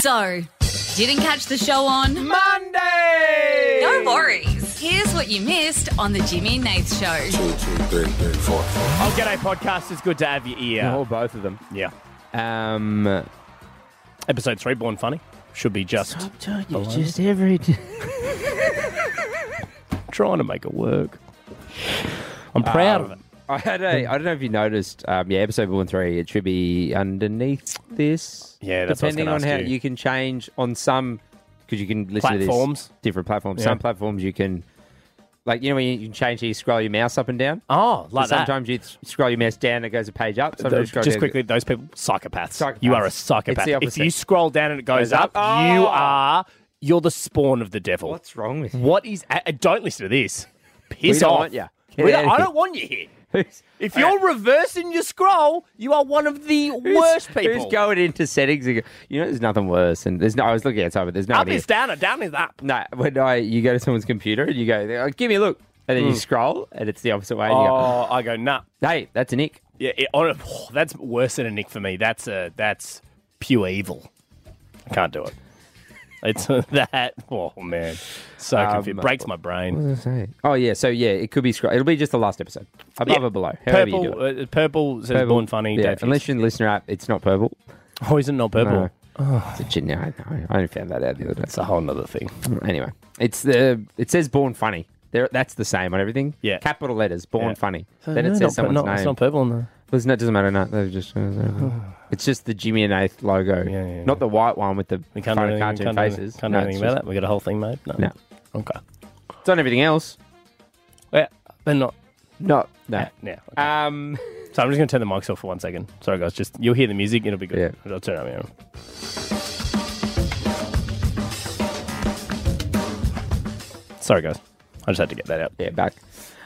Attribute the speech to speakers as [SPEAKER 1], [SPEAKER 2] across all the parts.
[SPEAKER 1] So, didn't catch the show on?
[SPEAKER 2] Monday!
[SPEAKER 1] No worries. Here's what you missed on the Jimmy and Nath show.
[SPEAKER 3] Two, two, three, three, four, four.
[SPEAKER 2] Oh, g'day, podcast. It's good to have you here.
[SPEAKER 4] Or Oh, both of them.
[SPEAKER 2] Yeah.
[SPEAKER 4] Um,
[SPEAKER 2] Episode three, Born Funny. Should be just
[SPEAKER 4] just every.
[SPEAKER 2] trying to make it work. I'm proud of it.
[SPEAKER 4] Um, I had a. I don't know if you noticed. Um, yeah, episode one three. It should be underneath this.
[SPEAKER 2] Yeah, that's what I was
[SPEAKER 4] depending
[SPEAKER 2] gonna
[SPEAKER 4] on how
[SPEAKER 2] ask you.
[SPEAKER 4] can change on some because you can listen to
[SPEAKER 2] Platforms.
[SPEAKER 4] this different platforms.
[SPEAKER 2] Yeah.
[SPEAKER 4] Some platforms you can, like you know, when you can change, you scroll your mouse up and down.
[SPEAKER 2] Oh,
[SPEAKER 4] So
[SPEAKER 2] like that.
[SPEAKER 4] sometimes you th- scroll your mouse down, it goes a page up. Sometimes
[SPEAKER 2] Those-
[SPEAKER 4] you scroll
[SPEAKER 2] just
[SPEAKER 4] down-
[SPEAKER 2] quickly, those people psychopaths.
[SPEAKER 4] Psychopaths.
[SPEAKER 2] You are a
[SPEAKER 4] It's the
[SPEAKER 2] psychopath. if
[SPEAKER 4] opposite.
[SPEAKER 2] you scroll down and it goes,
[SPEAKER 4] Goes
[SPEAKER 2] up,
[SPEAKER 4] up.
[SPEAKER 2] you
[SPEAKER 4] Oh.
[SPEAKER 2] are you're the spawn of the devil.
[SPEAKER 4] What's wrong with you?
[SPEAKER 2] What is? uh, uh, don't listen to this. Piss
[SPEAKER 4] We don't
[SPEAKER 2] off.
[SPEAKER 4] want ya.
[SPEAKER 2] We don't- I don't want you here. If you're reversing your scroll, you are one of the worst people.
[SPEAKER 4] Who's going into settings? And go, you know, there's nothing worse. And there's no. I was looking at something. There's no.
[SPEAKER 2] up
[SPEAKER 4] one here.
[SPEAKER 2] is down and down is up.
[SPEAKER 4] No, when I you go to someone's computer and you go, "Oh, give me a look, and then you scroll and it's the opposite way. And you go,
[SPEAKER 2] Hmm. Oh, I go nah.
[SPEAKER 4] hey, that's a nick.
[SPEAKER 2] Yeah, it, on, oh, that's worse than a nick for me. That's a that's pure evil. I can't do it. It's that. Oh man, so
[SPEAKER 4] Um,
[SPEAKER 2] confused. It breaks my brain.
[SPEAKER 4] Oh yeah, so yeah, it could be scroll. It'll be just the last episode, above
[SPEAKER 2] Yeah.
[SPEAKER 4] or below, however
[SPEAKER 2] Purple.
[SPEAKER 4] you do it.
[SPEAKER 2] Uh, purple says
[SPEAKER 4] Purple,
[SPEAKER 2] born funny.
[SPEAKER 4] yeah.
[SPEAKER 2] Dave
[SPEAKER 4] Unless
[SPEAKER 2] Hughes.
[SPEAKER 4] you're in the listener app, it's not purple.
[SPEAKER 2] oh, is it not purple?
[SPEAKER 4] No. It's a gin- no, no, I only found that out the other day.
[SPEAKER 2] It's a whole other thing.
[SPEAKER 4] Anyway, it's the it says born funny. There, that's the same on everything.
[SPEAKER 2] Yeah.
[SPEAKER 4] capital letters, born
[SPEAKER 2] Yeah.
[SPEAKER 4] funny. Then it
[SPEAKER 2] No,
[SPEAKER 4] says
[SPEAKER 2] not,
[SPEAKER 4] someone's
[SPEAKER 2] not,
[SPEAKER 4] name.
[SPEAKER 2] It's not purple. No.
[SPEAKER 4] Listen, it doesn't matter. No, they're just uh, it's just the Jimmy and Nath logo,
[SPEAKER 2] Yeah, yeah,
[SPEAKER 4] not the white one with the
[SPEAKER 2] We can't
[SPEAKER 4] funny
[SPEAKER 2] do anything,
[SPEAKER 4] cartoon
[SPEAKER 2] can't do anything-
[SPEAKER 4] faces.
[SPEAKER 2] Can't
[SPEAKER 4] No,
[SPEAKER 2] do anything
[SPEAKER 4] it's
[SPEAKER 2] about
[SPEAKER 4] just-
[SPEAKER 2] that. We got a whole thing, mate. No.
[SPEAKER 4] No.
[SPEAKER 2] Okay.
[SPEAKER 4] It's on everything else.
[SPEAKER 2] Yeah, they're not.
[SPEAKER 4] No, no.
[SPEAKER 2] Yeah. okay.
[SPEAKER 4] Um,
[SPEAKER 2] So I'm just gonna turn the mics off for one second. Sorry, guys. Just you'll hear the music. It'll be good.
[SPEAKER 4] Yeah.
[SPEAKER 2] I'll turn it on. Sorry, guys. I just had to get that out.
[SPEAKER 4] yeah, back.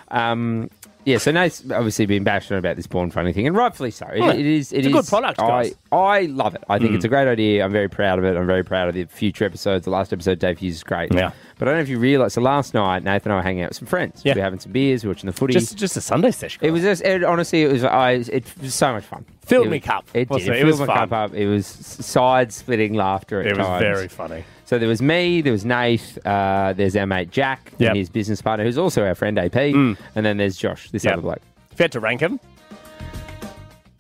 [SPEAKER 4] Um, yeah, so Nate's obviously been bashing about this born funny thing, and rightfully so. It-
[SPEAKER 2] Yeah.
[SPEAKER 4] it is.
[SPEAKER 2] It's a
[SPEAKER 4] is-
[SPEAKER 2] good product, guys.
[SPEAKER 4] I, I love it. I think
[SPEAKER 2] Mm.
[SPEAKER 4] it's a great idea. I'm very proud of it. I'm very proud of the future episodes. The last episode, Dave Hughes is great.
[SPEAKER 2] Yeah.
[SPEAKER 4] But I don't know if you realise. So last night, Nathan and I were hanging out with some friends.
[SPEAKER 2] Yeah.
[SPEAKER 4] We were having some beers, we were watching the footy.
[SPEAKER 2] Just, just a Sunday session.
[SPEAKER 4] it was just it, honestly, it was I. It was so much fun.
[SPEAKER 2] Filled
[SPEAKER 4] It
[SPEAKER 2] me
[SPEAKER 4] was-
[SPEAKER 2] cup.
[SPEAKER 4] It, did.
[SPEAKER 2] Wasn't
[SPEAKER 4] It
[SPEAKER 2] it? It
[SPEAKER 4] filled
[SPEAKER 2] was
[SPEAKER 4] my cup
[SPEAKER 2] fun.
[SPEAKER 4] up. It was side splitting laughter. At
[SPEAKER 2] It was
[SPEAKER 4] times.
[SPEAKER 2] very funny.
[SPEAKER 4] So there was me, there was Nath, uh, there's our mate Jack,
[SPEAKER 2] Yep. Mm.
[SPEAKER 4] and his business partner, who's also our friend AP, and then there's Josh, this
[SPEAKER 2] Yep.
[SPEAKER 4] other bloke.
[SPEAKER 2] If you had to rank him,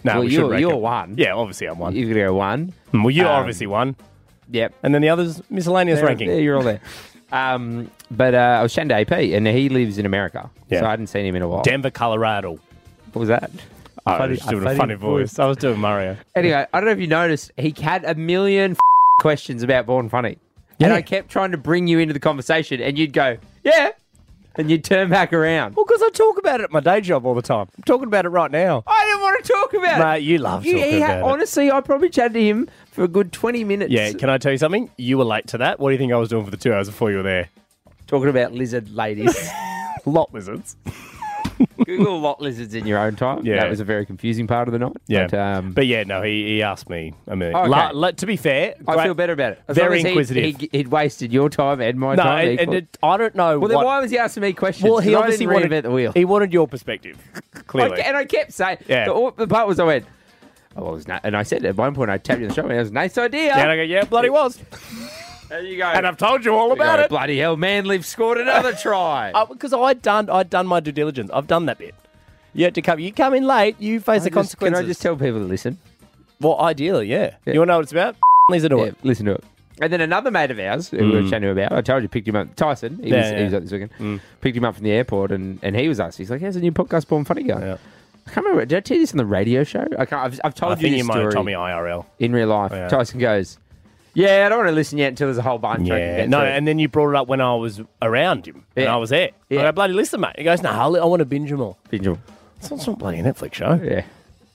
[SPEAKER 2] no,
[SPEAKER 4] Well,
[SPEAKER 2] we should
[SPEAKER 4] you're-
[SPEAKER 2] rank
[SPEAKER 4] you're
[SPEAKER 2] 'em.
[SPEAKER 4] one.
[SPEAKER 2] Yeah, obviously I'm one.
[SPEAKER 4] You're going to go one.
[SPEAKER 2] Mm, Well, you
[SPEAKER 4] Um,
[SPEAKER 2] obviously won,
[SPEAKER 4] Yep.
[SPEAKER 2] and then the others miscellaneous
[SPEAKER 4] There-
[SPEAKER 2] ranking.
[SPEAKER 4] there, you're all there. um, but uh, I was chatting to AP, and he lives in America.
[SPEAKER 2] Yeah.
[SPEAKER 4] So I hadn't seen him in a while.
[SPEAKER 2] Denver, Colorado.
[SPEAKER 4] What was that?
[SPEAKER 2] Oh, I
[SPEAKER 4] Funny-
[SPEAKER 2] was just doing
[SPEAKER 4] funny
[SPEAKER 2] a funny voice.
[SPEAKER 4] voice.
[SPEAKER 2] I was doing Mario.
[SPEAKER 4] Anyway, I don't know if you noticed, he had a million f- questions about Born Funny. And
[SPEAKER 2] Yeah.
[SPEAKER 4] I kept trying to bring you into the conversation, and you'd go, yeah. And you'd turn back around.
[SPEAKER 2] Well, because I talk about it at my day job all the time. I'm talking about it right now.
[SPEAKER 4] I didn't want to talk about
[SPEAKER 2] Mate,
[SPEAKER 4] it.
[SPEAKER 2] you love
[SPEAKER 4] He-
[SPEAKER 2] talking
[SPEAKER 4] he
[SPEAKER 2] about
[SPEAKER 4] had-
[SPEAKER 2] it.
[SPEAKER 4] Honestly, I probably chatted to him for a good 20 minutes.
[SPEAKER 2] Yeah, can I tell you something? You were late to that. What do you think I was doing for the two hours before you were there?
[SPEAKER 4] talking about lizard ladies. Oh,
[SPEAKER 2] Lot lizards.
[SPEAKER 4] Google lot lizards in your own time.
[SPEAKER 2] Yeah.
[SPEAKER 4] That was a very confusing part of the night.
[SPEAKER 2] Yeah.
[SPEAKER 4] But, um,
[SPEAKER 2] but yeah, no, he, he asked me a minute.
[SPEAKER 4] Okay.
[SPEAKER 2] La- la- to be fair,
[SPEAKER 4] I
[SPEAKER 2] great-
[SPEAKER 4] feel better about it. As
[SPEAKER 2] Very
[SPEAKER 4] long as he-
[SPEAKER 2] inquisitive.
[SPEAKER 4] He, would wasted your time and my
[SPEAKER 2] No,
[SPEAKER 4] time.
[SPEAKER 2] and, and
[SPEAKER 4] equal.
[SPEAKER 2] it, I don't know.
[SPEAKER 4] well, then
[SPEAKER 2] what-
[SPEAKER 4] why was he asking me questions?
[SPEAKER 2] well, he
[SPEAKER 4] 'Cause I
[SPEAKER 2] obviously
[SPEAKER 4] didn't
[SPEAKER 2] wanted
[SPEAKER 4] reinvent the wheel.
[SPEAKER 2] He wanted your perspective.
[SPEAKER 4] I
[SPEAKER 2] Clearly,
[SPEAKER 4] ke- and I kept saying,
[SPEAKER 2] Yeah.
[SPEAKER 4] the, all- the part was I went, oh, well, it was na-" and I said at one point I tapped you on the shoulder. It was a nice idea.
[SPEAKER 2] and I go, yeah, bloody was.
[SPEAKER 4] there you go.
[SPEAKER 2] And I've told you all
[SPEAKER 4] You go,
[SPEAKER 2] about it.
[SPEAKER 4] Bloody hell, Manlive scored another try.
[SPEAKER 2] because I'd done I'd done my due diligence. I've done that bit. You had to come. You come in late. You face the
[SPEAKER 4] I just- Can
[SPEAKER 2] consequences.
[SPEAKER 4] I just tell people to listen?
[SPEAKER 2] well, ideally, yeah.
[SPEAKER 4] Yeah.
[SPEAKER 2] You want to know what it's about? Listen to
[SPEAKER 4] Yeah,
[SPEAKER 2] it.
[SPEAKER 4] listen to it. And then another mate of ours who we were chatting to about, I told you, picked him up. Tyson, he,
[SPEAKER 2] Yeah,
[SPEAKER 4] was,
[SPEAKER 2] yeah.
[SPEAKER 4] he was up this weekend. Picked him up from the airport, and, and he was asked. He's like, "How's the new podcast, Born Funny, going?"
[SPEAKER 2] Yeah.
[SPEAKER 4] I can't remember. Did I tell you this on the radio show? I can't. I've, I've told
[SPEAKER 2] I
[SPEAKER 4] you
[SPEAKER 2] think
[SPEAKER 4] this
[SPEAKER 2] you might
[SPEAKER 4] story
[SPEAKER 2] have told me IRL.
[SPEAKER 4] in real life.
[SPEAKER 2] yeah.
[SPEAKER 4] Tyson goes, "Yeah, I don't want to listen yet until there's a whole bunch." I can
[SPEAKER 2] Yeah,
[SPEAKER 4] get
[SPEAKER 2] no,
[SPEAKER 4] through."
[SPEAKER 2] and then you brought it up when I was around him and
[SPEAKER 4] Yeah.
[SPEAKER 2] I was there.
[SPEAKER 4] Yeah.
[SPEAKER 2] I go, bloody listen, mate. He goes, no, I want to binge them all.
[SPEAKER 4] Binge 'em.
[SPEAKER 2] It's not, it's not bloody Netflix show.
[SPEAKER 4] yeah.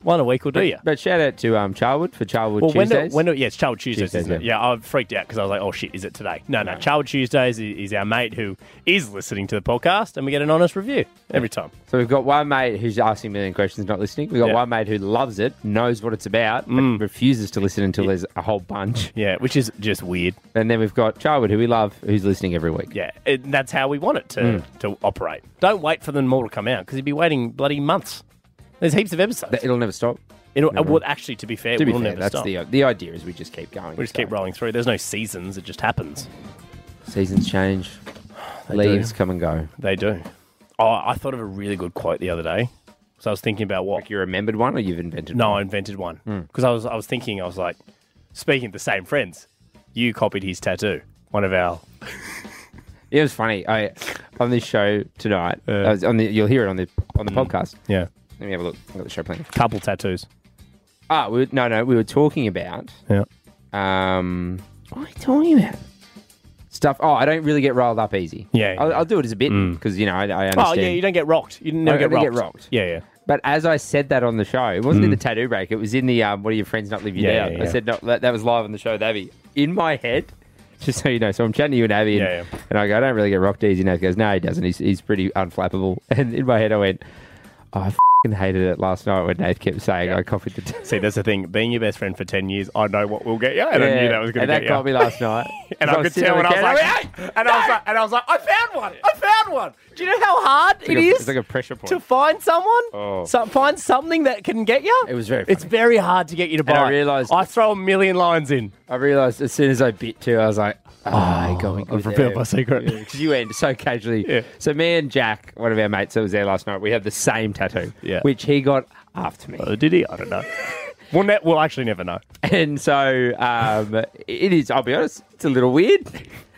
[SPEAKER 2] One a week will do you.
[SPEAKER 4] But shout out to um Charwood for Charwood
[SPEAKER 2] Well, when
[SPEAKER 4] Tuesdays.
[SPEAKER 2] do, when do, yeah, it's Child Tuesdays,
[SPEAKER 4] Tuesdays,
[SPEAKER 2] isn't it? Yeah, I freaked out because I was like, oh shit, is it today? No, no, Child Tuesdays is, is our mate who is listening to the podcast and we get an honest review every time.
[SPEAKER 4] so we've got one mate who's asking a million questions, not listening. We've got
[SPEAKER 2] Yeah. Mm.
[SPEAKER 4] one mate who loves it, knows what it's about, but refuses to listen until there's a whole bunch.
[SPEAKER 2] Yeah, which is just weird.
[SPEAKER 4] And then we've got Charwood, who we love, who's listening every week.
[SPEAKER 2] Yeah, it, that's how we want it to,
[SPEAKER 4] Mm.
[SPEAKER 2] to operate. Don't wait for them all to come out because you'd be waiting bloody months. There's heaps of episodes.
[SPEAKER 4] That- It'll never stop.
[SPEAKER 2] It'll, it will Uh, actually, to be fair,
[SPEAKER 4] To
[SPEAKER 2] it
[SPEAKER 4] be
[SPEAKER 2] will
[SPEAKER 4] fair,
[SPEAKER 2] never
[SPEAKER 4] that's
[SPEAKER 2] stop.
[SPEAKER 4] the the idea is we just keep going.
[SPEAKER 2] we just
[SPEAKER 4] so.
[SPEAKER 2] keep rolling through. There's no seasons. It just happens.
[SPEAKER 4] Seasons change,
[SPEAKER 2] do.
[SPEAKER 4] leaves come and go.
[SPEAKER 2] They do. Oh, I thought of a really good quote the other day. So I was thinking about what.
[SPEAKER 4] Like you remembered one, Hmm. or you've invented
[SPEAKER 2] No, I invented one because I was I was thinking I was like speaking to the same friends. You copied his tattoo. One of our
[SPEAKER 4] It was funny. I on this show tonight. I was on the, you'll hear it on the on the podcast.
[SPEAKER 2] Mm. yeah
[SPEAKER 4] Let me have a look. I've got the show playing.
[SPEAKER 2] couple tattoos.
[SPEAKER 4] Ah, we, were- no, no, we were talking about.
[SPEAKER 2] Yeah.
[SPEAKER 4] Um, what are you talking about? Stuff. Oh, I don't really get rolled up easy.
[SPEAKER 2] Yeah,
[SPEAKER 4] I'll,
[SPEAKER 2] yeah.
[SPEAKER 4] I'll do it as a bit because you know I, I understand.
[SPEAKER 2] Oh yeah, you don't get rocked. You never
[SPEAKER 4] I
[SPEAKER 2] get
[SPEAKER 4] don't
[SPEAKER 2] rocked.
[SPEAKER 4] get rocked.
[SPEAKER 2] Yeah, yeah.
[SPEAKER 4] But as I said that on the show, it wasn't in the tattoo break. It was in the um, "What do your friends not live you
[SPEAKER 2] Yeah,
[SPEAKER 4] down?"
[SPEAKER 2] yeah, yeah.
[SPEAKER 4] I said no, that, that was live on the show with Abby. In my head, just so you know, so I'm chatting to you and Abby, and,
[SPEAKER 2] Yeah, yeah.
[SPEAKER 4] and I go, "I don't really get rocked easy." And Abby goes, "No, he doesn't. He's, he's pretty unflappable." And in my head, I went, oh, "I fing hated it last night when Nath kept saying I copied the." T-
[SPEAKER 2] See, that's the thing. Being your best friend for ten years, I know what will get you, and I knew that was going
[SPEAKER 4] and
[SPEAKER 2] to
[SPEAKER 4] that
[SPEAKER 2] get
[SPEAKER 4] got
[SPEAKER 2] you.
[SPEAKER 4] me last night.
[SPEAKER 2] and I could tell, and I was like, "Hey!" and I was like, and I was like, I found one. I found one. Do you know how hard
[SPEAKER 4] It's like, a, it's like a pressure point.
[SPEAKER 2] to find someone,
[SPEAKER 4] Oh.
[SPEAKER 2] so, find something that can get you.
[SPEAKER 4] It was very
[SPEAKER 2] It's
[SPEAKER 4] funny.
[SPEAKER 2] very hard to get you to buy.
[SPEAKER 4] I realised-
[SPEAKER 2] I throw a million lines in.
[SPEAKER 4] I realised as soon as I bit too, I was like, oh, I got me good
[SPEAKER 2] I've revealed
[SPEAKER 4] there."
[SPEAKER 2] my secret.
[SPEAKER 4] Yeah, 'cause you end so casually.
[SPEAKER 2] Yeah.
[SPEAKER 4] So me and Jack, one of our mates that was there last night, we had the same tattoo,
[SPEAKER 2] Yeah.
[SPEAKER 4] which he got after me.
[SPEAKER 2] Oh, did he? I don't know. we'll ne- we'll actually never know.
[SPEAKER 4] And so um, it is, I'll be honest, it's a little weird.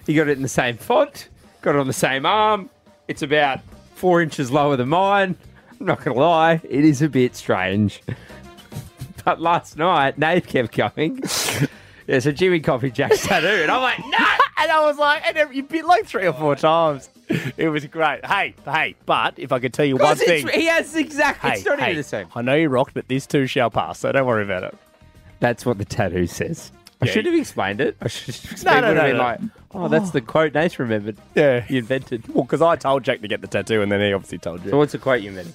[SPEAKER 4] He got it in the same font, got it on the same arm. It's about four inches lower than mine. I'm not going to lie, it is a bit strange. But last night, Nate kept going. yeah, so Jimmy copied Jack's tattoo, and I'm like, no!
[SPEAKER 2] and I was like, and you bit like three or four times. It was great. Hey, hey, but if I could tell you one
[SPEAKER 4] Because
[SPEAKER 2] thing.
[SPEAKER 4] it's- He has exactly.
[SPEAKER 2] Hey,
[SPEAKER 4] it's not
[SPEAKER 2] hey,
[SPEAKER 4] even the same.
[SPEAKER 2] I know you rocked, but this too shall pass, so don't worry about it.
[SPEAKER 4] That's what the tattoo says. I
[SPEAKER 2] Yeah,
[SPEAKER 4] should
[SPEAKER 2] you-
[SPEAKER 4] have explained it. I should have
[SPEAKER 2] No,
[SPEAKER 4] explained
[SPEAKER 2] no,
[SPEAKER 4] it.
[SPEAKER 2] no,
[SPEAKER 4] Been
[SPEAKER 2] no.
[SPEAKER 4] like, oh, that's the quote Nace remembered.
[SPEAKER 2] Yeah.
[SPEAKER 4] You invented.
[SPEAKER 2] Well, because I told Jack to get the tattoo, and then he obviously told
[SPEAKER 4] So
[SPEAKER 2] you.
[SPEAKER 4] what's the quote you invented?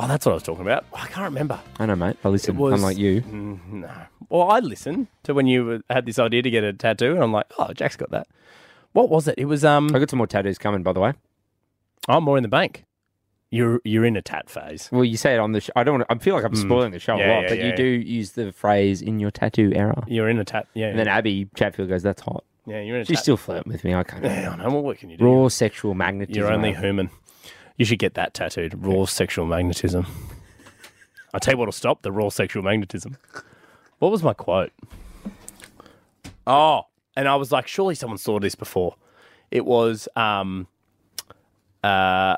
[SPEAKER 2] Oh, that's what I was talking about. I can't remember.
[SPEAKER 4] I know, mate. I listen,
[SPEAKER 2] It was- Mm,
[SPEAKER 4] unlike you.
[SPEAKER 2] No. Well, I listened to when you were- had this idea to get a tattoo, and I'm like, oh, Jack's got that. What was it? It was um.
[SPEAKER 4] I got some more tattoos coming, by the way.
[SPEAKER 2] I'm more in the bank. You're you're in a tat phase. Hmm.
[SPEAKER 4] Well, you say it on the show. I don't want to, I feel like I'm spoiling the show
[SPEAKER 2] Mm. Yeah,
[SPEAKER 4] a lot,
[SPEAKER 2] yeah,
[SPEAKER 4] but
[SPEAKER 2] yeah,
[SPEAKER 4] you
[SPEAKER 2] yeah.
[SPEAKER 4] do use the phrase in your tattoo era.
[SPEAKER 2] You're in a tat. Yeah.
[SPEAKER 4] And then Abby Chatfield goes, that's hot.
[SPEAKER 2] yeah. You're in a
[SPEAKER 4] She's
[SPEAKER 2] tat.
[SPEAKER 4] still flirting with me. I can't.
[SPEAKER 2] Yeah, I know. Well, what can you do?
[SPEAKER 4] Raw sexual magnetism.
[SPEAKER 2] You're only
[SPEAKER 4] mate.
[SPEAKER 2] human. You should get that tattooed. Raw sexual magnetism. I'll tell you what'll stop the raw sexual magnetism. What was my quote? Oh, and I was like, surely someone saw this before. It was, um, uh,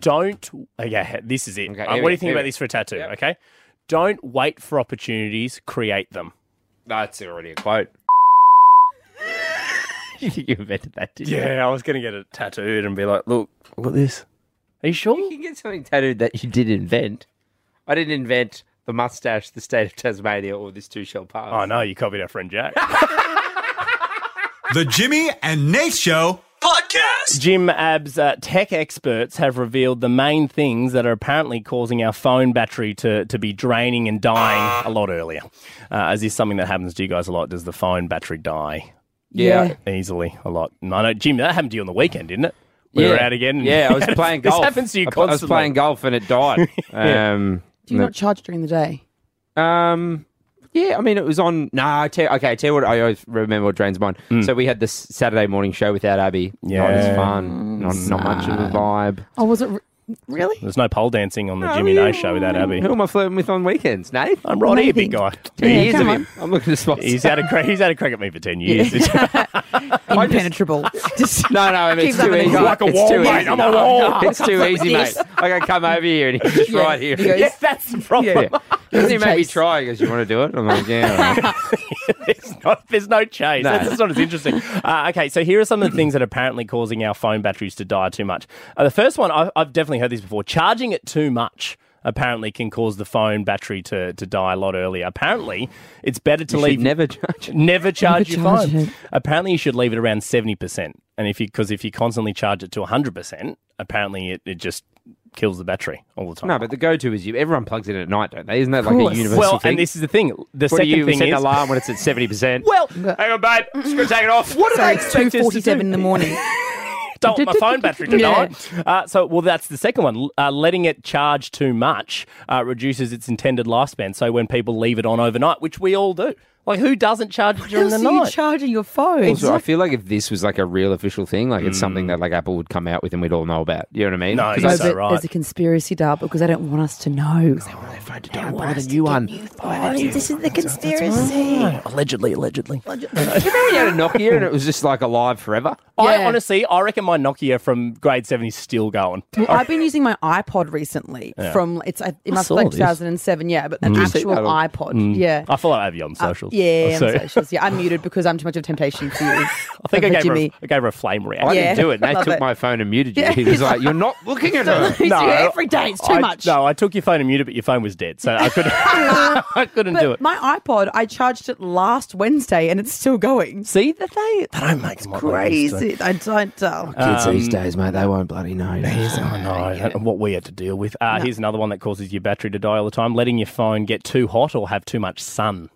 [SPEAKER 2] don't. Okay, this is it.
[SPEAKER 4] Okay,
[SPEAKER 2] Uh,
[SPEAKER 4] here
[SPEAKER 2] what do
[SPEAKER 4] we-
[SPEAKER 2] you think
[SPEAKER 4] here
[SPEAKER 2] about
[SPEAKER 4] we-
[SPEAKER 2] this for a tattoo? Okay, don't wait for opportunities, create them.
[SPEAKER 4] That's already a quote. you think you invented that, didn't you?
[SPEAKER 2] Yeah, I was gonna get it tattooed and be like, look, look at this. Are you sure?
[SPEAKER 4] You can get something tattooed that you did invent. I didn't invent the mustache, the state of Tasmania, or this two shall pass.
[SPEAKER 2] Oh no, you copied our friend Jack.
[SPEAKER 5] The Jimmy and Nate Show podcast.
[SPEAKER 2] Jim Ab's uh, tech experts have revealed the main things that are apparently causing our phone battery to, to be draining and dying a lot earlier. Uh, as is something that happens to you guys a lot. Does the phone battery die
[SPEAKER 4] Yeah.
[SPEAKER 2] easily a lot? And I know, Jim, that happened to you on the weekend, didn't it? We were out again. and-
[SPEAKER 4] Yeah, I was playing
[SPEAKER 2] This
[SPEAKER 4] golf.
[SPEAKER 2] happens to you
[SPEAKER 4] I pl- I was
[SPEAKER 2] constantly.
[SPEAKER 4] playing golf and it died. Um,
[SPEAKER 6] Do you not charge during the day?
[SPEAKER 4] um, yeah, I mean, it was on. No, I tell, okay, I tell you what, I always remember what drains mine. So we had this Saturday morning show without Abby. Not
[SPEAKER 2] Mm. Yeah.
[SPEAKER 4] as fun. Not, not much of a vibe.
[SPEAKER 6] Oh, was it re- really?
[SPEAKER 2] There's no pole dancing on the Jimmy Nay show without Abby.
[SPEAKER 4] Who am I flirting with on weekends, Nate?
[SPEAKER 2] I'm right here, big
[SPEAKER 6] Amazing.
[SPEAKER 2] guy.
[SPEAKER 6] Yeah,
[SPEAKER 4] Years
[SPEAKER 6] come
[SPEAKER 4] of
[SPEAKER 6] on.
[SPEAKER 4] him. I'm looking to spot.
[SPEAKER 2] He's out of cra- he's out of crack at me for ten years.
[SPEAKER 6] Impenetrable. Just-
[SPEAKER 4] No, no, I mean, it's
[SPEAKER 6] Keep
[SPEAKER 4] too
[SPEAKER 6] that in
[SPEAKER 4] easy.
[SPEAKER 6] the
[SPEAKER 2] Like a
[SPEAKER 4] It's
[SPEAKER 2] wall,
[SPEAKER 4] too
[SPEAKER 2] mate.
[SPEAKER 4] easy.
[SPEAKER 2] I'm a wall.
[SPEAKER 4] It's too easy, mate.
[SPEAKER 6] Yes.
[SPEAKER 4] I go come over here, and he's just
[SPEAKER 6] Yeah.
[SPEAKER 4] right here.
[SPEAKER 6] He goes-
[SPEAKER 2] yes, that's the problem.
[SPEAKER 4] Yeah. Doesn't he make me
[SPEAKER 6] Chase.
[SPEAKER 4] try? He goes, "You want to do it?" I'm like, "Yeah." all right."
[SPEAKER 2] There's no, there's no chase.
[SPEAKER 4] No.
[SPEAKER 2] That's just not as interesting. Uh, okay, so here are some of the things that are apparently causing our phone batteries to die too much. Uh, the first one, I've, I've definitely heard this before. Charging it too much apparently can cause the phone battery to, to die a lot earlier. Apparently, it's better to
[SPEAKER 4] You should
[SPEAKER 2] leave.
[SPEAKER 4] never judge.
[SPEAKER 2] Never charge your
[SPEAKER 6] charge
[SPEAKER 2] phone.
[SPEAKER 6] it.
[SPEAKER 2] Apparently, you should leave it around seventy percent, and if you because if you constantly charge it to hundred percent, apparently it, it just kills the battery all the time.
[SPEAKER 4] No, but the go-to is you. Everyone plugs it in at night, don't they? Isn't that like a
[SPEAKER 6] course.
[SPEAKER 4] universal
[SPEAKER 2] well,
[SPEAKER 4] thing?
[SPEAKER 2] and this is the thing. The
[SPEAKER 4] what do
[SPEAKER 2] second
[SPEAKER 4] you
[SPEAKER 2] thing
[SPEAKER 4] set an
[SPEAKER 2] is
[SPEAKER 4] alarm when it's at seventy percent?
[SPEAKER 2] Well, hang on, babe. Just gonna take it off. What do
[SPEAKER 6] Sorry,
[SPEAKER 2] they expect us to do?
[SPEAKER 6] 2.47 in the morning.
[SPEAKER 2] don't want my phone battery to
[SPEAKER 6] Yeah.
[SPEAKER 2] die. Uh, so, well, that's the second one. L- Uh, letting it charge too much uh, reduces its intended lifespan. So when people leave it on overnight, which we all do, like who doesn't charge it during
[SPEAKER 6] Else
[SPEAKER 2] the
[SPEAKER 6] are you
[SPEAKER 2] night?
[SPEAKER 6] charging your phone?
[SPEAKER 4] Also, I feel like if this was like a real official thing, like it's something that like Apple would come out with and we'd all know about. You know what I mean?
[SPEAKER 2] No,
[SPEAKER 4] 'Cause
[SPEAKER 2] Oh, you're
[SPEAKER 4] I-
[SPEAKER 2] so right.
[SPEAKER 6] There's a conspiracy, Dub, because they don't want us to know.
[SPEAKER 4] I bought a new one.
[SPEAKER 7] Oh, This is the conspiracy.
[SPEAKER 2] Allegedly, allegedly.
[SPEAKER 4] We had a Nokia and it was just like alive forever.
[SPEAKER 2] I
[SPEAKER 6] Yeah.
[SPEAKER 2] honestly, I reckon my Nokia from grade seven is still going.
[SPEAKER 6] Well, I've been using my iPod recently. From it's I- it must be
[SPEAKER 2] saw
[SPEAKER 6] like
[SPEAKER 2] this.
[SPEAKER 6] 2007, yeah, but
[SPEAKER 2] Mm.
[SPEAKER 6] an
[SPEAKER 4] see
[SPEAKER 6] actual
[SPEAKER 4] that on-
[SPEAKER 6] iPod, yeah. Uh,
[SPEAKER 2] I follow Avi on socials.
[SPEAKER 6] Yeah,
[SPEAKER 2] So-
[SPEAKER 6] I'm socials. Yeah, I'm muted because I'm too much of a temptation for you.
[SPEAKER 2] I think I gave, her a,
[SPEAKER 6] Jimmy.
[SPEAKER 2] I gave her a flame reaction.
[SPEAKER 4] I
[SPEAKER 6] Yeah.
[SPEAKER 4] didn't do it. Nate
[SPEAKER 6] Love
[SPEAKER 4] took
[SPEAKER 6] it.
[SPEAKER 4] my phone and muted you.
[SPEAKER 6] Yeah.
[SPEAKER 4] He was like, "You're not looking at her."
[SPEAKER 6] It's
[SPEAKER 2] No,
[SPEAKER 6] you every day. It's too
[SPEAKER 2] I-
[SPEAKER 6] much.
[SPEAKER 2] No, I took your phone and muted, but your phone was dead, so I Oh, couldn't. I couldn't do
[SPEAKER 6] but
[SPEAKER 2] it.
[SPEAKER 6] my iPod, I charged it last Wednesday and it's still going.
[SPEAKER 2] See that they they don't make them like they used to.
[SPEAKER 6] Crazy. I don't. Uh,
[SPEAKER 4] Kids
[SPEAKER 2] Um,
[SPEAKER 4] these days, mate, they won't bloody know.
[SPEAKER 2] Here's, oh no, and what we had to deal with. Uh, Here's another one that causes your battery to die all the time: letting your phone get too hot or have too much sun. Mm,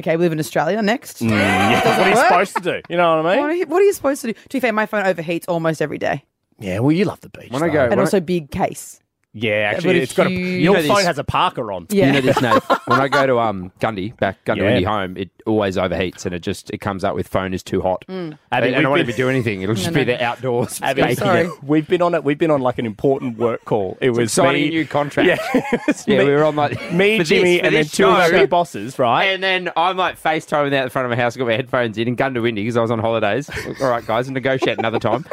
[SPEAKER 6] okay, we live in Australia. Next.
[SPEAKER 2] Yeah, what are you supposed to do? You know what I
[SPEAKER 6] What
[SPEAKER 2] mean?
[SPEAKER 6] are, you, what are you supposed to do? To be fair, my phone overheats almost every day,
[SPEAKER 2] Yeah, well, you love the beach.
[SPEAKER 4] When I
[SPEAKER 2] though.
[SPEAKER 4] go,
[SPEAKER 6] and
[SPEAKER 4] when I-
[SPEAKER 6] also big case.
[SPEAKER 2] yeah,
[SPEAKER 6] but
[SPEAKER 2] actually,
[SPEAKER 6] a
[SPEAKER 2] it's got a,
[SPEAKER 6] huge-
[SPEAKER 2] your
[SPEAKER 4] You know
[SPEAKER 2] phone
[SPEAKER 4] this-
[SPEAKER 2] has a parker on.
[SPEAKER 6] Yeah.
[SPEAKER 4] You know this, Nate. when I go to um Gundy back Gundawindi
[SPEAKER 2] Yeah.
[SPEAKER 4] home, it always overheats and it just it comes up with phone is too hot. I,
[SPEAKER 2] Mm. Abby,
[SPEAKER 4] mean, I don't
[SPEAKER 2] we've
[SPEAKER 4] want to
[SPEAKER 2] been-
[SPEAKER 4] be doing anything. It'll just be the outdoors.
[SPEAKER 2] Abby,
[SPEAKER 4] baking
[SPEAKER 6] sorry.
[SPEAKER 4] it.
[SPEAKER 2] We've been on it. We've been on like an important work call. It was
[SPEAKER 4] signing
[SPEAKER 2] me,
[SPEAKER 4] a new contract.
[SPEAKER 2] Yeah, it was
[SPEAKER 4] Yeah,
[SPEAKER 2] me,
[SPEAKER 4] we were on like
[SPEAKER 2] me,
[SPEAKER 4] for this-
[SPEAKER 2] Jimmy,
[SPEAKER 4] for
[SPEAKER 2] and then
[SPEAKER 4] this
[SPEAKER 2] two of
[SPEAKER 4] show.
[SPEAKER 2] our bosses, right?
[SPEAKER 4] And then I'm like FaceTiming out the front of my house, got my headphones in and gun to windy because I was on holidays. All right, guys, negotiate another time.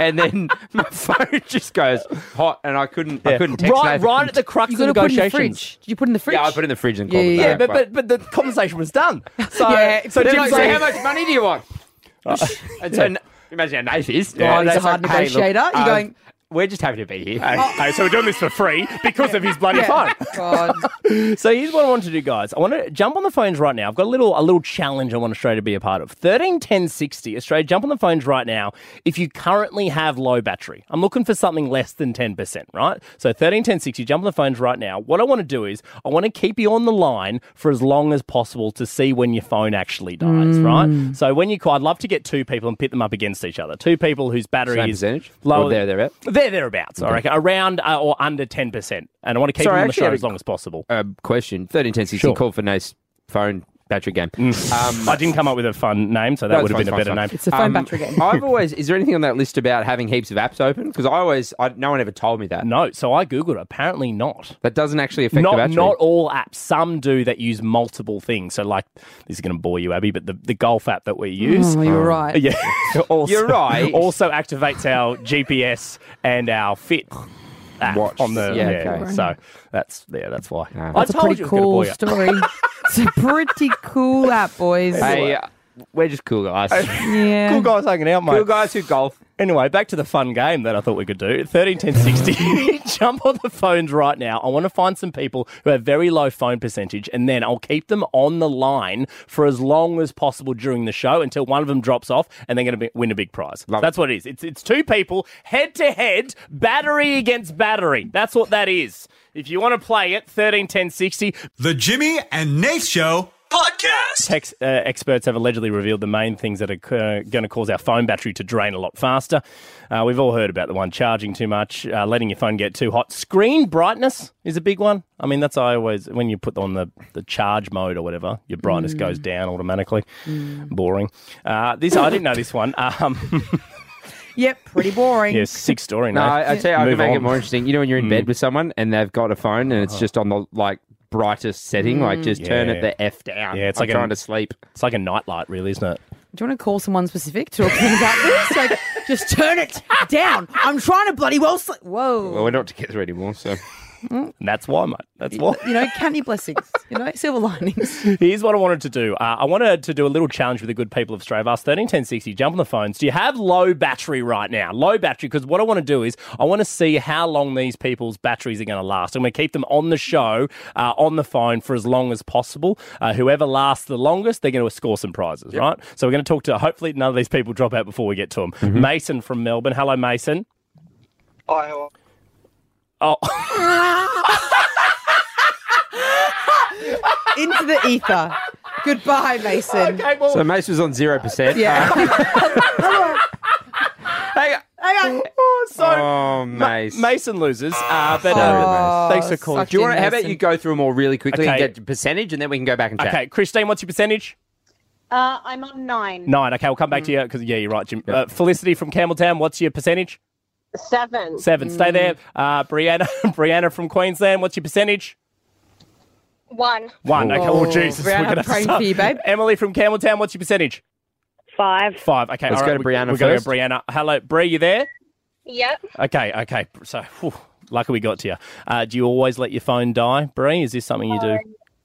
[SPEAKER 4] and then my phone just goes hot and I couldn't I
[SPEAKER 2] Yeah.
[SPEAKER 4] couldn't text
[SPEAKER 2] right,
[SPEAKER 4] Nathan.
[SPEAKER 2] right at the crux
[SPEAKER 6] You
[SPEAKER 2] of
[SPEAKER 6] got to put it in the
[SPEAKER 2] negotiations.
[SPEAKER 6] fridge. Did you put it in the fridge?
[SPEAKER 4] Yeah, I put it in the fridge and called
[SPEAKER 6] Yeah,
[SPEAKER 4] it
[SPEAKER 6] yeah,
[SPEAKER 2] Yeah,
[SPEAKER 4] back.
[SPEAKER 2] but, but but the conversation was done. So
[SPEAKER 6] Yeah,
[SPEAKER 2] so
[SPEAKER 4] Then I
[SPEAKER 2] Jim's
[SPEAKER 4] say,
[SPEAKER 2] like,
[SPEAKER 4] how much money do you want? and so, imagine how Nate is.
[SPEAKER 2] Yeah.
[SPEAKER 4] Oh,
[SPEAKER 6] he's a
[SPEAKER 4] Nate's
[SPEAKER 6] hard
[SPEAKER 4] like, "Hey, look,
[SPEAKER 6] negotiator. You're
[SPEAKER 4] um,
[SPEAKER 6] going-
[SPEAKER 4] We're just happy to be here.
[SPEAKER 2] Hey, hey, so we're doing this for free because of his bloody
[SPEAKER 6] Yeah.
[SPEAKER 2] phone.
[SPEAKER 6] God.
[SPEAKER 2] So here's what I want to do, guys. I want to jump on the phones right now. I've got a little a little challenge I want Australia to be a part of. Thirteen ten sixty. Australia, jump on the phones right now if you currently have low battery. I'm looking for something less than ten percent, right? So thirteen ten sixty. Jump on the phones right now. What I want to do is I want to keep you on the line for as long as possible to see when your phone actually dies, right? So when you call, I'd love to get two people and pit them up against each other. Two people whose battery
[SPEAKER 4] Same
[SPEAKER 2] is
[SPEAKER 4] percentage?
[SPEAKER 2] lower.
[SPEAKER 4] Or there, thereabout?
[SPEAKER 2] There, thereabouts. I reckon around uh, or under ten percent. And I want to keep
[SPEAKER 4] Sorry,
[SPEAKER 2] them
[SPEAKER 4] I
[SPEAKER 2] on the
[SPEAKER 4] actually
[SPEAKER 2] show
[SPEAKER 4] had a-
[SPEAKER 2] as long as possible.
[SPEAKER 4] Um, question 13, 10, 16,
[SPEAKER 2] Sure. Mm.
[SPEAKER 4] call for Nate's phone battery game.
[SPEAKER 2] I didn't come up with a fun name, so that
[SPEAKER 4] No,
[SPEAKER 2] would have
[SPEAKER 4] it's
[SPEAKER 2] been a
[SPEAKER 4] fine, it's
[SPEAKER 2] better
[SPEAKER 4] fine, Um,
[SPEAKER 2] name.
[SPEAKER 6] It's a phone battery game.
[SPEAKER 4] I've always, is there anything on that list about having heaps of apps open? Because I always, I, no one ever told me that.
[SPEAKER 2] No, so I googled. it. Apparently not.
[SPEAKER 4] That doesn't actually affect the
[SPEAKER 2] Not
[SPEAKER 4] battery.
[SPEAKER 2] not all apps. Some do that use multiple things. So like this is going to bore you, Abby, but the, the golf app that we use,
[SPEAKER 6] Oh, you're right.
[SPEAKER 2] yeah, also,
[SPEAKER 4] You're right.
[SPEAKER 2] Also activates our GPS and our Fit app
[SPEAKER 4] Watch.
[SPEAKER 2] on the yeah.
[SPEAKER 4] Yeah, okay.
[SPEAKER 2] So that's yeah, that's why.
[SPEAKER 6] That's a pretty
[SPEAKER 2] it was gonna bore
[SPEAKER 6] cool story. it's a pretty cool app, boys.
[SPEAKER 4] Hey, uh, we're just cool guys.
[SPEAKER 6] yeah.
[SPEAKER 2] Cool guys hanging out, mate.
[SPEAKER 4] cool guys who golf.
[SPEAKER 2] Anyway, back to the fun game that I thought we could do. 13 10 60. Jump on the phones right now. I want to find some people who have very low phone percentage, and then I'll keep them on the line for as long as possible during the show until one of them drops off, and they're going to be, win a big prize.
[SPEAKER 4] Love
[SPEAKER 2] That's
[SPEAKER 4] it.
[SPEAKER 2] what it is. It's, it's two people, head to head, battery against battery. That's what that is. If you want to play it, 13 10 60.
[SPEAKER 5] The Jimmy and Nate Show Podcast.
[SPEAKER 2] Tech uh, experts have allegedly revealed the main things that are uh, going to cause our phone battery to drain a lot faster. Uh, we've all heard about the one charging too much, uh, letting your phone get too hot. Screen brightness is a big one. I mean, that's I always, when you put on the, the charge mode or whatever, your brightness
[SPEAKER 4] Mm.
[SPEAKER 2] goes down automatically. Boring. Uh, this I didn't know this one. Um,
[SPEAKER 6] Yep, pretty boring.
[SPEAKER 2] yeah, sick story.
[SPEAKER 4] No,
[SPEAKER 2] No,
[SPEAKER 4] I, I tell you, I
[SPEAKER 2] Move
[SPEAKER 4] can
[SPEAKER 2] on. Mm.
[SPEAKER 4] make it
[SPEAKER 2] Uh-huh.
[SPEAKER 4] more interesting. You know, when you're in bed with someone and they've got a phone and it's just on the like brightest setting, like just turn
[SPEAKER 2] Mm, Yeah.
[SPEAKER 4] it the f down.
[SPEAKER 2] Yeah, it's
[SPEAKER 4] I'm
[SPEAKER 2] like a-
[SPEAKER 4] trying to sleep.
[SPEAKER 2] it's like a nightlight, really, isn't it?
[SPEAKER 6] Do you want to call someone specific to talk to them about this? Like, just turn it down. I'm trying to bloody well sleep.
[SPEAKER 4] Well,
[SPEAKER 6] Whoa. Mm,
[SPEAKER 4] we're not together anymore, so
[SPEAKER 2] And that's why, mate. That's why.
[SPEAKER 6] You know, count your blessings. You know, silver linings.
[SPEAKER 2] Here's what I wanted to do. Uh, I wanted to do a little challenge with the good people of Stravas. 13, 10, 60, jump on the phones. Do you have low battery right now? Low battery, because what I want to do is I want to see how long these people's batteries are going to last. I'm going to keep them on the show, uh, on the phone for as long as possible. Uh, whoever lasts the longest, they're going to score some prizes, right? So we're going to talk to, hopefully, none of these people drop out before we get to them.
[SPEAKER 4] Mm-hmm.
[SPEAKER 2] Mason from Melbourne. Hello, Mason. Hi, Oh,
[SPEAKER 8] Uh,
[SPEAKER 6] Into the ether. Goodbye, Mason.
[SPEAKER 2] okay, well,
[SPEAKER 4] so Mace was on zero percent.
[SPEAKER 6] Yeah. Okay.
[SPEAKER 4] Hey,
[SPEAKER 2] Oh, so
[SPEAKER 4] Oh, Mace.
[SPEAKER 2] Mason loses. Uh, but
[SPEAKER 4] Sorry,
[SPEAKER 2] uh, thanks for calling.
[SPEAKER 6] suck
[SPEAKER 4] Do you want? to? How
[SPEAKER 6] Didn't
[SPEAKER 4] about
[SPEAKER 6] listen.
[SPEAKER 4] you go through them all really quickly
[SPEAKER 2] Okay.
[SPEAKER 4] and get the percentage, and then we can go back and chat.
[SPEAKER 2] Okay, Christine, what's your percentage?
[SPEAKER 8] Uh, I'm on nine.
[SPEAKER 2] Nine. Okay, we'll come back to
[SPEAKER 6] Mm.
[SPEAKER 2] you because yeah, you're right, Jim. Uh, Felicity from Campbelltown, what's your percentage?
[SPEAKER 8] Seven.
[SPEAKER 2] Seven. Stay there.
[SPEAKER 6] Mm.
[SPEAKER 8] Mm.
[SPEAKER 2] Uh, Brianna, Brianna from Queensland, what's your percentage?
[SPEAKER 8] One.
[SPEAKER 2] One. Okay. Oh, Jesus, we're
[SPEAKER 6] Brianna,
[SPEAKER 2] gonna
[SPEAKER 6] I'm praying
[SPEAKER 2] stop.
[SPEAKER 6] for you, babe.
[SPEAKER 2] Emily from Campbelltown, what's your percentage?
[SPEAKER 8] Five.
[SPEAKER 2] Five. Okay.
[SPEAKER 4] Let's
[SPEAKER 2] all
[SPEAKER 4] go
[SPEAKER 2] right,
[SPEAKER 4] to
[SPEAKER 2] we-
[SPEAKER 4] Brianna
[SPEAKER 2] We're going to
[SPEAKER 4] first.
[SPEAKER 2] go Brianna. Hello, Bri. You there?
[SPEAKER 8] Yep.
[SPEAKER 2] Okay. Okay. So, whew, lucky we got to you. Uh, do you always let your phone die, Bri? Is this something you
[SPEAKER 6] Oh.
[SPEAKER 2] do?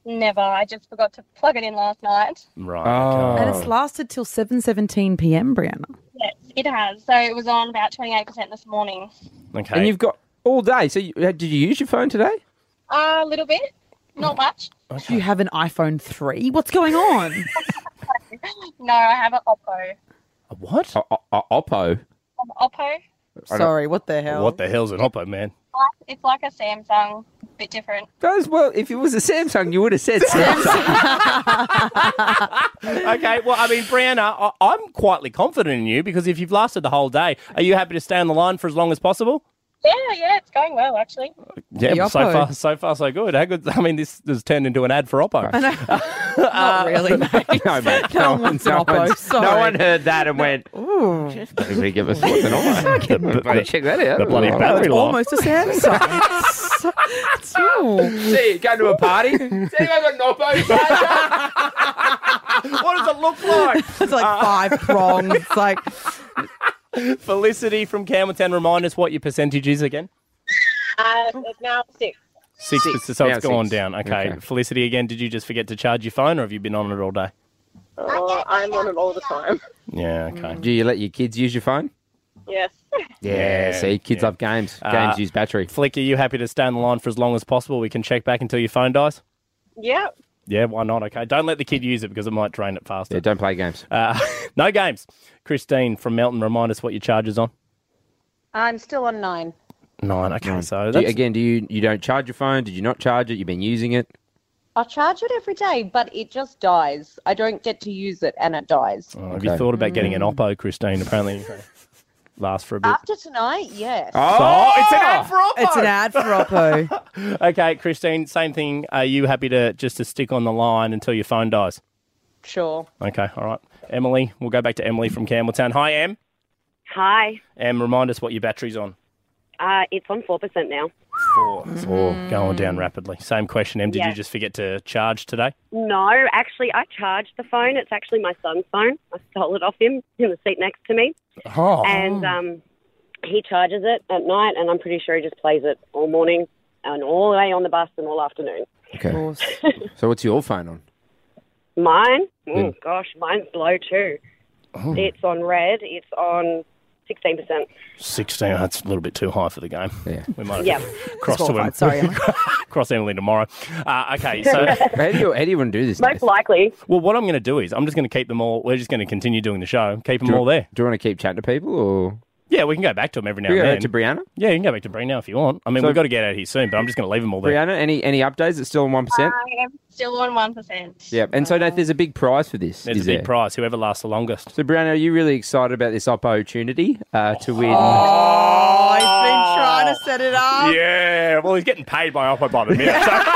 [SPEAKER 8] Never. I just forgot to plug it in last night.
[SPEAKER 2] Right.
[SPEAKER 4] Oh,
[SPEAKER 6] And it's lasted till 7.17 p.m., Brianna.
[SPEAKER 8] Yes, it has. So it was on about 28% this morning.
[SPEAKER 2] Okay.
[SPEAKER 4] and you've got all day. So, you, uh, did you use your phone today?
[SPEAKER 8] Uh, a little bit. Not much.
[SPEAKER 6] Do you have an iPhone 3? What's going on?
[SPEAKER 8] No, I have an Oppo.
[SPEAKER 2] what?
[SPEAKER 4] O- o- o- Uh, Oppo.
[SPEAKER 8] An Oppo.
[SPEAKER 6] Sorry, what the hell?
[SPEAKER 2] What the hell's an Oppo, man?
[SPEAKER 8] Like- It's like a Samsung, bit different.
[SPEAKER 4] Those, well, if it was a Samsung, you would have said Samsung.
[SPEAKER 2] Okay, well, I mean, Brianna, I- I'm quietly confident in you because if you've lasted the whole day, are you happy to stay on the line for as long as possible?
[SPEAKER 8] Yeah, yeah, it's going well actually. Uh,
[SPEAKER 2] Yeah,
[SPEAKER 6] The
[SPEAKER 2] so
[SPEAKER 6] Oppo.
[SPEAKER 2] far, so far, so good. How good? I mean, this has turned into an ad for Oppo.
[SPEAKER 6] Not really, mate.
[SPEAKER 4] no, mate.
[SPEAKER 6] No one's an Oppo,
[SPEAKER 4] one's-
[SPEAKER 6] sorry.
[SPEAKER 4] no one heard that and went, ooh, we give us what's an Oppo. Bloody Check that out.
[SPEAKER 2] the bloody
[SPEAKER 4] Ooh.
[SPEAKER 2] battery life.
[SPEAKER 6] Almost a Samsung. So- it's- ooh.
[SPEAKER 4] See, go to a party. See, anyone got an Oppo charger?
[SPEAKER 2] What does it look like?
[SPEAKER 6] It's like five
[SPEAKER 2] Uh,
[SPEAKER 6] prongs. It's like,
[SPEAKER 2] Felicity from Campbelltown, remind us what your percentage is again.
[SPEAKER 8] Uh, it's now six.
[SPEAKER 2] Six, percent. so
[SPEAKER 4] Now
[SPEAKER 2] it's gone
[SPEAKER 4] six.
[SPEAKER 2] down. Okay.
[SPEAKER 4] Okay.
[SPEAKER 2] Felicity again. Did you just forget to charge your phone, or have you been on it all day?
[SPEAKER 8] Uh, I'm on it all the time.
[SPEAKER 2] Yeah. Okay.
[SPEAKER 4] Do you let your kids use your phone?
[SPEAKER 8] Yes.
[SPEAKER 4] Yeah,
[SPEAKER 2] Yeah,
[SPEAKER 4] see, kids
[SPEAKER 2] yeah.
[SPEAKER 4] love games. Games
[SPEAKER 2] Uh,
[SPEAKER 4] use battery.
[SPEAKER 2] Flick, are you happy to stay on the line for as long as possible? We can check back until your phone dies.
[SPEAKER 8] yep.
[SPEAKER 2] Yeah, why not? Okay, don't let the kid use it because it might drain it faster.
[SPEAKER 4] Yeah, don't play games.
[SPEAKER 2] Uh, no games. Christine from Melton, remind us what your charge is on.
[SPEAKER 8] I'm still on nine.
[SPEAKER 2] Nine. Okay, so
[SPEAKER 4] Do you-
[SPEAKER 2] that's,
[SPEAKER 4] again, do you you don't charge your phone? Did you not charge it? You've been using it.
[SPEAKER 8] I charge it every day, but it just dies. I don't get to use it, and it dies. Mm.
[SPEAKER 2] Oh, have you
[SPEAKER 4] Okay.
[SPEAKER 2] thought about getting an Oppo, Christine? Apparently, lasts for a bit.
[SPEAKER 8] After tonight, yes.
[SPEAKER 2] Oh, it's an ad for
[SPEAKER 6] it's an ad for Oppo.
[SPEAKER 2] Okay, Christine, same thing. Are you happy to just to stick on the line until your phone dies?
[SPEAKER 8] Sure.
[SPEAKER 2] Okay, all right. Emily, we'll go back to Emily from Campbelltown. Hi, Em.
[SPEAKER 9] Hi.
[SPEAKER 2] Em, remind us what your battery's on.
[SPEAKER 9] Uh, it's on 4% now.
[SPEAKER 2] Four. Four. Going down rapidly. Same question, Em. Did you
[SPEAKER 9] Yeah.
[SPEAKER 2] just forget to charge today?
[SPEAKER 9] No, actually, I charged the phone. It's actually my son's phone. I stole it off him in the seat next to me.
[SPEAKER 2] Oh.
[SPEAKER 9] And um, he charges it at night, and I'm pretty sure he just plays it all morning and all day on the bus and all afternoon.
[SPEAKER 4] Okay.
[SPEAKER 6] Of course.
[SPEAKER 4] So what's your phone on?
[SPEAKER 9] Mine?
[SPEAKER 2] Hmm.
[SPEAKER 9] Oh, gosh, mine's low too.
[SPEAKER 2] Oh.
[SPEAKER 9] It's on red. It's on 16%.
[SPEAKER 2] 16. That's a little bit too high for the game.
[SPEAKER 4] Yeah.
[SPEAKER 2] We might have
[SPEAKER 9] Yeah.
[SPEAKER 2] to cross to Em.
[SPEAKER 6] Qualified, Sorry, Emily.
[SPEAKER 2] cross Emily tomorrow. Uh, okay, so
[SPEAKER 4] How do you, how do you want to do this? Nath?
[SPEAKER 9] Most likely.
[SPEAKER 2] well, what I'm going to do is I'm just going to keep them all. We're just going to continue doing the show, keep them
[SPEAKER 4] Do you-
[SPEAKER 2] all there.
[SPEAKER 4] Do you want to keep chatting to people or
[SPEAKER 2] Yeah, we can go back to them every now
[SPEAKER 4] we
[SPEAKER 2] and
[SPEAKER 4] go
[SPEAKER 2] then.
[SPEAKER 4] back to Brianna?
[SPEAKER 2] yeah, you can go back to Bree now if you want. I mean,
[SPEAKER 4] So-
[SPEAKER 2] we've got to get out of here soon, but I'm just going to leave them all there.
[SPEAKER 4] Brianna, any any updates? It's still on one
[SPEAKER 6] Uh,
[SPEAKER 4] percent.
[SPEAKER 8] I am still on one percent.
[SPEAKER 4] Yeah. And so Nath, there's a big prize for this.
[SPEAKER 2] There's
[SPEAKER 4] is
[SPEAKER 2] a big
[SPEAKER 4] there?
[SPEAKER 2] prize. Whoever lasts the longest.
[SPEAKER 4] So Brianna, are you really excited about this opportunity uh, to win?
[SPEAKER 6] Oh, he's been trying to set it up.
[SPEAKER 2] Yeah, well, he's getting paid by Oppo by the minute. so-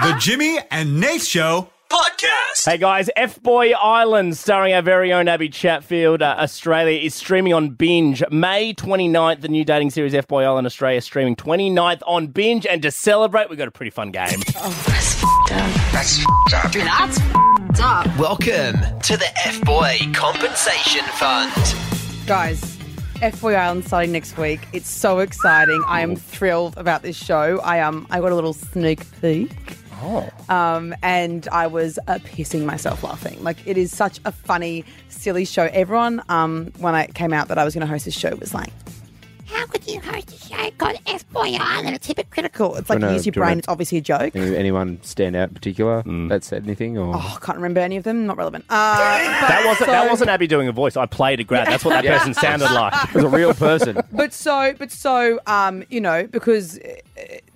[SPEAKER 5] The Jimmy and Nate Show podcast.
[SPEAKER 2] Hey guys, F Boy Island, starring our very own Abby Chatfield, uh, Australia, is streaming on Binge. May 29th, the new dating series F Boy Island Australia streaming 29th on Binge. And to celebrate, we've got a pretty fun game.
[SPEAKER 6] Oh,
[SPEAKER 10] Welcome to the F Boy Compensation Fund.
[SPEAKER 6] Guys, F-Boy Island starting next week. It's so exciting. I
[SPEAKER 2] Mm-hmm.
[SPEAKER 6] am thrilled about this show. I um I got a little sneak peek.
[SPEAKER 2] Oh.
[SPEAKER 6] Um, and I was uh, pissing myself laughing. Like it is such a funny, silly show. Everyone, um, when I came out that I was going to host this show, was like, "How could you host a show called F Boy Oh, Island? It's hypocritical." It's like
[SPEAKER 4] Wanna-
[SPEAKER 6] use your
[SPEAKER 4] do you wanna-
[SPEAKER 6] brain. It's obviously a joke.
[SPEAKER 4] Any- Anyone stand out in particular
[SPEAKER 2] Hmm.
[SPEAKER 4] that said anything or
[SPEAKER 6] Oh, I can't remember any of them. Not relevant. Uh, that
[SPEAKER 2] That wasn't that wasn't Abby doing a voice. I played a grab. That's what that person sounded like.
[SPEAKER 4] it was a real person?
[SPEAKER 6] But so, but so, um, you know, because uh,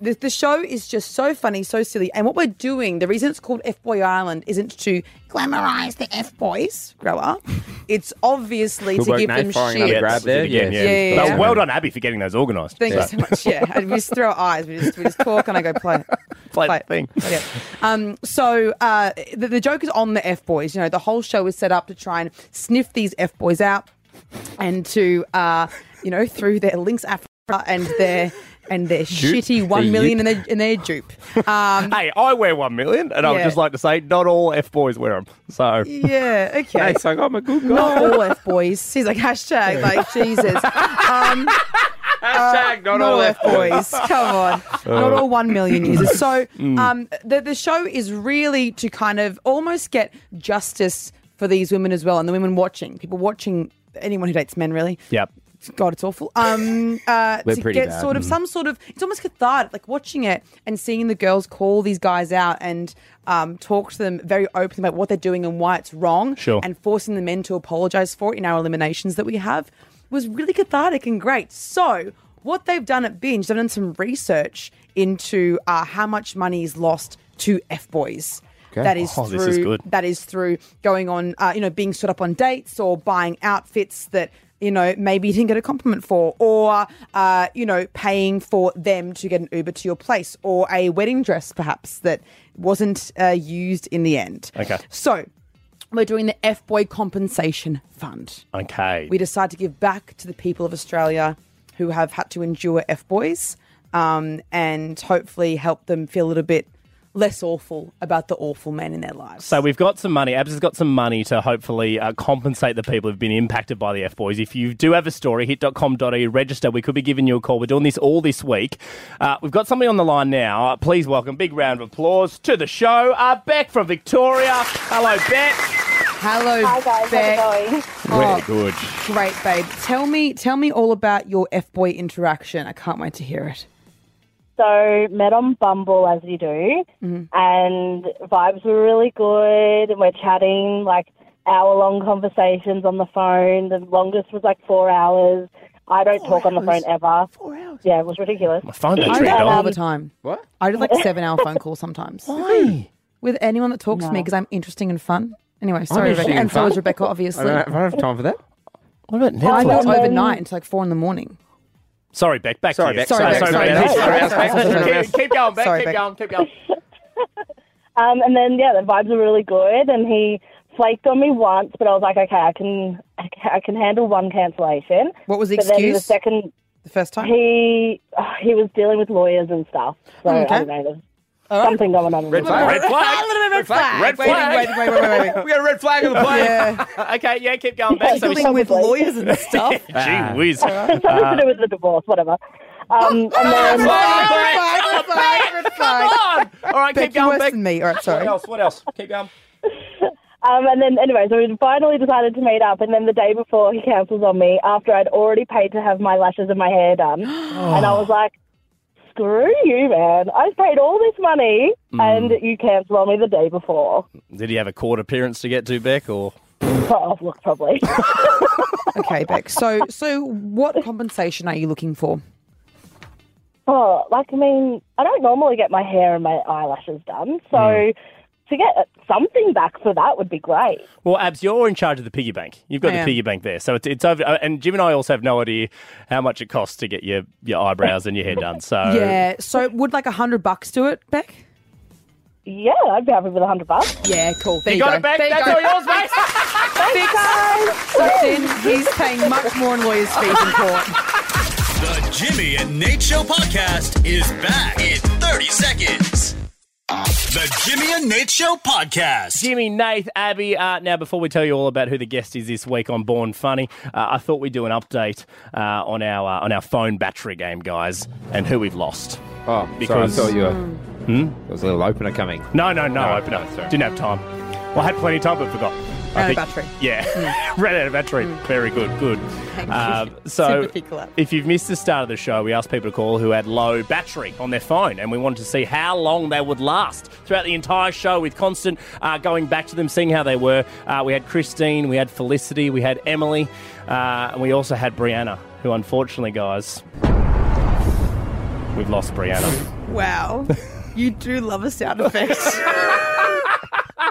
[SPEAKER 6] the, the show is just so funny, so silly. And what we're doing, the reason it's called F Boy Island isn't to glamorize the F boys, grow up. It's obviously
[SPEAKER 2] Good
[SPEAKER 6] to
[SPEAKER 2] work,
[SPEAKER 6] give
[SPEAKER 2] Nate,
[SPEAKER 6] them
[SPEAKER 2] firing
[SPEAKER 6] shit.
[SPEAKER 2] another grab there. Yeah, yeah.
[SPEAKER 6] yeah,
[SPEAKER 2] Well, well done, Abby, for getting those organised.
[SPEAKER 6] Thank you so much. Yeah, and we just throw our eyes. We just we just talk, and I go play,
[SPEAKER 2] play, the thing.
[SPEAKER 6] Um, so uh, the, the joke is on the f boys. You know, the whole show is set up to try and sniff these f boys out, and to uh, you know through their links Africa and their and their
[SPEAKER 2] Dupe.
[SPEAKER 6] shitty one
[SPEAKER 2] Their
[SPEAKER 6] million
[SPEAKER 2] yup.
[SPEAKER 6] and their and their dupe. Um,
[SPEAKER 2] hey, I wear one million, and I would
[SPEAKER 6] Yeah.
[SPEAKER 2] just like to say, not all F boys wear them. So
[SPEAKER 6] Yeah, okay.
[SPEAKER 2] Nate's like, I'm a good guy.
[SPEAKER 6] Not all F boys. He's like hashtag like Jesus. Um,
[SPEAKER 4] Hashtag not all
[SPEAKER 6] F boys.
[SPEAKER 4] F-boys.
[SPEAKER 6] Come on,
[SPEAKER 4] Uh.
[SPEAKER 6] not all one million users. So
[SPEAKER 4] Mm.
[SPEAKER 6] um, the the show is really to kind of almost get justice for these women as well, and the women watching, people watching, anyone who dates men really.
[SPEAKER 2] Yep.
[SPEAKER 6] God, it's awful. Um, uh,
[SPEAKER 2] We're
[SPEAKER 6] to
[SPEAKER 2] pretty
[SPEAKER 6] get
[SPEAKER 2] bad.
[SPEAKER 6] sort of
[SPEAKER 2] Mm.
[SPEAKER 6] some sort of it's almost cathartic, like watching it and seeing the girls call these guys out and um, talk to them very openly about what they're doing and why it's wrong,
[SPEAKER 2] Sure.
[SPEAKER 6] and forcing the men to apologize for it in our eliminations that we have was really cathartic and great. So what they've done at Binge, they've done some research into uh, how much money is lost to f boys.
[SPEAKER 2] Okay.
[SPEAKER 6] That is
[SPEAKER 2] Oh,
[SPEAKER 6] through
[SPEAKER 2] this is good.
[SPEAKER 6] that is through going on, uh, you know, being stood up on dates or buying outfits that you know maybe you didn't get a compliment for, or uh, you know, paying for them to get an Uber to your place, or a wedding dress perhaps that wasn't uh, used in the end.
[SPEAKER 2] Okay.
[SPEAKER 6] So we're doing the F Boy Compensation Fund.
[SPEAKER 2] Okay.
[SPEAKER 6] We decide to give back to the people of Australia who have had to endure F boys um, and hopefully help them feel a little bit less awful about the awful men in their lives.
[SPEAKER 2] So we've got some money. Abs has got some money to hopefully uh, compensate the people who've been impacted by the F boys. If you do have a story, hit.com.au, register. We could be giving you a call. We're doing this all this week. Uh, we've got somebody on the line now. Uh, please welcome, big round of applause to the show. Uh, Beck from Victoria. Hello, Beck.
[SPEAKER 6] Hello,
[SPEAKER 7] Hi, guys.
[SPEAKER 6] Beck.
[SPEAKER 7] How's it going?
[SPEAKER 6] Oh,
[SPEAKER 2] good.
[SPEAKER 6] great, babe. Tell me, tell me all about your F boy interaction. I can't wait to hear it.
[SPEAKER 7] So met on Bumble as you do, and vibes were really good. And we're chatting like hour-long conversations on the phone. The longest was like four hours. I don't talk on the phone ever. Four hours. Yeah, it was ridiculous. My
[SPEAKER 2] phone
[SPEAKER 6] I do that all the time.
[SPEAKER 4] What?
[SPEAKER 6] I do like seven hour phone calls sometimes. Why? With anyone that talks to me because I'm interesting and fun. Anyway, sorry, Rebecca.
[SPEAKER 4] interesting
[SPEAKER 6] And
[SPEAKER 4] and
[SPEAKER 6] so
[SPEAKER 4] fun.
[SPEAKER 6] is Rebecca, obviously.
[SPEAKER 4] I don't, I don't have time for that.
[SPEAKER 2] What about
[SPEAKER 6] I do it
[SPEAKER 2] Netflix?
[SPEAKER 6] overnight until like four in the morning.
[SPEAKER 2] Sorry, Beck. Back
[SPEAKER 4] Sorry,
[SPEAKER 2] to you.
[SPEAKER 4] Beck. Sorry, Beck. Sorry, Beck. Sorry, Beck. Sorry, Beck.
[SPEAKER 2] Keep- Keep going, Beck.
[SPEAKER 7] Sorry,
[SPEAKER 2] Keep
[SPEAKER 7] Beck.
[SPEAKER 2] going. Keep going.
[SPEAKER 7] Um, and then yeah, the vibes were really good, and he flaked on me once, but I was like, okay, I can, I ca- I can handle one cancellation.
[SPEAKER 6] What was the
[SPEAKER 7] but Then the
[SPEAKER 6] excuse?
[SPEAKER 7] second,
[SPEAKER 6] the first time,
[SPEAKER 7] he uh, he was dealing with lawyers and stuff. So
[SPEAKER 6] Okay.
[SPEAKER 7] I don't know, there's something going on. in
[SPEAKER 2] Red
[SPEAKER 7] the
[SPEAKER 2] flag.
[SPEAKER 7] world.
[SPEAKER 2] Red
[SPEAKER 6] Ah,
[SPEAKER 2] flag. Red flag. Red
[SPEAKER 6] Wait,
[SPEAKER 2] flag.
[SPEAKER 6] wait, wait, wait, wait, wait.
[SPEAKER 2] We got a red flag on the plane.
[SPEAKER 6] Yeah.
[SPEAKER 2] okay, yeah, keep going back. So we-
[SPEAKER 6] Dealing with lawyers and stuff.
[SPEAKER 2] Gee
[SPEAKER 7] It's
[SPEAKER 2] whiz.
[SPEAKER 7] something to do with the divorce, whatever. Um, and
[SPEAKER 6] Red
[SPEAKER 7] then
[SPEAKER 6] flag, red flag.
[SPEAKER 2] All right,
[SPEAKER 6] Beck,
[SPEAKER 2] keep
[SPEAKER 6] you're
[SPEAKER 2] going,
[SPEAKER 6] worse
[SPEAKER 2] Beck.
[SPEAKER 6] than me. All right, sorry.
[SPEAKER 2] What else? What else? Keep going.
[SPEAKER 7] Um, and then, anyway, so we finally decided to meet up. And then the day before, he cancels on me after I'd already paid to have my lashes and my hair done. and I was like, screw you, man. I've paid all this money
[SPEAKER 6] Mm.
[SPEAKER 7] and you cancel on me the day before.
[SPEAKER 2] Did he have a court appearance to get to, Beck, or
[SPEAKER 7] Oh, look, probably.
[SPEAKER 6] Okay, Beck. So, so what compensation are you looking for?
[SPEAKER 7] oh, like, I mean, I don't normally get my hair and my eyelashes done. So
[SPEAKER 6] Mm.
[SPEAKER 7] to get something back for that would be great.
[SPEAKER 2] Well, Abs, you're in charge of the piggy bank. You've got
[SPEAKER 7] I
[SPEAKER 2] the
[SPEAKER 7] am.
[SPEAKER 2] piggy bank there, so it's, it's over. uh, And Jim and I also have no idea how much it costs to get your, your eyebrows and your hair done. So
[SPEAKER 6] Yeah. So, would like a hundred bucks do it, Beck?
[SPEAKER 7] Yeah, I'd be happy with a hundred bucks.
[SPEAKER 6] Yeah, cool. There
[SPEAKER 2] you
[SPEAKER 6] you,
[SPEAKER 2] got
[SPEAKER 6] go.
[SPEAKER 2] it, Beck.
[SPEAKER 6] There you
[SPEAKER 2] That's
[SPEAKER 6] go.
[SPEAKER 2] all yours, mate.
[SPEAKER 6] Beck, Locked in. He's paying much more in lawyers' fees in court.
[SPEAKER 5] The Jimmy and Nate Show podcast is back in 30 seconds. The Jimmy and Nate Show podcast.
[SPEAKER 2] Jimmy, Nath, Abby. Uh, now, before we tell you all about who the guest is this week on Born Funny, uh, I thought we'd do an update uh, on our uh, on our phone battery game, guys, and who we've lost.
[SPEAKER 4] Oh,
[SPEAKER 2] Because-
[SPEAKER 4] sorry, I thought you were.
[SPEAKER 2] Hmm?
[SPEAKER 4] There was a little opener coming.
[SPEAKER 2] No, no, no,
[SPEAKER 4] No,
[SPEAKER 2] open up.
[SPEAKER 4] no, sorry.
[SPEAKER 2] Didn't have time. Well, I had plenty of time, but forgot.
[SPEAKER 6] Ran out
[SPEAKER 2] I
[SPEAKER 6] of battery. Hmm.
[SPEAKER 2] Yeah, ran out of battery. Very good, good.
[SPEAKER 6] you.
[SPEAKER 2] Um, so,
[SPEAKER 6] Sympathy clap.
[SPEAKER 2] if you've missed the start of the show, we asked people to call who had low battery on their phone, and we wanted to see how long they would last throughout the entire show with constant uh, going back to them, seeing how they were. Uh, we had Christine, we had Felicity, we had Emily, uh, and we also had Brianna, who unfortunately, guys, We've lost Brianna.
[SPEAKER 6] Wow. you do love a sound effect.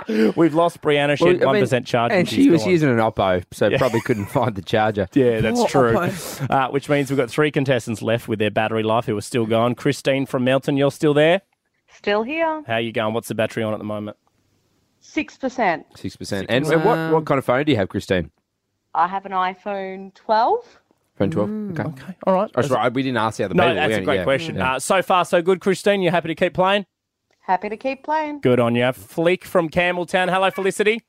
[SPEAKER 2] We've lost Brianna. She had
[SPEAKER 4] Well, I
[SPEAKER 2] one
[SPEAKER 4] mean,
[SPEAKER 2] percent charge,
[SPEAKER 4] and she was
[SPEAKER 2] gone.
[SPEAKER 4] using an Oppo, so
[SPEAKER 2] Yeah.
[SPEAKER 4] probably couldn't find the charger.
[SPEAKER 2] Yeah, that's true. Uh, which means we've got three contestants left with their battery life who are still gone. Christine from Melton, you're still there.
[SPEAKER 8] Still here.
[SPEAKER 2] How you going? What's the battery on at the moment?
[SPEAKER 8] 6%.
[SPEAKER 4] Six percent. And and what
[SPEAKER 6] Um,
[SPEAKER 4] what kind of phone do you have, Christine?
[SPEAKER 8] I have an iPhone 12.
[SPEAKER 4] Phone twelve.
[SPEAKER 6] Hmm.
[SPEAKER 4] Okay. Okay.
[SPEAKER 2] All right.
[SPEAKER 4] That's right. We didn't ask the other
[SPEAKER 2] no,
[SPEAKER 4] people.
[SPEAKER 2] that's
[SPEAKER 4] We
[SPEAKER 2] a
[SPEAKER 4] only-
[SPEAKER 2] great
[SPEAKER 4] yeah.
[SPEAKER 2] question.
[SPEAKER 4] Yeah.
[SPEAKER 2] Uh, so far, so good, Christine. You happy to keep playing?
[SPEAKER 8] Happy to keep playing.
[SPEAKER 2] Good on you. Fleek from Campbelltown. Hello, Felicity.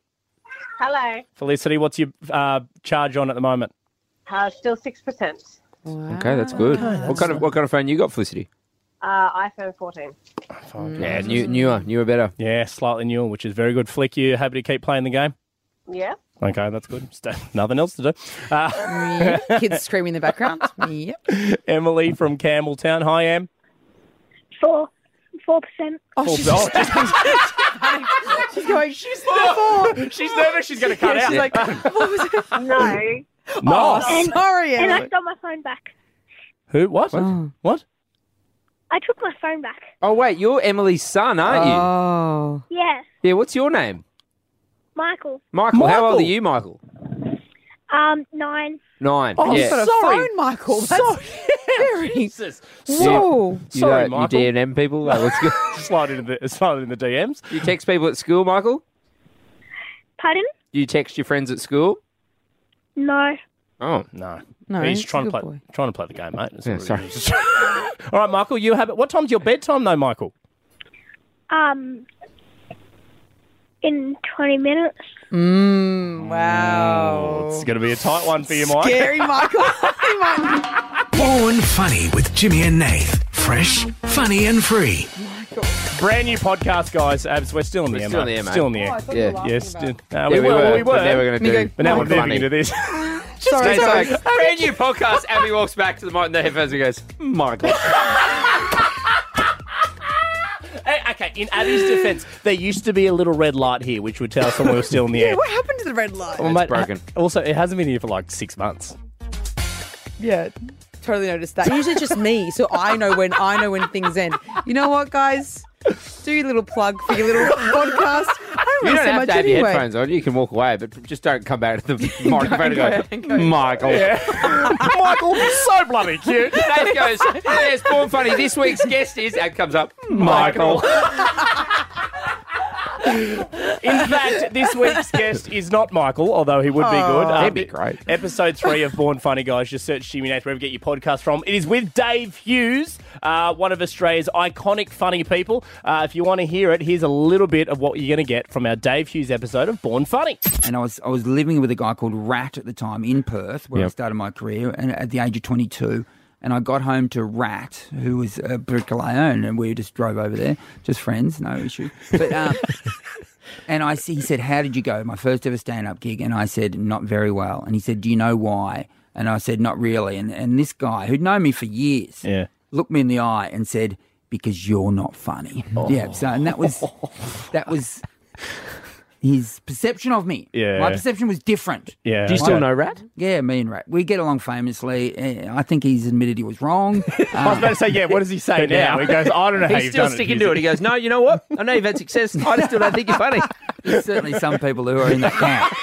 [SPEAKER 11] Hello.
[SPEAKER 2] Felicity, what's your uh, charge on at the moment?
[SPEAKER 11] Uh, still 6%.
[SPEAKER 4] Okay, that's good.
[SPEAKER 11] Okay,
[SPEAKER 7] Ah,
[SPEAKER 4] what
[SPEAKER 11] that's
[SPEAKER 4] kind of what kind of phone you got, Felicity?
[SPEAKER 11] Uh, iPhone 14.
[SPEAKER 4] Yeah, new, newer, newer, better.
[SPEAKER 2] Mm. Yeah, slightly newer, which is very good. Flick, you happy to keep playing the game?
[SPEAKER 11] Yeah.
[SPEAKER 2] Okay, that's good. St- Nothing else to do. Uh,
[SPEAKER 6] Kids screaming in the background. Yep.
[SPEAKER 2] Emily from Campbelltown. Hi, Em.
[SPEAKER 12] Four. Four percent.
[SPEAKER 2] Four- oh,
[SPEAKER 6] she's going, she's not four.
[SPEAKER 2] She's nervous. She's going to cut
[SPEAKER 6] yeah, She's
[SPEAKER 2] out.
[SPEAKER 6] like, what was it?
[SPEAKER 12] No.
[SPEAKER 6] Oh,
[SPEAKER 2] No.
[SPEAKER 12] and,
[SPEAKER 6] sorry,
[SPEAKER 12] And I
[SPEAKER 6] Emily.
[SPEAKER 12] got my phone back.
[SPEAKER 2] Who? What?
[SPEAKER 6] Oh.
[SPEAKER 2] What?
[SPEAKER 12] I took my phone back.
[SPEAKER 4] Oh wait, you're Emily's son, aren't you? Oh.
[SPEAKER 12] Yeah,
[SPEAKER 4] Yeah. What's your name?
[SPEAKER 12] Michael.
[SPEAKER 4] Michael. How
[SPEAKER 12] Michael.
[SPEAKER 4] old are you, Michael?
[SPEAKER 12] Um, nine.
[SPEAKER 4] Nine.
[SPEAKER 12] Oh,
[SPEAKER 4] yeah.
[SPEAKER 12] you've got a
[SPEAKER 6] Sorry. phone, Michael. That's sorry.
[SPEAKER 2] Jesus.
[SPEAKER 4] Yeah.
[SPEAKER 6] Whoa.
[SPEAKER 4] You,
[SPEAKER 2] Sorry,
[SPEAKER 4] uh,
[SPEAKER 2] Michael.
[SPEAKER 4] You DNM people. That looks good.
[SPEAKER 2] slide into the slide into the DMs.
[SPEAKER 4] You text people at school, Michael.
[SPEAKER 12] Pardon?
[SPEAKER 4] You text your friends at school.
[SPEAKER 12] No.
[SPEAKER 4] Oh
[SPEAKER 2] no,
[SPEAKER 4] No,
[SPEAKER 2] He's
[SPEAKER 4] he's a
[SPEAKER 2] trying to
[SPEAKER 4] good
[SPEAKER 2] play, trying to play the game, mate. That's
[SPEAKER 4] Yeah,
[SPEAKER 2] what it
[SPEAKER 4] sorry.
[SPEAKER 2] is. All right, Michael. You have it. What time's your bedtime, though, Michael?
[SPEAKER 12] Um, in twenty minutes.
[SPEAKER 6] Mm, wow.
[SPEAKER 2] It's going to be a tight one for you, Mike.
[SPEAKER 6] Scary, Michael. He might-
[SPEAKER 5] Born Funny with Jimmy and Nath. Fresh, funny, and free.
[SPEAKER 2] Brand new podcast, guys. Abs, we're still in the air,
[SPEAKER 4] still in
[SPEAKER 2] mate.
[SPEAKER 4] the air, mate.
[SPEAKER 2] Still in the
[SPEAKER 4] Oh,
[SPEAKER 2] air.
[SPEAKER 4] I thought you were
[SPEAKER 2] yeah.
[SPEAKER 4] laughing
[SPEAKER 2] Yes. Still,
[SPEAKER 4] Yeah,
[SPEAKER 2] no, we,
[SPEAKER 4] we
[SPEAKER 2] were,
[SPEAKER 4] were,
[SPEAKER 2] We were.
[SPEAKER 4] but now we're gonna
[SPEAKER 2] We
[SPEAKER 4] do
[SPEAKER 2] go- But now we're
[SPEAKER 4] Mike
[SPEAKER 2] moving
[SPEAKER 4] Funny.
[SPEAKER 2] into this.
[SPEAKER 4] Sorry,
[SPEAKER 2] sorry.
[SPEAKER 4] Like, brand new podcast. Abby walks back to the mic and the headphones and goes, Michael.
[SPEAKER 2] Hey, okay. In Abby's defence, there used to be a little red light here, which would tell us when we were still in the air.
[SPEAKER 6] what happened to the red light?
[SPEAKER 2] Well, mate, ha- Also, it hasn't been here for like six months.
[SPEAKER 6] Yeah, totally noticed that. Usually just me, so I know when I know when things end. You know what, guys? Do your little plug for your little podcast. I don't
[SPEAKER 4] You
[SPEAKER 6] really
[SPEAKER 4] don't
[SPEAKER 6] say
[SPEAKER 4] have
[SPEAKER 6] much
[SPEAKER 4] to have your
[SPEAKER 6] anyway.
[SPEAKER 4] headphones on. You can walk away, but just don't come back to the microphone and go, Michael.
[SPEAKER 2] Michael, so bloody cute.
[SPEAKER 4] Nate goes, there's Born Funny. This week's guest is, and comes up, Michael.
[SPEAKER 2] In fact, this week's guest is not Michael, although he would be good.
[SPEAKER 4] Aw. Oh. He'd be
[SPEAKER 2] great. Episode three of Born Funny, guys. Just search Jimmy Nath wherever you get your podcast from. It is with Dave Hughes, uh, one of Australia's iconic funny people. Uh, if you want to hear it, here's a little bit of what you're going to get from our Dave Hughes episode of Born Funny.
[SPEAKER 13] And I was I was living with a guy called Rat at the time in Perth, where I
[SPEAKER 2] Yep.
[SPEAKER 13] started my career, and at the age of 22. And I got home to Rat, who was a bricklayer, and and we just drove over there, just friends, no issue. But um, and I he said, "How did you go?" My first ever stand up gig, and I said, "Not very well." And he said, "Do you know why?" And I said, "Not really." And and this guy who'd known me for years,
[SPEAKER 2] yeah.
[SPEAKER 13] looked me in the eye and said, "Because you're not funny."
[SPEAKER 2] Oh.
[SPEAKER 13] Yeah. So and that was that was his perception of me.
[SPEAKER 2] Yeah.
[SPEAKER 13] My perception was different.
[SPEAKER 2] Yeah. Do you still
[SPEAKER 13] My-
[SPEAKER 2] know Rat?
[SPEAKER 13] Yeah, me and Rat. We get along famously. Eh, I think he's admitted he was wrong.
[SPEAKER 2] I was about to say, yeah, what does he say now? He goes, I don't know how
[SPEAKER 4] He's
[SPEAKER 2] you've
[SPEAKER 4] still
[SPEAKER 2] done
[SPEAKER 4] sticking
[SPEAKER 2] it.
[SPEAKER 4] to it. He goes, no, you know what? I know you've had success. I just still don't think you're funny.
[SPEAKER 13] There's certainly some people who are in that camp.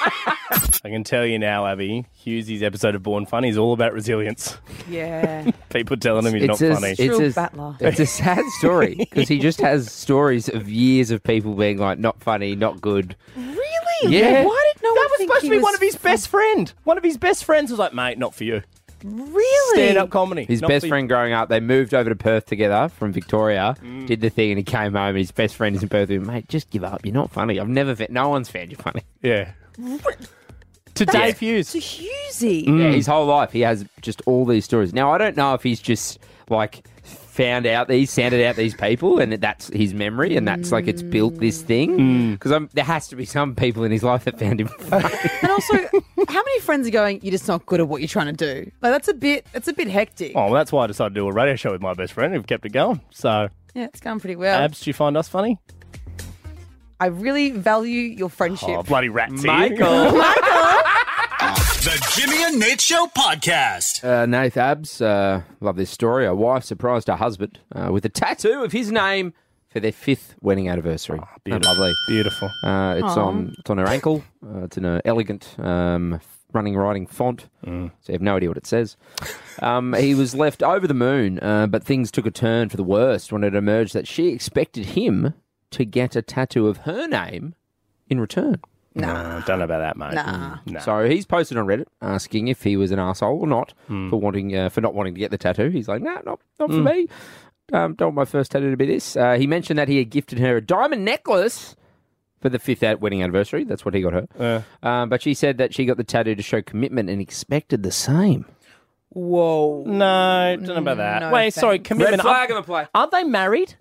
[SPEAKER 2] I can tell you now, Abby, Hughesy's episode of Born Funny is all about resilience.
[SPEAKER 6] Yeah.
[SPEAKER 2] People telling him he's not
[SPEAKER 4] a,
[SPEAKER 2] funny.
[SPEAKER 4] It's a, it's a sad story because he just has stories of years of people being like, not funny, not good.
[SPEAKER 6] Really?
[SPEAKER 4] Yeah.
[SPEAKER 6] Why did no one
[SPEAKER 2] that was
[SPEAKER 6] think
[SPEAKER 2] supposed
[SPEAKER 6] he
[SPEAKER 2] to be
[SPEAKER 6] was
[SPEAKER 2] one of his best friend. One of his best friends was like, mate, not for you.
[SPEAKER 6] Really?
[SPEAKER 2] Stand up comedy.
[SPEAKER 4] His
[SPEAKER 2] Not
[SPEAKER 4] best
[SPEAKER 2] for you.
[SPEAKER 4] friend growing up, they moved over to Perth together from Victoria,
[SPEAKER 2] Mm.
[SPEAKER 4] did the thing, and he came home. And his best friend is in Perth. with him, Mate, just give up. You're not funny. I've never, fa- no one's found you funny.
[SPEAKER 2] Yeah. To
[SPEAKER 4] Yeah.
[SPEAKER 2] Dave Hughes.
[SPEAKER 6] To Hughesy.
[SPEAKER 4] Yeah, Mm. his whole life, he has just all these stories. Now, I don't know if he's just like found out these, sounded out these people, and that's his memory, and that's like it's built this
[SPEAKER 2] Mm.
[SPEAKER 4] thing. Because there has to be some people in his life that found him.
[SPEAKER 6] And also, how many friends are going? You're just not good at what you're trying to do. Like that's a bit. That's a bit hectic.
[SPEAKER 2] Oh, well, that's why I decided to do a radio show with my best friend. We've kept it going. So,
[SPEAKER 6] Yeah, it's going pretty well.
[SPEAKER 2] Abs, do you find us funny?
[SPEAKER 6] I really value your friendship.
[SPEAKER 2] eh? Oh, bloody rats.
[SPEAKER 6] Michael.
[SPEAKER 5] The Jimmy and Nate Show podcast.
[SPEAKER 4] Uh, Nath Abs, uh, love this story. A wife surprised her husband uh, with a tattoo of his name for their fifth wedding anniversary.
[SPEAKER 2] Ah, beautiful.
[SPEAKER 4] lovely,
[SPEAKER 2] beautiful.
[SPEAKER 4] Uh, it's
[SPEAKER 2] Aw.
[SPEAKER 4] on it's on her ankle. Uh, it's in an elegant um, running writing font,
[SPEAKER 2] Mm.
[SPEAKER 4] so you have no idea what it says. Um, he was left over the moon, uh, but things took a turn for the worst when it emerged that she expected him to get a tattoo of her name in return.
[SPEAKER 2] Nah. Don't know about that, mate. Mm.
[SPEAKER 4] Nah.
[SPEAKER 2] Nah.
[SPEAKER 4] So he's posted on Reddit asking if he was an asshole or not for wanting uh, for not wanting to get the tattoo. He's like, nah, not not for
[SPEAKER 2] Mm.
[SPEAKER 4] me. Um, don't want my first tattoo to be this. Uh, he mentioned that he had gifted her a diamond necklace for the fifth at- wedding anniversary. That's what he got her. Um, but she said that she got the tattoo to show commitment and expected the same.
[SPEAKER 2] Whoa. No, don't know about that.
[SPEAKER 4] No,
[SPEAKER 2] Wait, sorry,
[SPEAKER 4] thanks.
[SPEAKER 2] commitment.
[SPEAKER 4] Red
[SPEAKER 2] aren't,
[SPEAKER 4] flag of a play.
[SPEAKER 2] Aren't they married?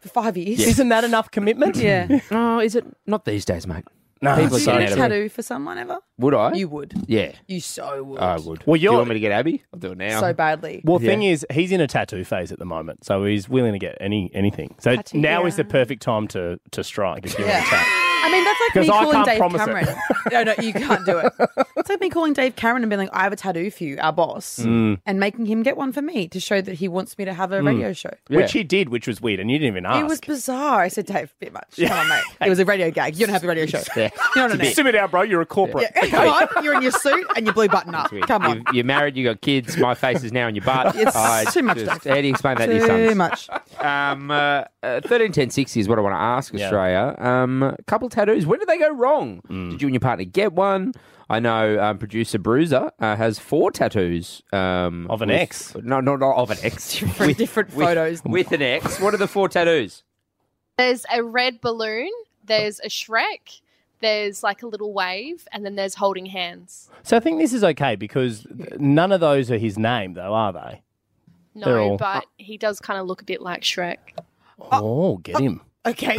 [SPEAKER 6] For five years.
[SPEAKER 2] Yeah. Isn't that enough commitment?
[SPEAKER 6] yeah.
[SPEAKER 4] Oh, is it? Not these days, mate.
[SPEAKER 2] No,
[SPEAKER 4] People
[SPEAKER 6] Do you
[SPEAKER 4] are
[SPEAKER 6] get
[SPEAKER 4] getting
[SPEAKER 6] a
[SPEAKER 4] out of it.
[SPEAKER 6] tattoo for someone ever?
[SPEAKER 4] Would I?
[SPEAKER 6] You would.
[SPEAKER 4] Yeah.
[SPEAKER 6] You so would.
[SPEAKER 4] I would.
[SPEAKER 2] Well,
[SPEAKER 4] Do you
[SPEAKER 2] you're-
[SPEAKER 4] want me to get Abby? I'll do it now.
[SPEAKER 6] So badly.
[SPEAKER 2] Well, thing is, he's in a tattoo phase at the moment, so he's willing to get any anything. So
[SPEAKER 6] Tattoo,
[SPEAKER 2] now is the perfect time to to strike. If you want to chat.
[SPEAKER 6] I mean, that's like
[SPEAKER 2] 'Cause
[SPEAKER 6] me
[SPEAKER 2] I
[SPEAKER 6] calling
[SPEAKER 2] can't
[SPEAKER 6] Dave
[SPEAKER 2] promise
[SPEAKER 6] Cameron. no, no, you can't do it. It's like me calling Dave Cameron and being like, I have a tattoo for you, our boss,
[SPEAKER 2] Mm.
[SPEAKER 6] and making him get one for me to show that he wants me to have a
[SPEAKER 2] Mm.
[SPEAKER 6] radio show.
[SPEAKER 2] which he did, which was weird, and you didn't even ask.
[SPEAKER 6] It was bizarre. I said, Dave, a bit much.
[SPEAKER 2] Yeah.
[SPEAKER 6] Come on, mate. It was a radio gag. You don't have the radio show.
[SPEAKER 2] Yeah.
[SPEAKER 6] You know what I mean?
[SPEAKER 2] Sim it out, bro. You're a corporate.
[SPEAKER 6] Yeah. Come on, you're in your suit and your blue button up. Come on.
[SPEAKER 4] You- You're married, you got kids, my face is now in your butt.
[SPEAKER 6] It's too much,
[SPEAKER 4] just-
[SPEAKER 6] Dave.
[SPEAKER 4] How do you explain that to your sons?
[SPEAKER 6] Too much.
[SPEAKER 4] Um, uh, uh, 13, 10, 60 is what I want to ask Australia. Um, a couple tattoos. When did they go wrong?
[SPEAKER 2] Mm.
[SPEAKER 4] Did you and your partner get one? I know um, producer Bruiser uh, has four tattoos um,
[SPEAKER 2] Of an
[SPEAKER 4] with-
[SPEAKER 2] ex.
[SPEAKER 4] No, no, not of an ex. with different
[SPEAKER 6] photos.
[SPEAKER 4] With an ex. What are the four tattoos?
[SPEAKER 14] There's a red balloon. There's a Shrek. There's like a little wave, and then there's holding hands.
[SPEAKER 2] So I think this is okay because none of those are his name, though, are they? They're
[SPEAKER 14] No,
[SPEAKER 2] all-
[SPEAKER 14] but he does kind of look a bit like Shrek.
[SPEAKER 2] Oh, get him.
[SPEAKER 6] Okay.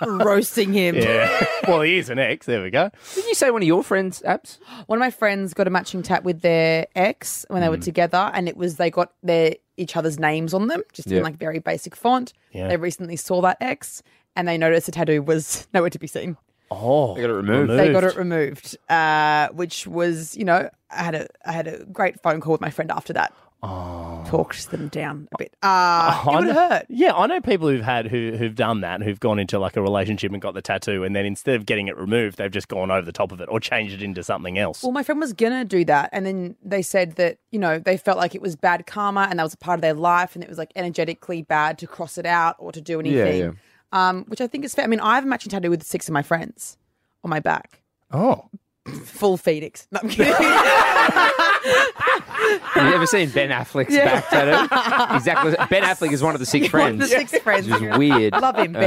[SPEAKER 6] Roasting him.
[SPEAKER 2] Yeah. well, he is an ex. There we go.
[SPEAKER 4] Did you say one of your friends' apps?
[SPEAKER 6] One of my friends got a matching tat with their ex when
[SPEAKER 4] Mm.
[SPEAKER 6] they were together, and it was they got their each other's names on them, just
[SPEAKER 2] Yeah.
[SPEAKER 6] in like very basic font.
[SPEAKER 2] Yeah.
[SPEAKER 6] They recently saw that ex, and they noticed the tattoo was nowhere to be seen.
[SPEAKER 2] Oh, they got it removed.
[SPEAKER 6] They got it removed, uh, which was you know I had a I had a great phone call with my friend after that. Oh. Talked them down a bit. Uh, it
[SPEAKER 2] I
[SPEAKER 6] would
[SPEAKER 2] know-
[SPEAKER 6] hurt.
[SPEAKER 2] Yeah, I know people who've had who who've done that, who've gone into like a relationship and got the tattoo, and then instead of getting it removed, they've just gone over the top of it or changed it into something else.
[SPEAKER 6] Well, my friend was gonna do that, and then they said that you know they felt like it was bad karma, and that was a part of their life, and it was like energetically bad to cross it out or to do anything.
[SPEAKER 2] yeah.
[SPEAKER 6] Um, which I think is fair. I mean, I have a matching tattoo with six of my friends on my back,
[SPEAKER 2] Oh,
[SPEAKER 6] full Phoenix. No, I'm kidding.
[SPEAKER 4] Have you ever seen Ben Affleck's
[SPEAKER 6] Yeah.
[SPEAKER 4] back tattoo? Exactly. Ben Affleck is one of the six
[SPEAKER 6] One of
[SPEAKER 4] friends.
[SPEAKER 6] the six friends.
[SPEAKER 4] Which is weird.
[SPEAKER 6] Love him, Benny.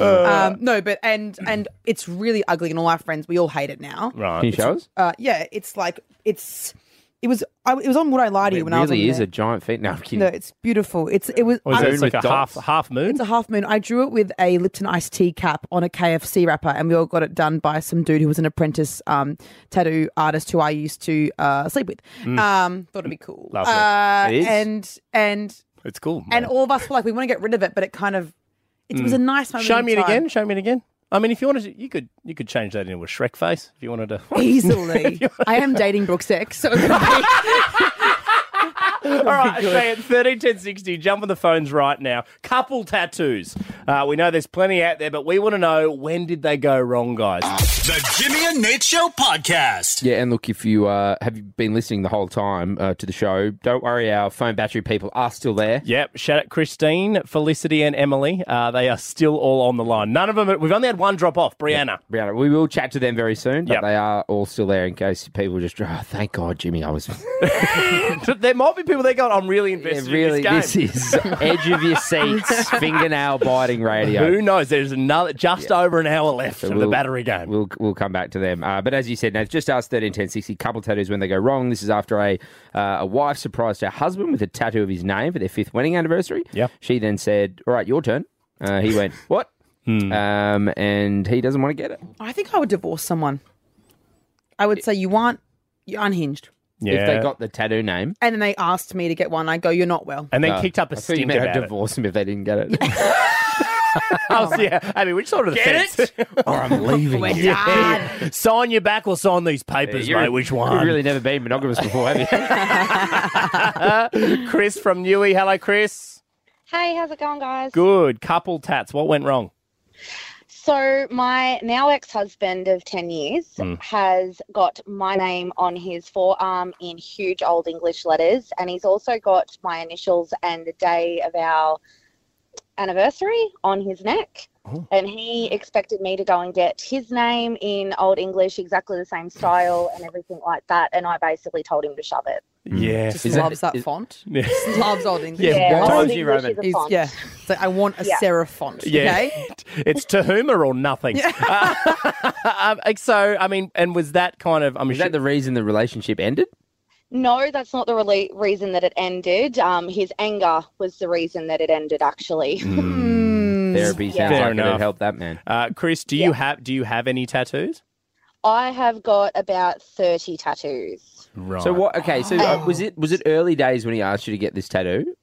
[SPEAKER 6] Um, no, but and and it's really ugly, and all our friends we all hate it now.
[SPEAKER 4] Right. Can you show us?
[SPEAKER 6] Uh, yeah, it's like it's it was I, it was on Would I Lie to You
[SPEAKER 4] it
[SPEAKER 6] when I was on
[SPEAKER 4] really is
[SPEAKER 6] there.
[SPEAKER 4] a giant feat. No, I'm kidding.
[SPEAKER 6] No, it's beautiful. It's it was.
[SPEAKER 2] Or Oh, is
[SPEAKER 6] I-
[SPEAKER 2] it like a half half moon?
[SPEAKER 6] It's a half moon. I drew it with a Lipton iced tea cap on a KFC wrapper, and we all got it done by some dude who was an apprentice um, tattoo artist who I used to uh, sleep with.
[SPEAKER 2] Mm.
[SPEAKER 6] Um, thought it'd be cool.
[SPEAKER 2] Lovely.
[SPEAKER 6] Uh,
[SPEAKER 2] It is.
[SPEAKER 6] And and
[SPEAKER 2] It's cool.
[SPEAKER 6] and
[SPEAKER 2] mate.
[SPEAKER 6] all of us were like, we want to get rid of it, but it kind of it was
[SPEAKER 2] Mm.
[SPEAKER 6] a nice moment.
[SPEAKER 2] Show
[SPEAKER 6] in
[SPEAKER 2] me it
[SPEAKER 6] time.
[SPEAKER 2] again. Show me it again. I mean, if you wanted, to, you could you could change that into a Shrek face if you wanted to.
[SPEAKER 6] Easily, I am dating Brooks X, so it could be-
[SPEAKER 2] All right, Australia, 13, 10, 60, jump on the phones right now. Couple tattoos. Uh, we know there's plenty out there, but we want to know when did they go wrong, guys?
[SPEAKER 5] The Jimmy and Nate Show podcast.
[SPEAKER 4] Yeah, and look, if you uh, have been listening the whole time uh, to the show, don't worry, our phone battery people are still there.
[SPEAKER 2] Yep. Shout out Christine, Felicity, and Emily. Uh, they are still all on the line. None of them. We've only had one drop off. Brianna.
[SPEAKER 4] Brianna, we will chat to them very soon, but they are all still there in case people just, oh, thank God, Jimmy, I was
[SPEAKER 2] there might be people that go, I'm really invested
[SPEAKER 4] really,
[SPEAKER 2] in this game.
[SPEAKER 4] this is edge of your seats, fingernail biting radio.
[SPEAKER 2] Who knows? There's another just over an hour left of the battery game.
[SPEAKER 4] We'll we'll come back to them. Uh, but as you said, Nath, just asked 13, 10, 60, couple tattoos when they go wrong. This is after a uh, a wife surprised her husband with a tattoo of his name for their fifth wedding anniversary. Yeah. She then said, "All right, your turn." Uh, he went, "What?"
[SPEAKER 2] Hmm.
[SPEAKER 4] Um, and he doesn't want to get it.
[SPEAKER 6] I think I would divorce someone. I would say you aren't you're unhinged.
[SPEAKER 4] If they got the tattoo name.
[SPEAKER 6] And then they asked me to get one. I go, you're not well.
[SPEAKER 4] Uh, I thought you meant I'd divorce him if they didn't get it.
[SPEAKER 2] I'll see you. Amy, which side of the
[SPEAKER 4] Get
[SPEAKER 2] fence?
[SPEAKER 4] or I'm leaving.
[SPEAKER 2] We're Sign your back or sign these papers,
[SPEAKER 4] You're-
[SPEAKER 2] mate. Which one?
[SPEAKER 4] You've really never been monogamous before, have you?
[SPEAKER 2] Chris from Newey. Hello, Chris.
[SPEAKER 15] Hey, how's it going, guys?
[SPEAKER 2] Good. Couple tats. What went wrong?
[SPEAKER 15] So, my now ex husband of 10 years
[SPEAKER 2] Mm.
[SPEAKER 15] has got my name on his forearm in huge old English letters, and he's also got my initials and the day of our anniversary on his neck. And he expected me to go and get his name in Old English, exactly the same style and everything like that. And I basically told him to shove it.
[SPEAKER 2] Yeah.
[SPEAKER 6] Just loves that, font.
[SPEAKER 2] Yeah.
[SPEAKER 6] Loves old English.
[SPEAKER 2] Yeah, Yeah, Old Times New English Roman. is a
[SPEAKER 6] He's-
[SPEAKER 2] font.
[SPEAKER 6] Yeah. It's like, I want a serif font.
[SPEAKER 2] Yeah.
[SPEAKER 6] Okay.
[SPEAKER 2] it's Tahuma or nothing. Uh, um, so, I mean, and was that kind of. I mean,
[SPEAKER 4] Is that the reason the relationship ended?
[SPEAKER 15] No, that's not the rela- reason that it ended. Um, his anger was the reason that it ended, actually.
[SPEAKER 2] Hmm. Mm,
[SPEAKER 4] Therapy sounds
[SPEAKER 2] Fair
[SPEAKER 4] like
[SPEAKER 2] enough.
[SPEAKER 4] it'd help that man.
[SPEAKER 2] Uh, Chris, do you have do you have any tattoos?
[SPEAKER 15] I have got about 30 tattoos.
[SPEAKER 2] Right.
[SPEAKER 4] So what? Okay, so uh, was it was it early days when he asked you to get this tattoo?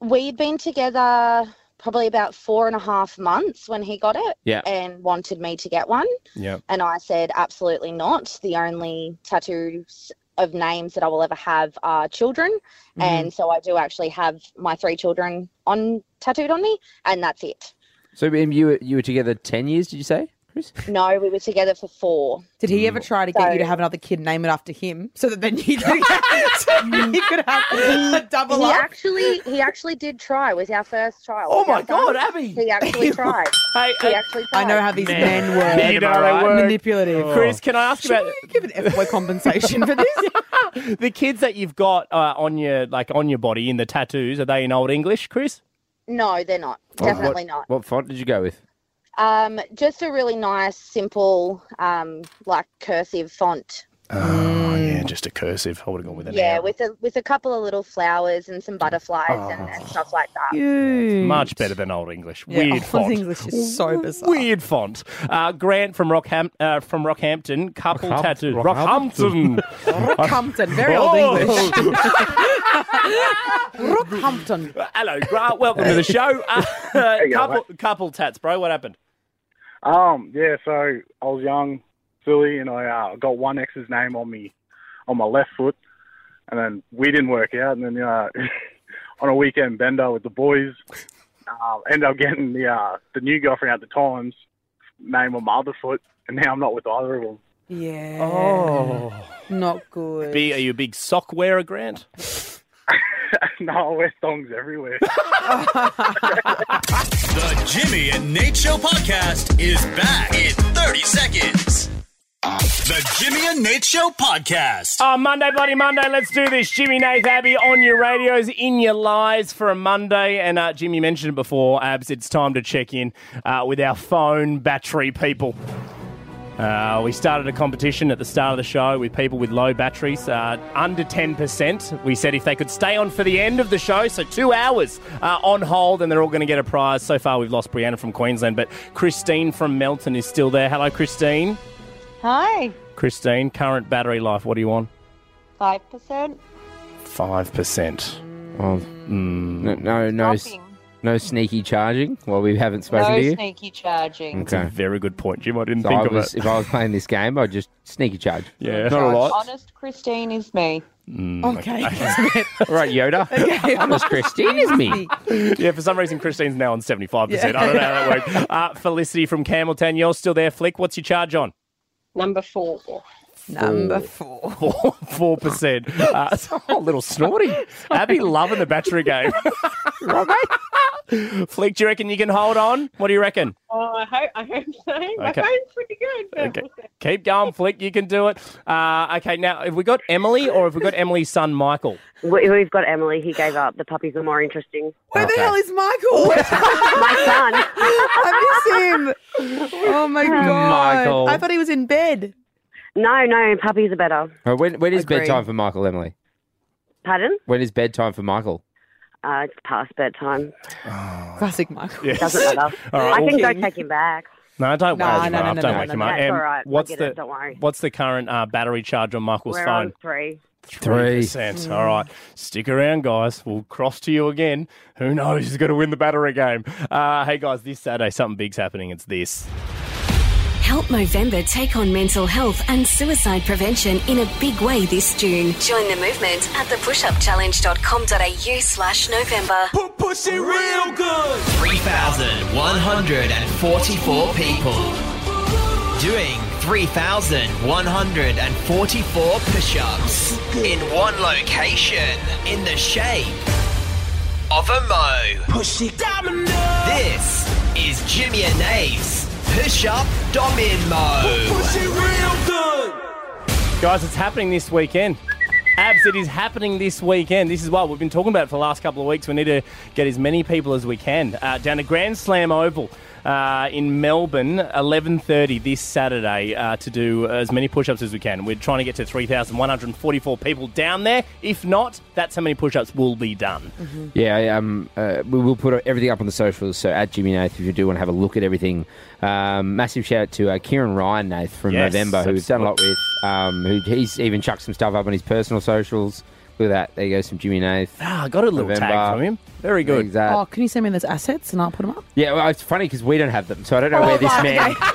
[SPEAKER 15] We'd been together probably about four and a half months when he got it
[SPEAKER 4] Yeah.
[SPEAKER 15] and wanted me to get one.
[SPEAKER 2] Yeah.
[SPEAKER 15] And I said, absolutely not. The only tattoos of names that I will ever have are children.
[SPEAKER 16] Mhm.
[SPEAKER 15] And so I do actually have my three children on tattooed on me, and that's it.
[SPEAKER 4] So um, you were, you were together ten years, did you say?
[SPEAKER 15] No, we were together for four.
[SPEAKER 6] Did he ever try to get you to have another kid name it after him so that then you could, so you could have a double
[SPEAKER 15] Mm. he
[SPEAKER 6] up?
[SPEAKER 15] actually he actually did try with our first child.
[SPEAKER 6] Oh
[SPEAKER 15] With
[SPEAKER 6] my
[SPEAKER 15] our son,
[SPEAKER 6] God, Abby!
[SPEAKER 15] He actually tried.
[SPEAKER 2] hey,
[SPEAKER 15] he actually tried.
[SPEAKER 6] I know how these men, work.
[SPEAKER 2] You know how they work.
[SPEAKER 6] Manipulative.
[SPEAKER 2] Chris, can I ask
[SPEAKER 6] Should
[SPEAKER 2] about
[SPEAKER 6] we give an F boy compensation for this?
[SPEAKER 2] the kids that you've got uh, on your like on your body in the tattoos? Are they in Old English, Chris?
[SPEAKER 15] No, they're not. Definitely not.
[SPEAKER 4] What font did you go with?
[SPEAKER 15] Um, just a really nice, simple, um, like cursive font.
[SPEAKER 2] Oh yeah, just a cursive. I would have gone with an
[SPEAKER 15] Mm.
[SPEAKER 2] Oh.
[SPEAKER 15] yeah, with a with a couple of little flowers and some butterflies and, and stuff like that.
[SPEAKER 2] Much better than Old English.
[SPEAKER 15] Yeah,
[SPEAKER 2] Weird
[SPEAKER 15] Old
[SPEAKER 2] font.
[SPEAKER 6] English is so bizarre.
[SPEAKER 2] Weird font. Uh, Grant from Rockham uh, from Rockhampton. Couple
[SPEAKER 6] Rockham-
[SPEAKER 2] tattoos.
[SPEAKER 6] Rockhampton.
[SPEAKER 2] Rockhampton.
[SPEAKER 6] Rockhampton, very old
[SPEAKER 2] Oh.
[SPEAKER 6] English. Rockhampton.
[SPEAKER 2] Hello, Grant. Welcome to the show. Uh, couple couple tats, bro. What happened?
[SPEAKER 17] Um, yeah, so I was young, silly, and I uh, got one ex's name on me, on my left foot, and then we didn't work out, and then uh, on a weekend bender with the boys, uh, ended up getting the uh, the new girlfriend at the times name on my other foot, and now I'm not with either of them.
[SPEAKER 6] Yeah.
[SPEAKER 2] Oh.
[SPEAKER 6] Not good.
[SPEAKER 2] B, are you a big sock wearer, Grant?
[SPEAKER 17] no, I wear thongs everywhere.
[SPEAKER 5] The Jimmy and Nate Show podcast is back in 30 seconds. The Jimmy and Nate Show podcast.
[SPEAKER 2] Oh, Monday, bloody Monday. Let's do this. Jimmy, Nath, Abby on your radios, in your lives for a Monday. And uh, Jimmy mentioned it before, Abs. It's time to check in uh, with our phone battery people. Uh, we started a competition at the start of the show with people with low batteries, uh, under 10%. We said if they could stay on for the end of the show, so two hours uh, on hold, and they're all going to get a prize. So far, we've lost Brianna from Queensland, but Christine from Melton is still there. Hello, Christine.
[SPEAKER 16] Hi.
[SPEAKER 2] Christine, current battery life, what do you want?
[SPEAKER 16] Five percent.
[SPEAKER 2] Five percent. mm.
[SPEAKER 4] Well, no, no, no, s-
[SPEAKER 16] Nothing.
[SPEAKER 4] no sneaky charging. While we haven't spoken
[SPEAKER 16] No
[SPEAKER 4] to you.
[SPEAKER 16] sneaky charging.
[SPEAKER 2] That's a very good point, Jim. I didn't
[SPEAKER 4] So
[SPEAKER 2] think
[SPEAKER 4] I
[SPEAKER 2] of
[SPEAKER 4] was,
[SPEAKER 2] it.
[SPEAKER 4] If I was playing this game, I'd just sneaky charge.
[SPEAKER 2] Yeah. Mm.
[SPEAKER 4] Not a lot.
[SPEAKER 16] Honest Christine is me.
[SPEAKER 6] okay.
[SPEAKER 4] All right, Yoda.
[SPEAKER 6] Okay.
[SPEAKER 4] Honest Christine is me.
[SPEAKER 2] yeah, for some reason, Christine's now on 75%. I don't know how that works. Uh, Felicity from Campbelltown, you're still there, Flick. What's your charge on?
[SPEAKER 11] Number four.
[SPEAKER 6] Number
[SPEAKER 2] four. Four, four percent. Uh, it's a little snorty. Abby loving the battery game. Flick, do you reckon you can hold on? What do you reckon?
[SPEAKER 11] Oh, I hope, I hope so. My
[SPEAKER 2] Okay.
[SPEAKER 11] phone's pretty good. but
[SPEAKER 2] Okay. Keep going, Flick. You can do it. Uh, okay, now, have we got Emily or have we got Emily's son, Michael?
[SPEAKER 18] We, we've got Emily. He gave up. The puppies are more interesting.
[SPEAKER 6] Where the hell is Michael?
[SPEAKER 18] My son.
[SPEAKER 6] I miss him. Oh my god.
[SPEAKER 4] Michael.
[SPEAKER 6] I thought he was in bed.
[SPEAKER 18] No, no, puppies are better.
[SPEAKER 4] Uh, When, when is
[SPEAKER 18] Agree.
[SPEAKER 4] bedtime for Michael, Emily?
[SPEAKER 18] Pardon?
[SPEAKER 4] When is bedtime for Michael?
[SPEAKER 18] Uh, it's past bedtime.
[SPEAKER 6] Classic Michael.
[SPEAKER 18] Doesn't matter.
[SPEAKER 4] All right,
[SPEAKER 18] I can
[SPEAKER 4] well-
[SPEAKER 18] go take him back.
[SPEAKER 2] No, don't
[SPEAKER 18] No,
[SPEAKER 2] wake
[SPEAKER 18] no,
[SPEAKER 2] him
[SPEAKER 18] no, no,
[SPEAKER 2] up. don't
[SPEAKER 18] no,
[SPEAKER 2] wake
[SPEAKER 18] no,
[SPEAKER 2] him up.
[SPEAKER 18] that's
[SPEAKER 2] Um,
[SPEAKER 18] all right. I
[SPEAKER 2] What's
[SPEAKER 18] get
[SPEAKER 2] the
[SPEAKER 18] it, don't worry.
[SPEAKER 2] What's the current uh, battery charge on Michael's
[SPEAKER 18] We're
[SPEAKER 2] phone?
[SPEAKER 18] on three.
[SPEAKER 2] Three
[SPEAKER 4] Three.
[SPEAKER 2] percent. All right, stick around, guys. We'll cross to you again. Who knows who's going to win the battery game? Uh, hey, guys, this Saturday something big's happening. It's this.
[SPEAKER 19] Help Movember take on mental health and suicide prevention in a big way this June. Join the movement at thepushupchallenge.com.au slash November.
[SPEAKER 10] Push it real good. 3,144 people doing 3,144 push ups in one location in the shape of a mo. Push it domino. This is Jimmy and Ace Push Up Domin Mo. Push it real good.
[SPEAKER 2] Guys, it's happening this weekend. Abs, it is happening this weekend. This is what we've been talking about for the last couple of weeks. We need to get as many people as we can uh, down to Grand Slam Oval uh, in Melbourne, 11.30 this Saturday uh, to do as many push-ups as we can. We're trying to get to 3,144 people down there. If not, that's how many push-ups will be done.
[SPEAKER 6] Mm-hmm.
[SPEAKER 4] Yeah, I, um, uh, we will put everything up on the socials. So at Jimmy Nath, if you do want to have a look at everything, um, massive shout out to uh, Kieran Ryan Nath from
[SPEAKER 2] Yes,
[SPEAKER 4] November, who we've done a lot with. Um, who he's even chucked some stuff up on his personal socials. Look at that, there goes some Jimmy Nath.
[SPEAKER 2] Ah, I got a little tag from him. Very good.
[SPEAKER 4] Exactly.
[SPEAKER 6] Oh, can you send me those assets and I'll put them up?
[SPEAKER 4] Yeah, well, it's funny because we don't have them, so I don't
[SPEAKER 6] Oh
[SPEAKER 4] know where this
[SPEAKER 6] right,
[SPEAKER 4] man.
[SPEAKER 6] okay.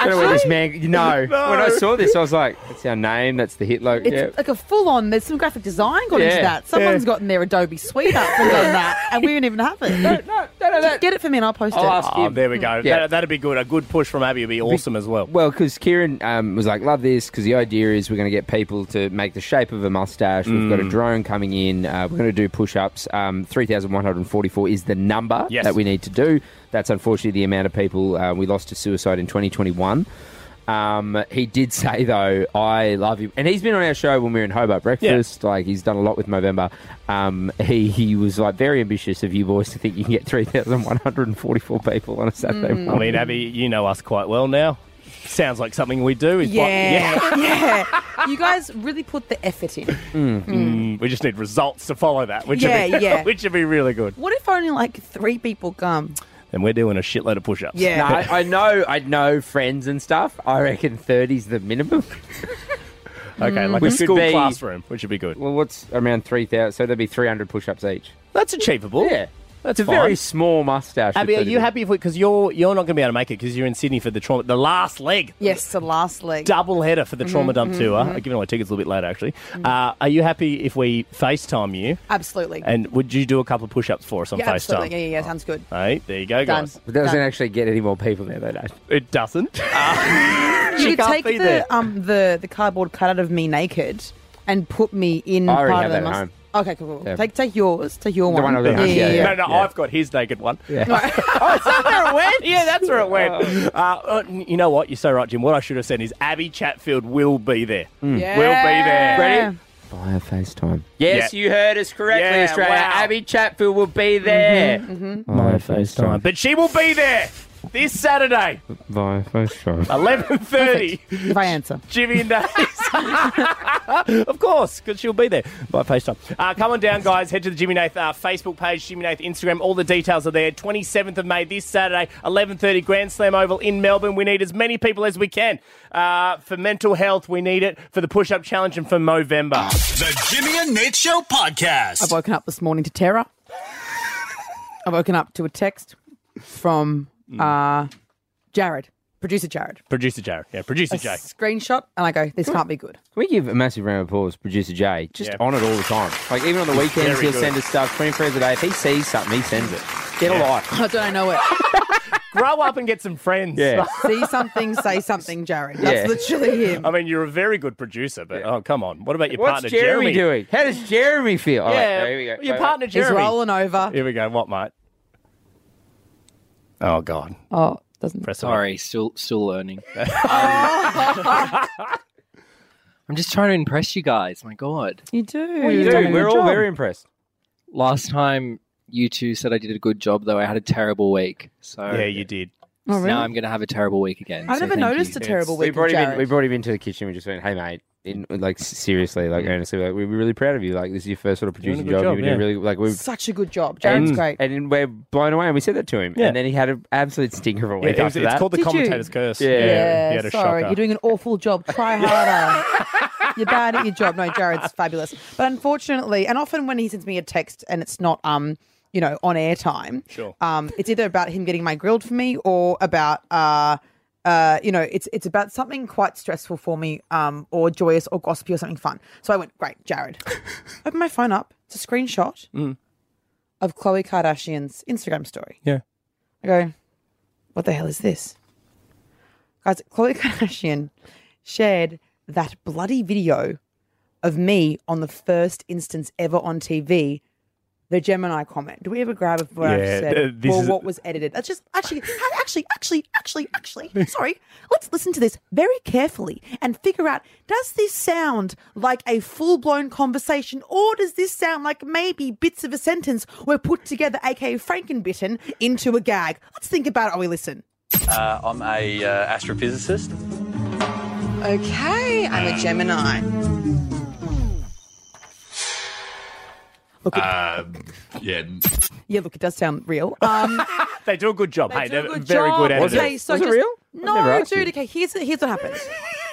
[SPEAKER 4] I don't know where this man. No.
[SPEAKER 6] No.
[SPEAKER 4] When I saw this, I was like, "That's our name. That's the hit logo."
[SPEAKER 6] It's
[SPEAKER 4] Yeah.
[SPEAKER 6] like a full on, there's some graphic design got into
[SPEAKER 4] Yeah,
[SPEAKER 6] that. Someone's
[SPEAKER 4] yeah.
[SPEAKER 6] gotten their Adobe suite up and done that, and we don't even have it. No,
[SPEAKER 4] no, no, no.
[SPEAKER 6] Get it for me and I'll post it.
[SPEAKER 2] Oh, there we go.
[SPEAKER 4] Yeah.
[SPEAKER 2] That, that'd be good. A good push from Abby would be awesome as well.
[SPEAKER 4] Well, because Kieran um, was like, love this, because the idea is we're going to get people to make the shape of a mustache. We've got a
[SPEAKER 2] Mm.
[SPEAKER 4] drone coming in. Uh, we're going to do push ups. Um, 3,144 is the number
[SPEAKER 2] Yes.
[SPEAKER 4] that we need to do. That's unfortunately the amount of people uh, we lost to suicide in 2021. Um, he did say though, I love him, and he's been on our show when we were in Hobart Breakfast. Like he's done a lot with Movember. Um, he he was like very ambitious of you boys to think you can get three thousand one hundred and forty four people on a Saturday morning.
[SPEAKER 2] I mean, Abby, you know us quite well now. Sounds like something we do. Is what-
[SPEAKER 6] Yeah, yeah. You guys really put the effort in.
[SPEAKER 2] Mm. Mm, we just need results to follow that, which would
[SPEAKER 6] Yeah,
[SPEAKER 2] be,
[SPEAKER 6] yeah.
[SPEAKER 2] which would be really good.
[SPEAKER 6] What if only like three people come?
[SPEAKER 2] And we're doing a shitload of push-ups.
[SPEAKER 6] Yeah.
[SPEAKER 4] No, I, I know. I know friends and stuff. I reckon thirty's the minimum.
[SPEAKER 2] Okay, like a
[SPEAKER 4] Which
[SPEAKER 2] school
[SPEAKER 4] would be-
[SPEAKER 2] classroom, which would be good.
[SPEAKER 4] Well, what's around three thousand? So there'd be three hundred push-ups each.
[SPEAKER 2] That's achievable.
[SPEAKER 4] Yeah,
[SPEAKER 2] that's
[SPEAKER 4] it's a
[SPEAKER 2] fine.
[SPEAKER 4] very small mustache.
[SPEAKER 2] Abby, are you happy if we? Because you're you're not going to be able to make it because you're in Sydney for the trauma, the last leg,
[SPEAKER 6] Yes, the last leg.
[SPEAKER 2] double header for the
[SPEAKER 6] Mhm,
[SPEAKER 2] trauma dump
[SPEAKER 6] mhm,
[SPEAKER 2] tour.
[SPEAKER 6] mhm.
[SPEAKER 2] I'm giving away tickets a little bit later, actually.
[SPEAKER 6] Mm-hmm.
[SPEAKER 2] Uh, are you happy if we FaceTime you?
[SPEAKER 6] Absolutely.
[SPEAKER 2] And would you do a couple of push-ups for us on
[SPEAKER 6] yeah,
[SPEAKER 2] FaceTime?
[SPEAKER 6] absolutely. Yeah, yeah, yeah. Sounds good.
[SPEAKER 2] Hey, there you go,
[SPEAKER 6] Done.
[SPEAKER 2] guys.
[SPEAKER 6] But that doesn't Done.
[SPEAKER 4] actually get any more people there, though, Dave.
[SPEAKER 2] It doesn't.
[SPEAKER 6] You could
[SPEAKER 2] can't
[SPEAKER 6] take
[SPEAKER 2] be
[SPEAKER 6] the
[SPEAKER 2] there.
[SPEAKER 6] um the the cardboard cutout of me naked and put me in
[SPEAKER 2] I
[SPEAKER 6] part
[SPEAKER 2] already
[SPEAKER 6] of the
[SPEAKER 2] have that at
[SPEAKER 6] mus-
[SPEAKER 2] home.
[SPEAKER 6] Okay, cool. cool.
[SPEAKER 2] Yeah.
[SPEAKER 6] Take take yours. Take your one.
[SPEAKER 2] No, no, I've got his naked one.
[SPEAKER 6] oh, is that where it went? Oh,
[SPEAKER 2] Yeah, that's where it went. Uh, uh, n- you know what? You're so right, Jim. What I should have said is Abby Chatfield will be there.
[SPEAKER 4] Hmm.
[SPEAKER 2] Will be there.
[SPEAKER 4] Ready? Via FaceTime. Yes,
[SPEAKER 2] Yeah.
[SPEAKER 4] you heard us correctly,
[SPEAKER 2] Yeah,
[SPEAKER 4] Australia.
[SPEAKER 2] wow.
[SPEAKER 4] Abby Chatfield will be there. Via FaceTime.
[SPEAKER 2] But she will be there this Saturday,
[SPEAKER 4] Via FaceTime.
[SPEAKER 2] 11.30.
[SPEAKER 6] If I answer.
[SPEAKER 2] Jimmy and Nath. of course, because she'll be there by FaceTime. Uh, come on down, guys. Head to the Jimmy Nath uh, Facebook page, Jimmy Nath Instagram. All the details are there. 27th of May, this Saturday, 11.30, Grand Slam Oval in Melbourne. We need as many people as we can. Uh, for mental health, we need it. For the push-up challenge and for Movember.
[SPEAKER 5] The Jimmy and Nate Show podcast.
[SPEAKER 6] I've woken up this morning to terror. I've woken up to a text from
[SPEAKER 5] Hmm.
[SPEAKER 6] uh, Jared, producer Jared.
[SPEAKER 2] Producer Jared. Yeah, Producer
[SPEAKER 6] A
[SPEAKER 2] Jay.
[SPEAKER 6] Screenshot, and I go, this can't be good.
[SPEAKER 4] Can we give a massive round of applause, producer Jay? Just
[SPEAKER 6] Yeah.
[SPEAKER 4] on it all the time. Like even on the
[SPEAKER 2] He's
[SPEAKER 4] weekends,
[SPEAKER 2] very
[SPEAKER 4] he'll
[SPEAKER 2] good.
[SPEAKER 4] send us stuff. Twenty friends a day. If he sees something, he sends it. Get a
[SPEAKER 2] Yeah.
[SPEAKER 4] life.
[SPEAKER 6] I don't know it.
[SPEAKER 2] Grow up and get some friends.
[SPEAKER 4] Yeah.
[SPEAKER 6] See something, say something, Jared. That's literally him.
[SPEAKER 2] I mean, you're a very good producer, but oh, come on. What about your
[SPEAKER 4] What's
[SPEAKER 2] partner, Jeremy?
[SPEAKER 4] Jeremy, doing? How does Jeremy feel? All right,
[SPEAKER 2] Yeah,
[SPEAKER 4] there we go.
[SPEAKER 2] your
[SPEAKER 4] Wait,
[SPEAKER 2] partner
[SPEAKER 4] wait.
[SPEAKER 2] Jeremy.
[SPEAKER 6] over.
[SPEAKER 2] Here we go. What, mate? Oh God.
[SPEAKER 6] Oh, doesn't.
[SPEAKER 2] Press
[SPEAKER 20] Sorry, still still learning.
[SPEAKER 1] Mm.
[SPEAKER 20] I'm just trying to impress you guys. My God,
[SPEAKER 6] you do.
[SPEAKER 4] Well, you do. We're all very impressed.
[SPEAKER 20] Last time you two said I did a good job, though I had a terrible week. So
[SPEAKER 2] Yeah, you did.
[SPEAKER 6] Oh, really?
[SPEAKER 20] Now I'm going to have a terrible week again.
[SPEAKER 6] I've
[SPEAKER 20] so
[SPEAKER 6] never
[SPEAKER 20] thank
[SPEAKER 6] noticed
[SPEAKER 20] you.
[SPEAKER 6] a terrible week
[SPEAKER 4] We brought
[SPEAKER 6] with
[SPEAKER 4] him. In,
[SPEAKER 6] Jared.
[SPEAKER 4] we brought him into the kitchen. We just went, "Hey, mate, in like s- seriously, like earnestly, like we're really proud of you. Like this is your first sort of
[SPEAKER 6] Doing a
[SPEAKER 4] producing
[SPEAKER 6] good
[SPEAKER 4] job.
[SPEAKER 6] job,
[SPEAKER 4] You've been doing
[SPEAKER 6] yeah.
[SPEAKER 4] really like we've
[SPEAKER 6] Such a good job. Jared's
[SPEAKER 4] and,
[SPEAKER 2] Mm.
[SPEAKER 6] great.
[SPEAKER 4] and then we're blown away, and we said that to him,
[SPEAKER 6] Yeah.
[SPEAKER 4] and then he had an absolute stinker of a
[SPEAKER 2] Yeah,
[SPEAKER 4] week
[SPEAKER 2] it was-
[SPEAKER 4] after
[SPEAKER 2] it's
[SPEAKER 4] that.
[SPEAKER 2] called the Did you? commentator's curse.
[SPEAKER 4] Yeah,
[SPEAKER 2] Yeah,
[SPEAKER 6] Yeah,
[SPEAKER 4] he had a
[SPEAKER 6] sorry.
[SPEAKER 4] shocker.
[SPEAKER 6] You're doing an awful job. Try harder. You're bad at your job. No, Jared's fabulous. But unfortunately, and often when he sends me a text and it's not, um, you know, on air time,
[SPEAKER 2] Sure.
[SPEAKER 6] um, it's either about him getting my grilled for me or about, uh, uh, you know, it's it's about something quite stressful for me, um, or joyous or gossipy or something fun. So I went, great, Jared. Open my phone up. It's a screenshot
[SPEAKER 2] Mm.
[SPEAKER 6] of Khloe Kardashian's Instagram story.
[SPEAKER 2] Yeah.
[SPEAKER 6] I go, what the hell is this? Guys, Khloe Kardashian shared that bloody video of me on the first instance ever on TV, the Gemini comment. Do we ever grab it what
[SPEAKER 2] Yeah,
[SPEAKER 6] I've said
[SPEAKER 2] th- this
[SPEAKER 6] or
[SPEAKER 2] is-
[SPEAKER 6] what was edited? That's just actually, ha- actually, actually, actually, actually. Sorry, let's listen to this very carefully and figure out: does this sound like a full-blown conversation, or does this sound like maybe bits of a sentence were put together, aka Frankenbitten, into a gag? Let's think about it while we listen.
[SPEAKER 21] Uh, I'm a uh, astrophysicist.
[SPEAKER 6] Okay, I'm a Gemini.
[SPEAKER 21] Uh,
[SPEAKER 5] Um,
[SPEAKER 21] yeah.
[SPEAKER 6] Yeah, look, it does sound real. Um,
[SPEAKER 2] they do a good job. hey, they're
[SPEAKER 6] good
[SPEAKER 2] very
[SPEAKER 6] job.
[SPEAKER 2] good editors.
[SPEAKER 6] Okay, so just,
[SPEAKER 2] I've never
[SPEAKER 6] No,
[SPEAKER 2] asked
[SPEAKER 6] dude.
[SPEAKER 2] you.
[SPEAKER 6] Okay, here's here's what happened.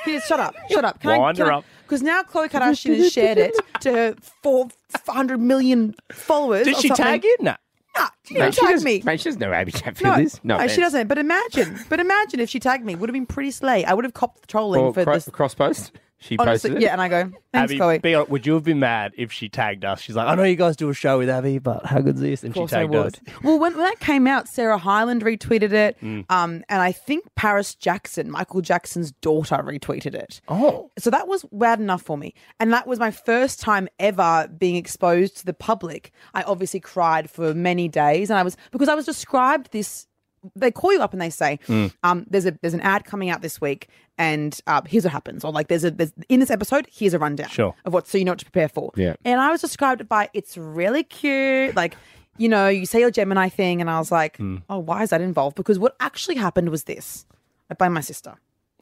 [SPEAKER 6] Here, shut up, shut up. Can
[SPEAKER 2] Wind
[SPEAKER 6] I, can
[SPEAKER 2] her
[SPEAKER 6] I,
[SPEAKER 2] up.
[SPEAKER 6] Because now Khloe Kardashian has shared it to her four hundred million followers.
[SPEAKER 4] Did
[SPEAKER 6] or
[SPEAKER 4] she
[SPEAKER 6] something.
[SPEAKER 4] tag you? No.
[SPEAKER 6] Nah, she
[SPEAKER 4] No,
[SPEAKER 6] didn't
[SPEAKER 4] she
[SPEAKER 6] tag
[SPEAKER 4] doesn't-
[SPEAKER 6] me.
[SPEAKER 4] Mate, she doesn't know habitat for
[SPEAKER 6] No,
[SPEAKER 4] this. No,
[SPEAKER 6] no, she
[SPEAKER 4] offense.
[SPEAKER 6] doesn't. But imagine, but imagine if she tagged me, would have been pretty slay. I would have copped the trolling
[SPEAKER 4] Or
[SPEAKER 6] for
[SPEAKER 4] cro-
[SPEAKER 6] this.
[SPEAKER 4] cross post. She
[SPEAKER 6] Honestly,
[SPEAKER 4] posted it.
[SPEAKER 6] yeah, and I go, thanks,
[SPEAKER 2] Abby,
[SPEAKER 6] Chloe.
[SPEAKER 2] be hon- would you have been mad if she tagged us? She's like, I know you guys do a show with Abby, but how good's this? And she
[SPEAKER 6] course I
[SPEAKER 2] tagged
[SPEAKER 6] would.
[SPEAKER 2] us.
[SPEAKER 6] Well, when, when that came out, Sarah Hyland retweeted it,
[SPEAKER 2] Mm.
[SPEAKER 6] um, and I think Paris Jackson, Michael Jackson's daughter, retweeted it.
[SPEAKER 2] Oh,
[SPEAKER 6] so that was bad enough for me, and that was my first time ever being exposed to the public. I obviously cried for many days, and I was because I was described this. They call you up and they say,
[SPEAKER 22] Mm.
[SPEAKER 6] um, "There's a there's an ad coming out this week, and uh, here's what happens." Or like, "There's a there's, in this episode, here's a rundown
[SPEAKER 22] Sure.
[SPEAKER 6] of what so you know what to prepare for."
[SPEAKER 22] Yeah.
[SPEAKER 6] And I was described by it's really cute. Like, you know, you say your Gemini thing, and I was like,
[SPEAKER 2] Hmm.
[SPEAKER 22] Mm.
[SPEAKER 6] oh, why is that involved? Because what actually happened was this I by my sister.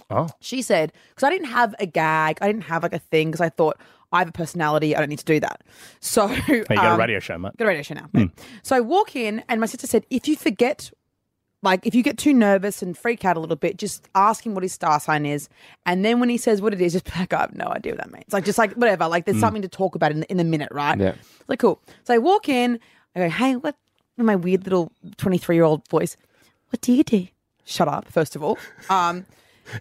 [SPEAKER 2] Oh.
[SPEAKER 6] She said, because I didn't have a gag, I didn't have like a thing, because I thought, I have a personality, I don't need to do that. So, you
[SPEAKER 2] Hey, you got a radio show, mate.
[SPEAKER 6] Got a radio show now. babe. So I walk in, and my sister said, if you forget, like, if you get too nervous and freak out a little bit, just ask him what his star sign is. And then when he says what it is, just be like, I have no idea what that means. Like, just like, whatever. Like, there's
[SPEAKER 22] Mm.
[SPEAKER 6] something to talk about in the, in the minute, right?
[SPEAKER 22] Yeah.
[SPEAKER 6] Like, cool. So I walk in, I go, hey, what? In my weird little 23 year old voice, what do you do? Shut up, first of all. Um,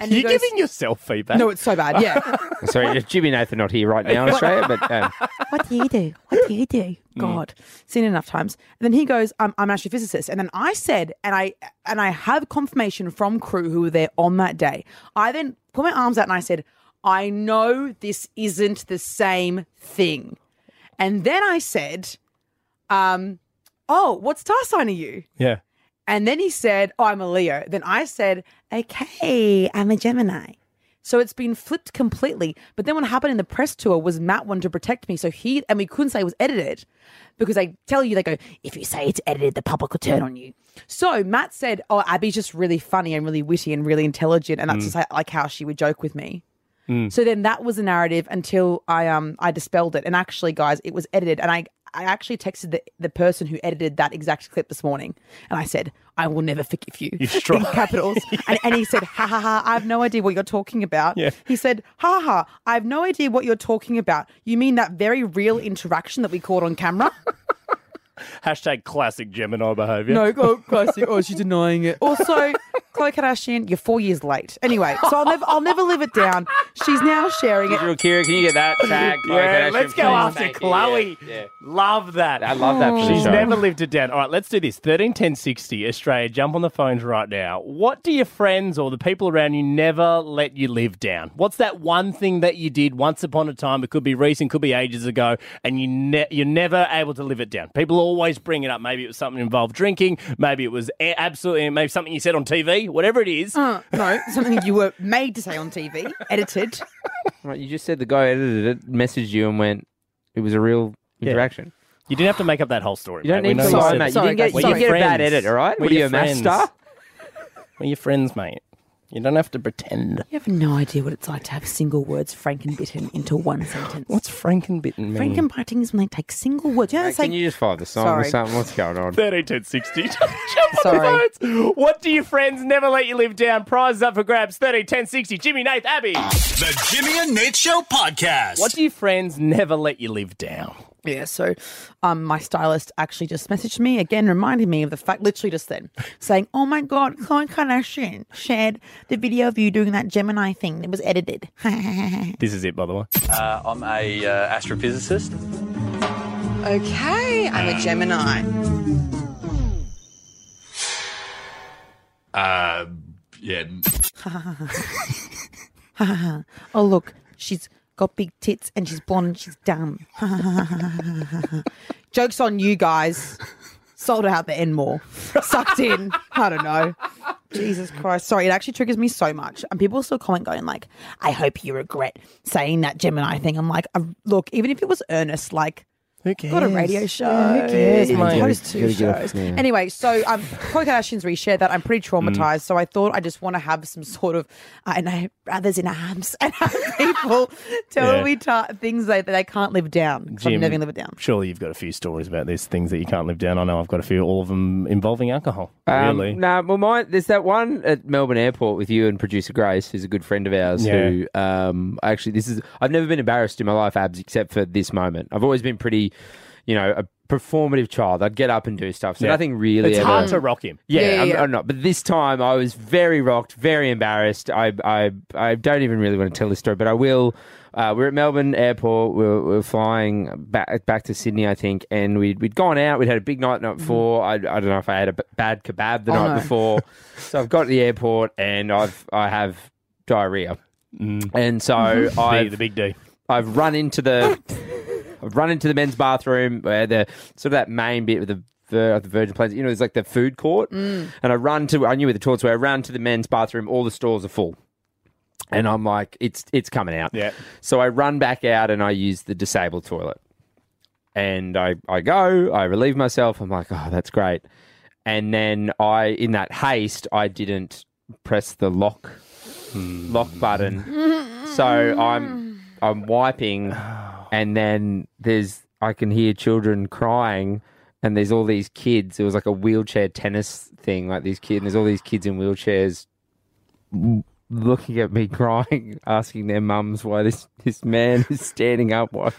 [SPEAKER 6] and he
[SPEAKER 2] You're
[SPEAKER 6] goes-
[SPEAKER 2] giving yourself feedback.
[SPEAKER 6] No, it's so bad. Yeah.
[SPEAKER 4] Sorry, Jimmy and Nathan not here right now in Australia, but um,
[SPEAKER 6] what do you do? What do you do? God, seen it enough times. And then he goes, I'm, I'm an astrophysicist. And then I said, and I and I have confirmation from crew who were there on that day. I then put my arms out and I said, I know this isn't the same thing. And then I said, um, oh, what star sign are you?
[SPEAKER 2] Yeah.
[SPEAKER 6] And then he said, Oh, I'm a Leo. Then I said, Okay, I'm a Gemini. So it's been flipped completely. But then what happened in the press tour was Matt wanted to protect me. So he, and we couldn't say it was edited because they tell you, they go, If you say it's edited, the public will turn on you. So Matt said, Oh, Abby's just really funny and really witty and really intelligent. And that's
[SPEAKER 23] Mm.
[SPEAKER 6] just like- like how she would joke with me.
[SPEAKER 23] Mm.
[SPEAKER 6] So then that was the narrative until I um I dispelled it. And actually, guys, it was edited. And I I actually texted the, the person who edited that exact clip this morning, and I said, "I will never forgive you."
[SPEAKER 2] You struck-
[SPEAKER 6] in capitals. and, and he said, "Ha ha ha! I have no idea what you're talking about."
[SPEAKER 2] Yeah.
[SPEAKER 6] He said, "Ha ha! ha, I have no idea what you're talking about. You mean that very real interaction that we caught on camera?"
[SPEAKER 2] Hashtag classic Gemini behavior.
[SPEAKER 6] No, go classic. Oh, she's denying it. Also, Khloe Kardashian, you're four years late. Anyway, so I'll never I'll never live it down. She's now sharing it.
[SPEAKER 4] Digital Kira, can you get that tag? Chloe
[SPEAKER 2] Yeah,
[SPEAKER 4] Kardashian,
[SPEAKER 2] let's go
[SPEAKER 4] please?
[SPEAKER 2] after
[SPEAKER 4] Thank you,
[SPEAKER 2] Chloe.
[SPEAKER 4] yeah, yeah.
[SPEAKER 2] Love that. I
[SPEAKER 4] love that for the
[SPEAKER 2] She's
[SPEAKER 4] show.
[SPEAKER 2] never lived it down. All right, let's do this. 13 10 60, Australia, jump on the phones right now. What do your friends or the people around you never let you live down? What's that one thing that you did once upon a time? It could be recent, could be ages ago, and you ne- you're never able to live it down. People always bring it up. Maybe it was something involved drinking, maybe it was a- absolutely, maybe something you said on TV, whatever it is.
[SPEAKER 6] Uh, no, something you were made to say on TV, edited.
[SPEAKER 4] Right, you just said the guy edited it, messaged you, and went, "It was a real interaction."
[SPEAKER 2] You didn't have to make up that whole story.
[SPEAKER 4] You don't
[SPEAKER 2] mate. We
[SPEAKER 4] need
[SPEAKER 2] know
[SPEAKER 4] to
[SPEAKER 2] you
[SPEAKER 4] lie,
[SPEAKER 2] said
[SPEAKER 4] mate.
[SPEAKER 2] it.
[SPEAKER 4] You didn't get-
[SPEAKER 2] We're
[SPEAKER 4] you didn't
[SPEAKER 2] your
[SPEAKER 4] get a bad
[SPEAKER 2] friends.
[SPEAKER 4] edit, all right?
[SPEAKER 2] We're
[SPEAKER 4] What are you,
[SPEAKER 2] your
[SPEAKER 4] a math
[SPEAKER 2] friends.
[SPEAKER 4] star?
[SPEAKER 2] We're your friends, mate. You don't have to pretend.
[SPEAKER 6] You have no idea what it's like to have single words frankenbitten into one sentence.
[SPEAKER 2] What's frankenbitten mean?
[SPEAKER 6] Frankenbiting is when they take single words. You know, they say,
[SPEAKER 4] Can you just find the song
[SPEAKER 6] Sorry.
[SPEAKER 4] or something? What's going on?
[SPEAKER 2] 131060. Jump
[SPEAKER 4] Sorry.
[SPEAKER 2] on the phones. What do your friends never let you live down? Prizes up for grabs. 131060. Jimmy, Nath, Abby.
[SPEAKER 5] The Jimmy and Nate Show podcast.
[SPEAKER 2] What do your friends never let you live down?
[SPEAKER 6] Yeah, so um, my stylist actually just messaged me again, reminding me of the fact, literally just then, saying, Oh my God, Khloe Kardashian shared the video of you doing that Gemini thing that was edited.
[SPEAKER 2] This is it, by the way.
[SPEAKER 21] Uh, I'm a uh, astrophysicist.
[SPEAKER 6] okay, I'm a Gemini.
[SPEAKER 21] Uh, yeah.
[SPEAKER 6] oh, look, she's got big tits and she's blonde and she's dumb. Joke's on you guys. Sold out the Enmore. Sucked in. I don't know. Jesus Christ. Sorry, it actually triggers me so much. And people still comment going like, I hope you regret saying that Gemini thing. I'm like, "Uh, look, even if it was earnest, like,
[SPEAKER 2] who
[SPEAKER 6] Got a
[SPEAKER 2] cares?
[SPEAKER 6] radio show.
[SPEAKER 2] Yeah, who cares,
[SPEAKER 6] and
[SPEAKER 2] mate?
[SPEAKER 6] host
[SPEAKER 2] Gotta
[SPEAKER 6] two
[SPEAKER 2] get off-
[SPEAKER 6] shows.
[SPEAKER 2] yeah.
[SPEAKER 6] Anyway, so um, Khloe Kardashian's reshared that. I'm pretty traumatized.
[SPEAKER 2] Mm.
[SPEAKER 6] So I thought I just want to have some sort of, I know, brothers in arms and have people tell
[SPEAKER 2] Yeah.
[SPEAKER 6] me ta things they, that they can't live down. 'cause I've
[SPEAKER 2] Jim,
[SPEAKER 6] never live it down.
[SPEAKER 2] Surely you've got a few stories about this, things that you can't live down. I know I've got a few, all of them involving alcohol.
[SPEAKER 4] Um,
[SPEAKER 2] really?
[SPEAKER 4] No, well, mine, there's that one at Melbourne Airport with you and producer Grace, who's a good friend of ours. Who um, actually, this is I've never been embarrassed in my life, abs, except for this moment. I've always been pretty, you know, a performative child. I'd get up and do stuff, so
[SPEAKER 2] Yeah.
[SPEAKER 4] nothing really.
[SPEAKER 2] It's
[SPEAKER 4] ever-
[SPEAKER 2] hard to rock him.
[SPEAKER 4] Yeah,
[SPEAKER 2] Yeah, yeah,
[SPEAKER 4] I'm,
[SPEAKER 2] yeah.
[SPEAKER 4] I'm not. But this time, I was very rocked, very embarrassed. I, I, I don't even really want to tell this story, but I will. Uh, we're at Melbourne Airport. We're, we're flying back back to Sydney, I think, and we'd, we'd gone out. We'd had a big night the night before. I, I don't know if I had a b- bad kebab the
[SPEAKER 2] Mm. Oh,
[SPEAKER 4] night
[SPEAKER 2] no.
[SPEAKER 4] before. so I've got to the airport and I've I have diarrhea, and so
[SPEAKER 2] Mhm.
[SPEAKER 4] I
[SPEAKER 2] B, the big D.
[SPEAKER 4] I've run into the I've run into the men's bathroom where the sort of that main bit with the the, the Virgin Plains, you know, there's like the food court,
[SPEAKER 1] Mm.
[SPEAKER 4] and I run to I knew where the toilets were. I ran to the men's bathroom. All the stores are full. And I'm like, it's it's coming out. Yeah. So I run back out and I use the disabled toilet. And I, I go, I relieve myself. I'm like, oh, that's great. And then I, in that haste, I didn't press the lock lock button. So I'm I'm wiping, and then there's I can hear children crying, and there's all these kids. It was like a wheelchair tennis thing, like these kids. And there's all these kids in wheelchairs looking at me crying, asking their mums why this, this man is standing up. Why?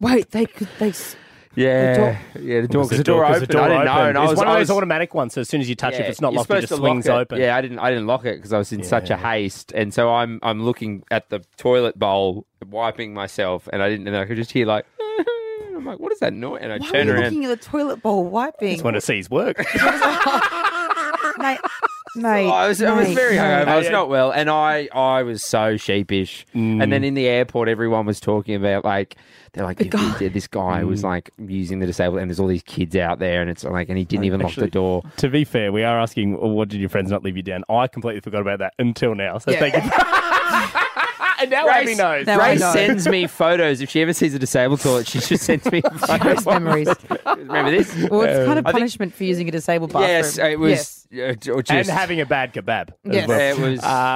[SPEAKER 6] Wait, they could, they. s-
[SPEAKER 4] Yeah,
[SPEAKER 2] The door-
[SPEAKER 4] yeah. The door,
[SPEAKER 2] Was the
[SPEAKER 4] because the door,
[SPEAKER 2] door- 'cause
[SPEAKER 4] opened.
[SPEAKER 2] the door
[SPEAKER 4] I didn't know.
[SPEAKER 2] opened.
[SPEAKER 4] And I
[SPEAKER 2] It's
[SPEAKER 4] was,
[SPEAKER 2] one of
[SPEAKER 4] I
[SPEAKER 2] those
[SPEAKER 4] was-
[SPEAKER 2] automatic ones, so as soon as you touch it, if it's not
[SPEAKER 4] you're
[SPEAKER 2] locked, it
[SPEAKER 4] supposed
[SPEAKER 2] just
[SPEAKER 4] to lock
[SPEAKER 2] swings
[SPEAKER 4] it.
[SPEAKER 2] open.
[SPEAKER 4] Yeah, I didn't. I didn't lock it because I was in such a haste, and so I'm I'm looking at the toilet bowl, wiping myself, and I didn't. And I could just hear like, I'm like, what is that noise? And I
[SPEAKER 6] Why
[SPEAKER 4] turn
[SPEAKER 6] are you
[SPEAKER 4] around.
[SPEAKER 6] looking at the toilet bowl wiping?
[SPEAKER 4] to see his work.
[SPEAKER 6] Mate, mate,
[SPEAKER 4] I was, I was
[SPEAKER 6] mate,
[SPEAKER 4] very
[SPEAKER 6] mate.
[SPEAKER 4] hungover. I was not well, and I, I was so sheepish.
[SPEAKER 2] Mm.
[SPEAKER 4] And then in the airport, everyone was talking about like they're like "If this- this guy
[SPEAKER 2] Mm.
[SPEAKER 4] was like using the disabled, and there's all these kids out there, and it's like, and he didn't even
[SPEAKER 2] Actually,
[SPEAKER 4] lock the door.
[SPEAKER 2] To be fair, we are asking, "Oh, what did your friends not leave you down? I completely forgot about that until now. So thank you. and now Abby knows. Now I
[SPEAKER 4] Ray
[SPEAKER 2] know.
[SPEAKER 4] sends me photos. If she ever sees a disabled toilet, she just sends me photos.
[SPEAKER 6] memories.
[SPEAKER 4] Remember this?
[SPEAKER 6] Well, it's kind of
[SPEAKER 4] I think-
[SPEAKER 6] punishment for using a disabled bathroom.
[SPEAKER 4] Yes, it was. uh, or just-
[SPEAKER 2] And having a bad kebab. as
[SPEAKER 6] Yes.
[SPEAKER 2] well. Uh,
[SPEAKER 4] It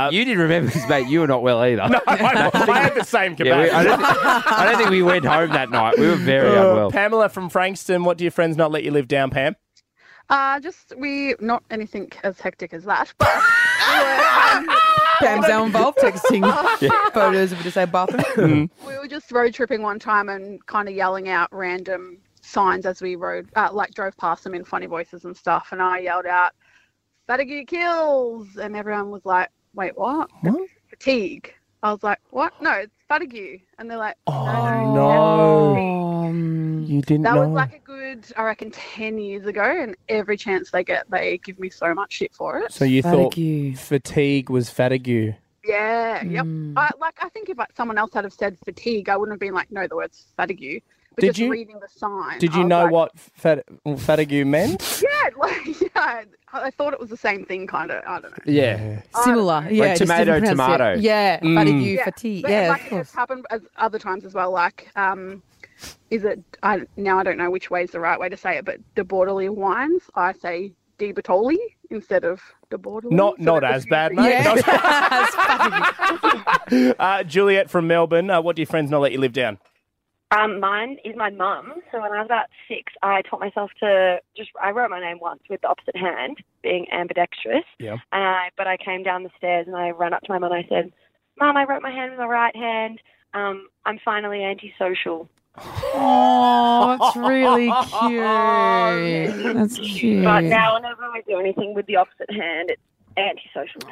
[SPEAKER 4] was. you didn't remember because, mate, you were not well either.
[SPEAKER 2] No, I, I had the same kebab.
[SPEAKER 4] Yeah, we- I, don't think, I don't think we went home that night. We were very
[SPEAKER 2] Uh,
[SPEAKER 4] unwell.
[SPEAKER 2] Pamela from Frankston, what do your friends not let you live down, Pam?
[SPEAKER 22] Uh, just we not anything as hectic as that, but um,
[SPEAKER 6] Pam's now involved texting photos of a disabled bathroom.
[SPEAKER 22] we were just road tripping one time and kind of yelling out random signs as we rode, uh, like drove past them in funny voices and stuff. And I yelled out, "Fatigue kills," and everyone was like, "Wait, what? Fatigue?" I was like, "What? No, it's fatigue." And they're like,
[SPEAKER 6] Oh,
[SPEAKER 22] "No."
[SPEAKER 2] No. you didn't
[SPEAKER 22] Um, That
[SPEAKER 2] know.
[SPEAKER 22] was like a good, I reckon, 10 years ago, and every chance they get, they give me so much shit for it.
[SPEAKER 2] so you thought fatigue was fatigue.
[SPEAKER 22] Yeah, yep.
[SPEAKER 6] Hmm.
[SPEAKER 22] I, like, I think if like, someone else had have said fatigue, I wouldn't have been like, no, the word's fatigue. But
[SPEAKER 2] Did
[SPEAKER 22] just
[SPEAKER 2] you-
[SPEAKER 22] reading the sign.
[SPEAKER 2] Did
[SPEAKER 22] I
[SPEAKER 2] you
[SPEAKER 22] was
[SPEAKER 2] know
[SPEAKER 22] like,
[SPEAKER 2] what fat, fatigue meant?
[SPEAKER 22] Yeah, like, yeah. I I thought it was the same thing, kind of. I don't know.
[SPEAKER 4] Yeah.
[SPEAKER 6] Similar.
[SPEAKER 4] Like
[SPEAKER 6] Yeah. just
[SPEAKER 4] tomato,
[SPEAKER 6] different pronounce-
[SPEAKER 4] tomato.
[SPEAKER 6] Yeah.
[SPEAKER 4] Mm.
[SPEAKER 6] Fatigue,
[SPEAKER 22] Yeah,
[SPEAKER 6] fatigue.
[SPEAKER 22] but,
[SPEAKER 6] Yeah.
[SPEAKER 22] like, it has happened as other times as well. Like, um, is it, I now I don't know which way is the right way to say it, but the Borderly wines, I say Di Bortoli, instead of the borderline.
[SPEAKER 2] Not
[SPEAKER 22] So
[SPEAKER 2] not
[SPEAKER 22] that was
[SPEAKER 2] as bad, mate. Not- uh, Juliet from Melbourne, uh, what do your friends not let you live down?
[SPEAKER 1] Um, mine is my mum. So when I was about six, I taught myself to just, I wrote my name once with the opposite hand, being ambidextrous.
[SPEAKER 2] Yeah.
[SPEAKER 1] And I, but I came down the stairs and I ran up to my mum and I said, Mum, I wrote my hand with my right hand. Um, I'm finally antisocial.
[SPEAKER 6] Oh, that's really cute. That's cute.
[SPEAKER 1] But now, whenever I do anything with the opposite hand, it's antisocial.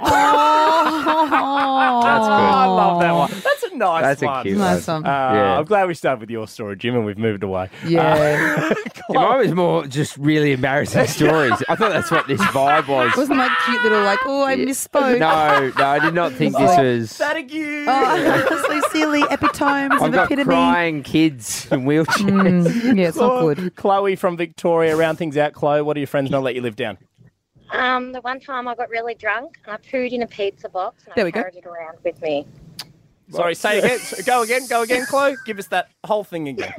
[SPEAKER 2] That's good. Oh, I love that one. That's a nice
[SPEAKER 4] That's a
[SPEAKER 2] one.
[SPEAKER 4] cute Nice one.
[SPEAKER 2] Uh,
[SPEAKER 4] one. Yeah.
[SPEAKER 2] I'm glad we started with your story, Jim, and we've moved away. Uh,
[SPEAKER 4] Yeah. Yeah, mine was more just really embarrassing stories. I thought that's what this vibe was.
[SPEAKER 6] Wasn't that cute little like, oh, I misspoke.
[SPEAKER 4] Mm. No, no, I did not think this was.
[SPEAKER 2] That again.
[SPEAKER 6] Oh, so silly. Epitomes
[SPEAKER 4] I've
[SPEAKER 6] of
[SPEAKER 4] got
[SPEAKER 6] epitome.
[SPEAKER 4] crying kids in wheelchairs.
[SPEAKER 6] Mm, yeah, it's not
[SPEAKER 2] Chloe,
[SPEAKER 6] good.
[SPEAKER 2] Chloe from Victoria, round things out. Chloe, what do your friends not let you live down?
[SPEAKER 3] Um, the one time I got really drunk and I pooed in a pizza box and
[SPEAKER 2] There
[SPEAKER 3] I
[SPEAKER 2] we go.
[SPEAKER 3] carried it around with me.
[SPEAKER 2] Sorry, say again. Go again, go again, Chloe. Give us that whole thing again.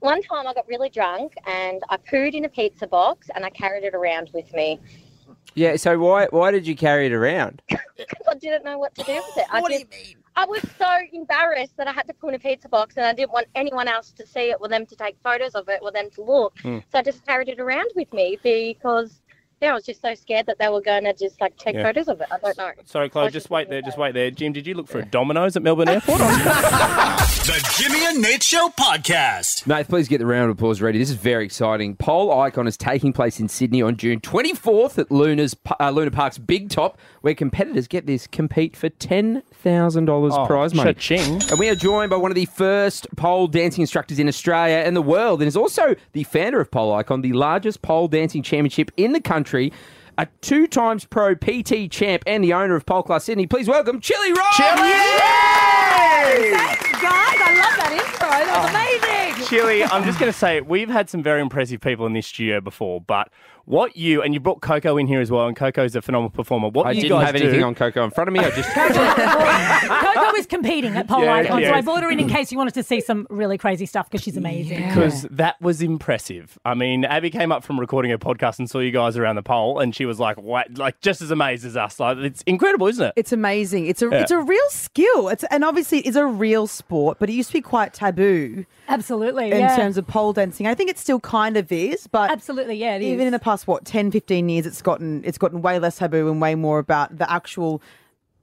[SPEAKER 3] One time I got really drunk and I pooed in a pizza box and I carried it around with me.
[SPEAKER 4] Yeah, so why why did you carry it around?
[SPEAKER 3] I didn't know what to do with it. I what do you mean? I was so embarrassed that I had to put in a pizza box and I didn't want anyone else to see it or them to take photos of it or them to look.
[SPEAKER 23] Hmm.
[SPEAKER 3] So I just carried it around with me because yeah, I was just so scared that they were going to just like take
[SPEAKER 2] Yeah.
[SPEAKER 3] photos of it. I don't know.
[SPEAKER 2] Sorry, Chloe, just wait there, just wait there. Jim, did you look for a Domino's at Melbourne Airport?
[SPEAKER 5] The Jimmy and Nate Show podcast.
[SPEAKER 4] Mate, please get the round of applause ready. This is very exciting. Pole Icon is taking place in Sydney on June 24th at Luna's uh, Luna Park's Big Top, where competitors get this compete for ten thousand dollars
[SPEAKER 2] Oh,
[SPEAKER 4] prize money.
[SPEAKER 2] cha-ching.
[SPEAKER 4] And we are joined by one of the first pole dancing instructors in Australia and the world, and is also the founder of Pole Icon, the largest pole dancing championship in the country. A two times pro PT champ and the owner of Pole Class Sydney. Please welcome Chili Roy.
[SPEAKER 6] Guys, I love that intro. That was amazing.
[SPEAKER 2] Chili, Oh. I'm just going to say we've had some very impressive people in this studio before, but what you and you brought Coco in here as well, and Coco's a phenomenal performer. What
[SPEAKER 4] I
[SPEAKER 2] you
[SPEAKER 4] didn't
[SPEAKER 2] guys
[SPEAKER 4] have anything
[SPEAKER 2] do-
[SPEAKER 4] on Coco in front of me. I just
[SPEAKER 24] Coco is competing at Pole
[SPEAKER 2] Yeah,
[SPEAKER 24] Icon,
[SPEAKER 2] yeah.
[SPEAKER 24] so I brought her in in case you wanted to see some really crazy stuff because she's amazing.
[SPEAKER 2] because that was impressive. I mean, Abby came up from recording her podcast and saw you guys around the pole, and she was like, "What?" Like just as amazed as us. Like it's incredible, isn't it?
[SPEAKER 6] It's amazing. It's a
[SPEAKER 2] Yeah.
[SPEAKER 6] it's a real skill. It's and obviously it's a real sport, but it used to be quite taboo.
[SPEAKER 24] Absolutely,
[SPEAKER 6] In
[SPEAKER 24] yeah.
[SPEAKER 6] terms of pole dancing. I think it still kind of is, but
[SPEAKER 24] Absolutely, yeah, it is.
[SPEAKER 6] even in the past what 10 15 years it's gotten it's gotten way less taboo and way more about the actual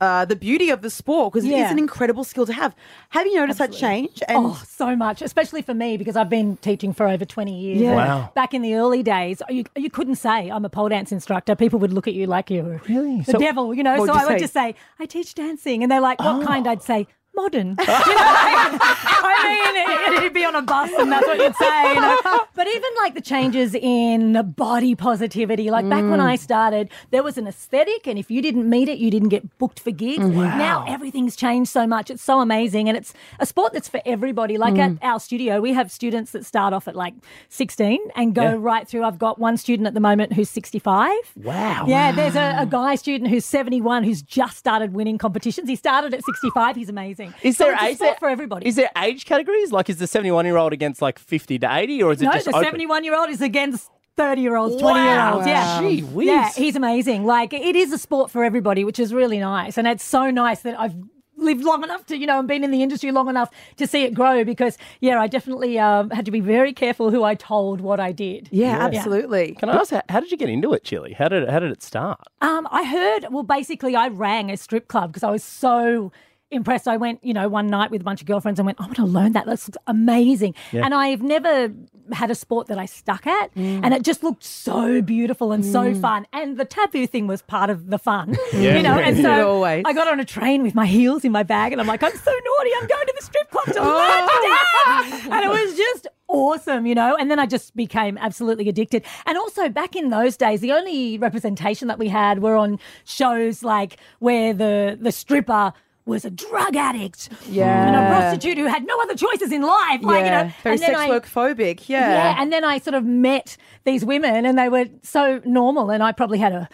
[SPEAKER 6] uh, the beauty of the sport because it
[SPEAKER 24] Yeah.
[SPEAKER 6] is an incredible skill to have. Have you noticed that change? And
[SPEAKER 24] oh, so much, especially for me because I've been teaching for over 20 years.
[SPEAKER 6] Yeah.
[SPEAKER 24] And
[SPEAKER 6] Wow.
[SPEAKER 24] Back in the early days, you, you couldn't say I'm a pole dance instructor. People would look at you like you were really? the
[SPEAKER 6] So
[SPEAKER 24] devil, you know.
[SPEAKER 6] what
[SPEAKER 24] So
[SPEAKER 6] would you
[SPEAKER 24] I would
[SPEAKER 6] say? Oh.
[SPEAKER 24] just say, I teach dancing. And they're like, what kind? I'd say, modern. You know? I mean, it, would be on a bus and that's what you'd say. You know? But even like the changes in body positivity, like back when
[SPEAKER 25] Mm.
[SPEAKER 24] I started, there was an aesthetic, and if you didn't meet it, you didn't get booked for gigs.
[SPEAKER 25] Wow.
[SPEAKER 24] Now everything's changed so much. It's so amazing. And it's a sport that's for everybody. Like
[SPEAKER 25] Mm.
[SPEAKER 24] at our studio, we have students that start off at like 16 and go
[SPEAKER 25] Yeah.
[SPEAKER 24] right through. I've got one student at the moment who's 65.
[SPEAKER 25] Wow.
[SPEAKER 24] Yeah, there's a, a guy student who's 71 who's just started winning competitions. He started at 65. He's amazing.
[SPEAKER 2] Is
[SPEAKER 24] So
[SPEAKER 2] there
[SPEAKER 24] it's a
[SPEAKER 2] age-
[SPEAKER 24] sport for everybody?
[SPEAKER 2] Is there age categories? Like, is the 71 year old against like 50 to 80, or is it
[SPEAKER 24] no,
[SPEAKER 2] just
[SPEAKER 24] the
[SPEAKER 2] open?
[SPEAKER 24] 71 year old is against 30 year olds, 20 year olds.
[SPEAKER 2] Wow.
[SPEAKER 24] Yeah.
[SPEAKER 2] Gee whiz.
[SPEAKER 24] Yeah, he's amazing. Like, it is a sport for everybody, which is really nice. And it's so nice that I've lived long enough to, you know, and been in the industry long enough to see it grow because, yeah, I definitely um, had to be very careful who I told what I did.
[SPEAKER 2] Can I ask, how, how did you get into it, Chili? How did how did it start?
[SPEAKER 24] Um, I heard. Well, basically, I rang a strip club because I was so impressed. I went, you know, one night with a bunch of girlfriends and went, I want to learn that. That looks amazing.
[SPEAKER 25] Yeah.
[SPEAKER 24] And I've never had a sport that I stuck at,
[SPEAKER 25] Mm.
[SPEAKER 24] and it just looked so beautiful and so
[SPEAKER 25] Mm.
[SPEAKER 24] fun. And the taboo thing was part of the fun,
[SPEAKER 25] Yeah.
[SPEAKER 24] you know. And
[SPEAKER 25] Yeah,
[SPEAKER 24] so
[SPEAKER 25] always.
[SPEAKER 24] I got on a train with my heels in my bag, and I'm like, I'm so naughty. I'm going to the strip club
[SPEAKER 7] Oh.
[SPEAKER 24] to learn
[SPEAKER 25] Oh.
[SPEAKER 24] to dance. And it was just awesome, you know. And then I just became absolutely addicted. And also back in those days, the only representation that we had were on shows like where the the stripper was a drug addict,
[SPEAKER 6] Yeah.
[SPEAKER 24] and a prostitute who had no other choices in life, like you
[SPEAKER 6] Yeah.
[SPEAKER 24] know,
[SPEAKER 6] very
[SPEAKER 24] and then
[SPEAKER 6] sex
[SPEAKER 24] I-
[SPEAKER 6] work phobic. Yeah.
[SPEAKER 24] yeah, and then I sort of met these women, and they were so normal, and I probably had a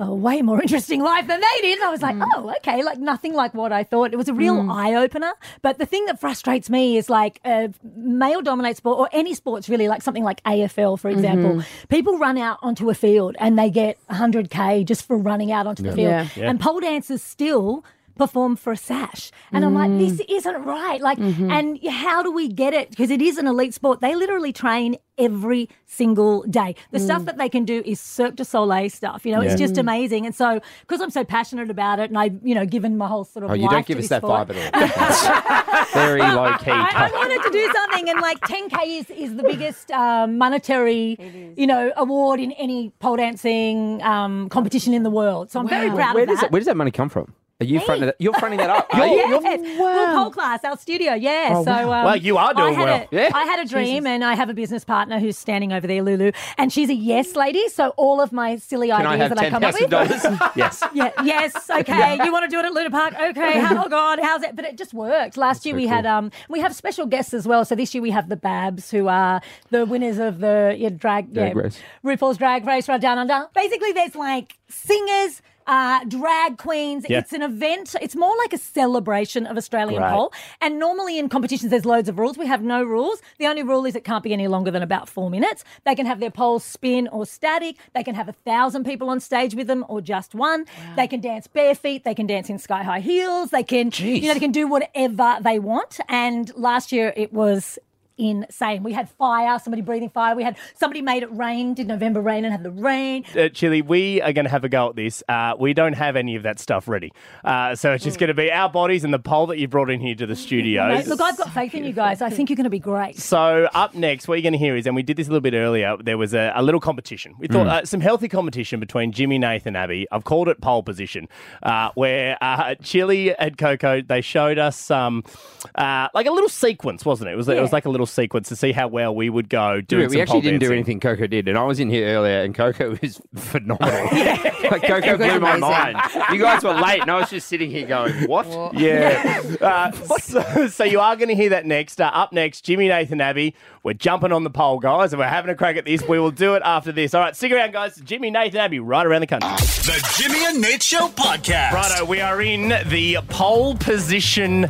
[SPEAKER 24] a way more interesting life than they did. And I was like, oh, okay, like nothing like what I thought. It was a real
[SPEAKER 7] Mm.
[SPEAKER 24] eye opener. But the thing that frustrates me is like uh, male dominate sport or any sports really, like something like AFL, for example.
[SPEAKER 7] Mhm.
[SPEAKER 24] People run out onto a field and they get 100K just for running out onto
[SPEAKER 7] Yeah.
[SPEAKER 24] the field.
[SPEAKER 7] Yeah. Yeah.
[SPEAKER 24] And pole dancers still perform for a sash. And I'm like, this
[SPEAKER 4] Mm.
[SPEAKER 24] isn't right. Like,
[SPEAKER 4] Mm-hmm.
[SPEAKER 7] Mhm.
[SPEAKER 24] and how do we get it? Because it is an elite sport. They literally train every single day. The stuff
[SPEAKER 7] Mm.
[SPEAKER 24] that they can do is Cirque du Soleil stuff. You know,
[SPEAKER 7] Yeah.
[SPEAKER 24] it's just
[SPEAKER 7] Mm.
[SPEAKER 24] amazing. And so, because I'm so passionate about it, and I, you know, given my whole sort of
[SPEAKER 4] Oh, you
[SPEAKER 24] life
[SPEAKER 4] don't
[SPEAKER 24] to
[SPEAKER 4] give us
[SPEAKER 24] this
[SPEAKER 4] that
[SPEAKER 24] sport,
[SPEAKER 4] vibe at all. Very low key.
[SPEAKER 24] I wanted to do something, and like 10k is, is the biggest um, monetary, you know, award in any pole dancing um, competition in the world. So I'm very
[SPEAKER 4] Where-
[SPEAKER 24] proud
[SPEAKER 4] where
[SPEAKER 24] of that.
[SPEAKER 4] Does that. Where does that money come from? Are you fronting that? You're fronting that up. are you?
[SPEAKER 24] yes. Well, pole class, our studio, yeah.
[SPEAKER 4] Oh,
[SPEAKER 24] so,
[SPEAKER 4] wow.
[SPEAKER 24] um,
[SPEAKER 4] Well, you are
[SPEAKER 24] I
[SPEAKER 4] doing
[SPEAKER 24] had
[SPEAKER 4] well.
[SPEAKER 24] A,
[SPEAKER 4] Yeah.
[SPEAKER 24] I had a dream,
[SPEAKER 4] Jesus.
[SPEAKER 24] and I have a business partner who's standing over there, Lulu, and she's a yes lady. So all of my silly
[SPEAKER 4] Can I
[SPEAKER 24] ideas that
[SPEAKER 4] have
[SPEAKER 24] I
[SPEAKER 4] ten
[SPEAKER 24] come up
[SPEAKER 4] thousand
[SPEAKER 24] with.
[SPEAKER 4] dollars? Yes.
[SPEAKER 24] Yeah. Yes. Okay.
[SPEAKER 4] Yeah.
[SPEAKER 24] You want to do it at Luna Park? Okay. How, oh God, how's it? But it just worked. Last year
[SPEAKER 7] so
[SPEAKER 24] we had
[SPEAKER 7] cool.
[SPEAKER 24] um we have special guests as well. So this year we have the Babs who are the winners of the yeah, drag
[SPEAKER 7] Drag
[SPEAKER 24] yeah,
[SPEAKER 7] race.
[SPEAKER 24] RuPaul's Drag Race Right Down Under. Basically, there's like singers. Uh, drag queens.
[SPEAKER 7] Yeah.
[SPEAKER 24] It's an event. It's more like a celebration of Australian
[SPEAKER 7] Great.
[SPEAKER 24] pole. And normally in competitions, there's loads of rules. We have no rules. The only rule is it can't be any longer than about four minutes. They can have their pole spin or static. They can have a thousand people on stage with them or just one. They can dance bare feet. They can dance in sky high heels. They can, you know, they can do whatever they want. And last year it was. Insane. We had fire, somebody breathing fire. We had somebody made it rain, did November rain and had the rain.
[SPEAKER 2] Uh, Chili, we are going to have a go at this. Uh, we don't have any of that stuff ready. Uh, so
[SPEAKER 4] Mm.
[SPEAKER 2] it's just going to be our bodies and the poll that you brought in here to the studio.
[SPEAKER 24] Mate, look, I've got faith in you guys. I think you're going to be great.
[SPEAKER 2] So up next, what you're going to hear is, and we did this a little bit earlier. There was a, a little competition. We thought
[SPEAKER 8] Mm.
[SPEAKER 2] uh, some healthy competition between Jimmy, Nathan, Abby. I've called it pole position, uh, where uh, Chili and Coco they showed us some uh, like a little sequence, wasn't it? It was it was like a little sequence to see how well we would go doing
[SPEAKER 4] we
[SPEAKER 2] some
[SPEAKER 4] actually
[SPEAKER 2] pole
[SPEAKER 4] didn't do
[SPEAKER 2] dancing.
[SPEAKER 4] anything Coco did, and I was in here earlier, and Coco was phenomenal. like, Coco
[SPEAKER 2] It was
[SPEAKER 4] blew my
[SPEAKER 2] amazing.
[SPEAKER 4] mind. You guys were late, and I was just sitting here going, "What?"
[SPEAKER 2] Yeah. Uh, so, so you are going to hear that next. Uh, up next, Jimmy, Nathan, Abbey. We're jumping on the poll, guys, and we're having a crack at this. We will do it after this. All right, stick around, guys. Jimmy, Nathan, Abbey, right around the country.
[SPEAKER 5] The Jimmy and Nate Show podcast.
[SPEAKER 2] Righto, we are in the pole position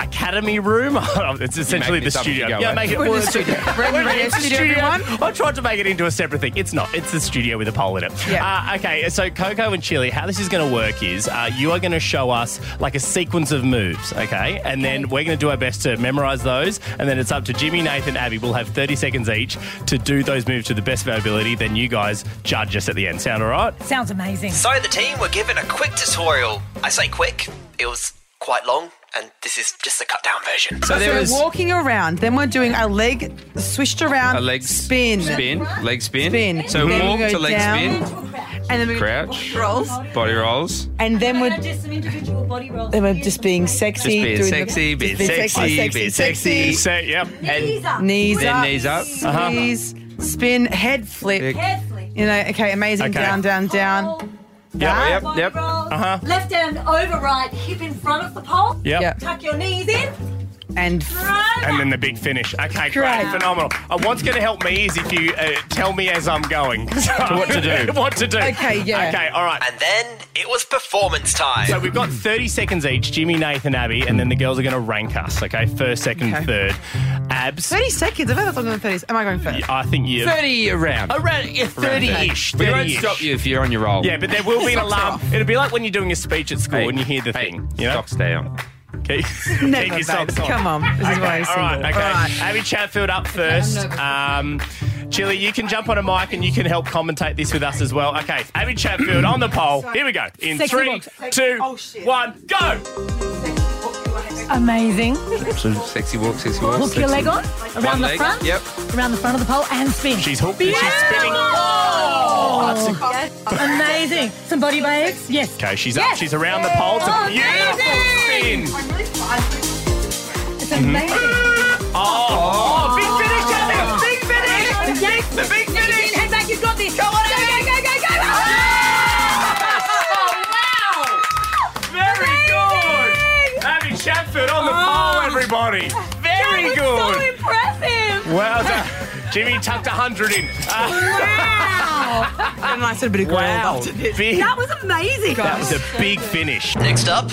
[SPEAKER 2] academy room. Oh, it's essentially
[SPEAKER 5] making
[SPEAKER 2] the
[SPEAKER 5] this up as
[SPEAKER 2] studio.
[SPEAKER 5] you go,
[SPEAKER 2] Yeah,
[SPEAKER 5] mate.
[SPEAKER 2] make it
[SPEAKER 5] We're in the
[SPEAKER 2] work.
[SPEAKER 5] studio.
[SPEAKER 2] We're in
[SPEAKER 5] We're in
[SPEAKER 2] the
[SPEAKER 5] the studio, everyone.
[SPEAKER 2] I tried to make it into a separate thing. It's not. It's the studio with a pole in it. Uh, okay, so Coco and Chili, how this is going to work is uh, you are going to show us like a sequence of moves, okay? And then we're going to do our best to memorize those. And then it's up to Jimmy, Nathan, Abby. We'll have 30 seconds each to do those moves to the best of our ability. Then you guys judge us at the end. Sound all right?
[SPEAKER 24] Sounds amazing.
[SPEAKER 10] So the team were given a quick tutorial. I say quick, it was quite long, and this is just a cut down version.
[SPEAKER 6] So, we're walking around, then we're doing a leg swished around,
[SPEAKER 21] A leg s-
[SPEAKER 6] spin,
[SPEAKER 21] spin, leg spin.
[SPEAKER 6] Spin.
[SPEAKER 21] So
[SPEAKER 6] Then we
[SPEAKER 21] walk
[SPEAKER 6] go
[SPEAKER 21] to leg
[SPEAKER 6] down.
[SPEAKER 21] spin,
[SPEAKER 6] and then we
[SPEAKER 21] crouch,
[SPEAKER 6] rolls,
[SPEAKER 21] body rolls.
[SPEAKER 6] and then we're
[SPEAKER 24] just some individual body rolls.
[SPEAKER 6] Then we're just being sexy,
[SPEAKER 21] Just being
[SPEAKER 6] doing the-
[SPEAKER 21] sexy, being
[SPEAKER 6] just
[SPEAKER 21] sexy, being sexy.
[SPEAKER 2] Se- yep.
[SPEAKER 21] Knees
[SPEAKER 6] And knees
[SPEAKER 21] Then
[SPEAKER 6] up,
[SPEAKER 21] knees up. Uh-huh.
[SPEAKER 6] squeeze, spin, head flip.
[SPEAKER 21] Flick. Head
[SPEAKER 6] You know, okay, amazing.
[SPEAKER 21] Okay.
[SPEAKER 6] Down, down, down.
[SPEAKER 21] Yep,
[SPEAKER 6] Wow.
[SPEAKER 21] yep, yep.
[SPEAKER 24] Left hand over right, hip in front of the pole.
[SPEAKER 2] Yep. Yep.
[SPEAKER 24] Tuck your knees in.
[SPEAKER 6] And
[SPEAKER 2] And then the big finish. Okay, great,
[SPEAKER 24] Great.
[SPEAKER 2] phenomenal. Uh, what's going to help me is if you uh, tell me as I'm going
[SPEAKER 10] what to do.
[SPEAKER 2] what to do. Okay, all right.
[SPEAKER 10] And then it was performance time.
[SPEAKER 2] So we've got 30 seconds each, Jimmy, Nathan, Abby, and then the girls are going to rank us, okay? First, second,
[SPEAKER 6] Okay.
[SPEAKER 2] third. Abs.
[SPEAKER 6] 30 seconds. I've had that longer than 30. Am I going first?
[SPEAKER 2] I think you.
[SPEAKER 21] 30 around.
[SPEAKER 2] Around, yeah, 30-ish.
[SPEAKER 21] We won't
[SPEAKER 2] 30-ish.
[SPEAKER 21] stop you if you're on your roll.
[SPEAKER 2] Yeah, but there will be an
[SPEAKER 21] Socks
[SPEAKER 2] alarm. It'll be like when you're doing a speech at school and you hear the thing. You know? Socks
[SPEAKER 21] down.
[SPEAKER 2] Keep,
[SPEAKER 6] Never,
[SPEAKER 2] keep your
[SPEAKER 6] babe.
[SPEAKER 2] socks on.
[SPEAKER 6] Come on. This is
[SPEAKER 2] okay,
[SPEAKER 6] why I'm
[SPEAKER 2] all right,
[SPEAKER 6] single.
[SPEAKER 2] okay.
[SPEAKER 6] All right.
[SPEAKER 2] Abby Chatfield up first. Um, Chili, you can jump on a mic and you can help commentate this with us as well. Okay, Abby Chatfield on the poll. Here we go. In
[SPEAKER 24] Sexy
[SPEAKER 2] three,
[SPEAKER 24] box.
[SPEAKER 2] two,
[SPEAKER 6] Oh,
[SPEAKER 2] one, go!
[SPEAKER 24] Amazing.
[SPEAKER 21] So sexy walk, sexy walk.
[SPEAKER 24] Hook
[SPEAKER 21] sexy
[SPEAKER 24] your leg on
[SPEAKER 21] walk.
[SPEAKER 24] around
[SPEAKER 21] One
[SPEAKER 24] the
[SPEAKER 21] leg,
[SPEAKER 24] front.
[SPEAKER 21] Yep.
[SPEAKER 24] Around the front of the pole and spin.
[SPEAKER 2] She's hooked and she's spinning.
[SPEAKER 24] Oh, amazing. Some body waves. Yes.
[SPEAKER 2] Okay, she's up.
[SPEAKER 24] Yes.
[SPEAKER 2] She's around the pole. It's a
[SPEAKER 24] Oh,
[SPEAKER 2] beautiful
[SPEAKER 24] amazing.
[SPEAKER 2] spin.
[SPEAKER 24] It's amazing.
[SPEAKER 2] Oh, big finish,
[SPEAKER 24] Abby. Big finish. Yes. The big finish. Head back. You've got this. Go on, Go, go, go, go.
[SPEAKER 2] Ah! Very good. Abby
[SPEAKER 6] Oh.
[SPEAKER 2] Chatfield on the pole, everybody.
[SPEAKER 24] That was
[SPEAKER 2] Very good.
[SPEAKER 24] So impressive.
[SPEAKER 2] Well done. Jimmy tucked a hundred in.
[SPEAKER 6] wow! and I said a bit of grey
[SPEAKER 2] Wow.
[SPEAKER 6] after this.
[SPEAKER 2] Big.
[SPEAKER 6] That was amazing.
[SPEAKER 2] That was a big finish.
[SPEAKER 10] Next up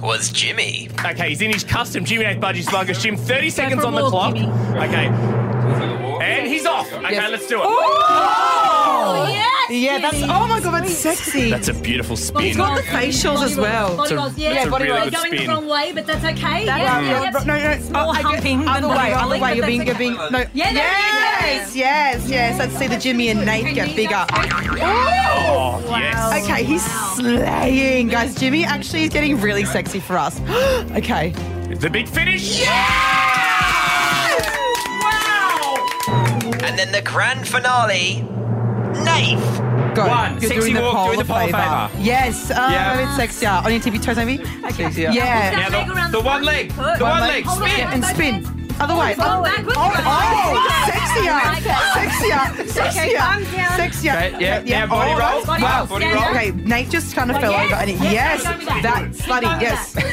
[SPEAKER 10] was Jimmy.
[SPEAKER 2] Okay, he's in his custom Jimmy Nath Budgie Sluggish Jim. 30 seconds
[SPEAKER 10] for a
[SPEAKER 2] on the
[SPEAKER 10] walk,
[SPEAKER 2] clock.
[SPEAKER 10] Jimmy.
[SPEAKER 2] Okay. And he's off. Okay, let's do it.
[SPEAKER 6] Oh,
[SPEAKER 14] yes,
[SPEAKER 6] Yeah, that's. Oh my god, that's sexy.
[SPEAKER 2] That's a beautiful spin.
[SPEAKER 6] He's got the facials as well.
[SPEAKER 2] It's
[SPEAKER 14] Body
[SPEAKER 2] a-
[SPEAKER 14] rolls, yeah.
[SPEAKER 2] it's a really
[SPEAKER 14] They're
[SPEAKER 2] good
[SPEAKER 14] going
[SPEAKER 2] spin.
[SPEAKER 14] the wrong way, but that's okay.
[SPEAKER 6] That-
[SPEAKER 14] yeah,
[SPEAKER 6] yeah, yeah,
[SPEAKER 14] yep.
[SPEAKER 6] bro- no, no, it's- oh, I get- other
[SPEAKER 14] than
[SPEAKER 6] way,
[SPEAKER 14] body
[SPEAKER 6] other way,
[SPEAKER 14] rolling, but
[SPEAKER 6] you're
[SPEAKER 14] that's
[SPEAKER 6] being- you're
[SPEAKER 14] okay.
[SPEAKER 6] being- no.
[SPEAKER 14] Yeah, there it
[SPEAKER 6] yes,
[SPEAKER 14] is.
[SPEAKER 6] yes, yes. Let's see the Jimmy and Nate get bigger. Oh,
[SPEAKER 2] yes.
[SPEAKER 6] Okay, he's slaying, guys. Jimmy actually is getting really sexy for us. okay.
[SPEAKER 2] The big finish.
[SPEAKER 10] And then the grand finale, Nath.
[SPEAKER 6] Go.
[SPEAKER 10] One, sexy walk, doing the pole favour.
[SPEAKER 6] Yes. Oh,
[SPEAKER 10] Yeah.
[SPEAKER 6] it's sexier. On your tippy toes, maybe? Okay.
[SPEAKER 10] Sexier.
[SPEAKER 6] Yeah.
[SPEAKER 10] Now the- the one leg, the one leg, spin.
[SPEAKER 6] And spin. Other way.
[SPEAKER 14] Oh,
[SPEAKER 6] Oh,
[SPEAKER 14] backwards.
[SPEAKER 6] oh,
[SPEAKER 14] Backwards.
[SPEAKER 6] sexier.
[SPEAKER 14] Like that.
[SPEAKER 6] Sexier.
[SPEAKER 14] Okay, arms
[SPEAKER 6] Sexier.
[SPEAKER 14] down.
[SPEAKER 6] Sexier.
[SPEAKER 14] Okay, yeah, yeah, body
[SPEAKER 6] oh,
[SPEAKER 14] roll.
[SPEAKER 6] that's-
[SPEAKER 14] Body
[SPEAKER 6] wow.
[SPEAKER 14] roll, body roll.
[SPEAKER 6] Okay, Nate just kind of
[SPEAKER 14] Oh,
[SPEAKER 6] fell
[SPEAKER 14] yes.
[SPEAKER 6] over on it.
[SPEAKER 14] Yes,
[SPEAKER 6] Yes.
[SPEAKER 14] go with that.
[SPEAKER 6] That
[SPEAKER 14] Keep going
[SPEAKER 6] slutty.
[SPEAKER 14] with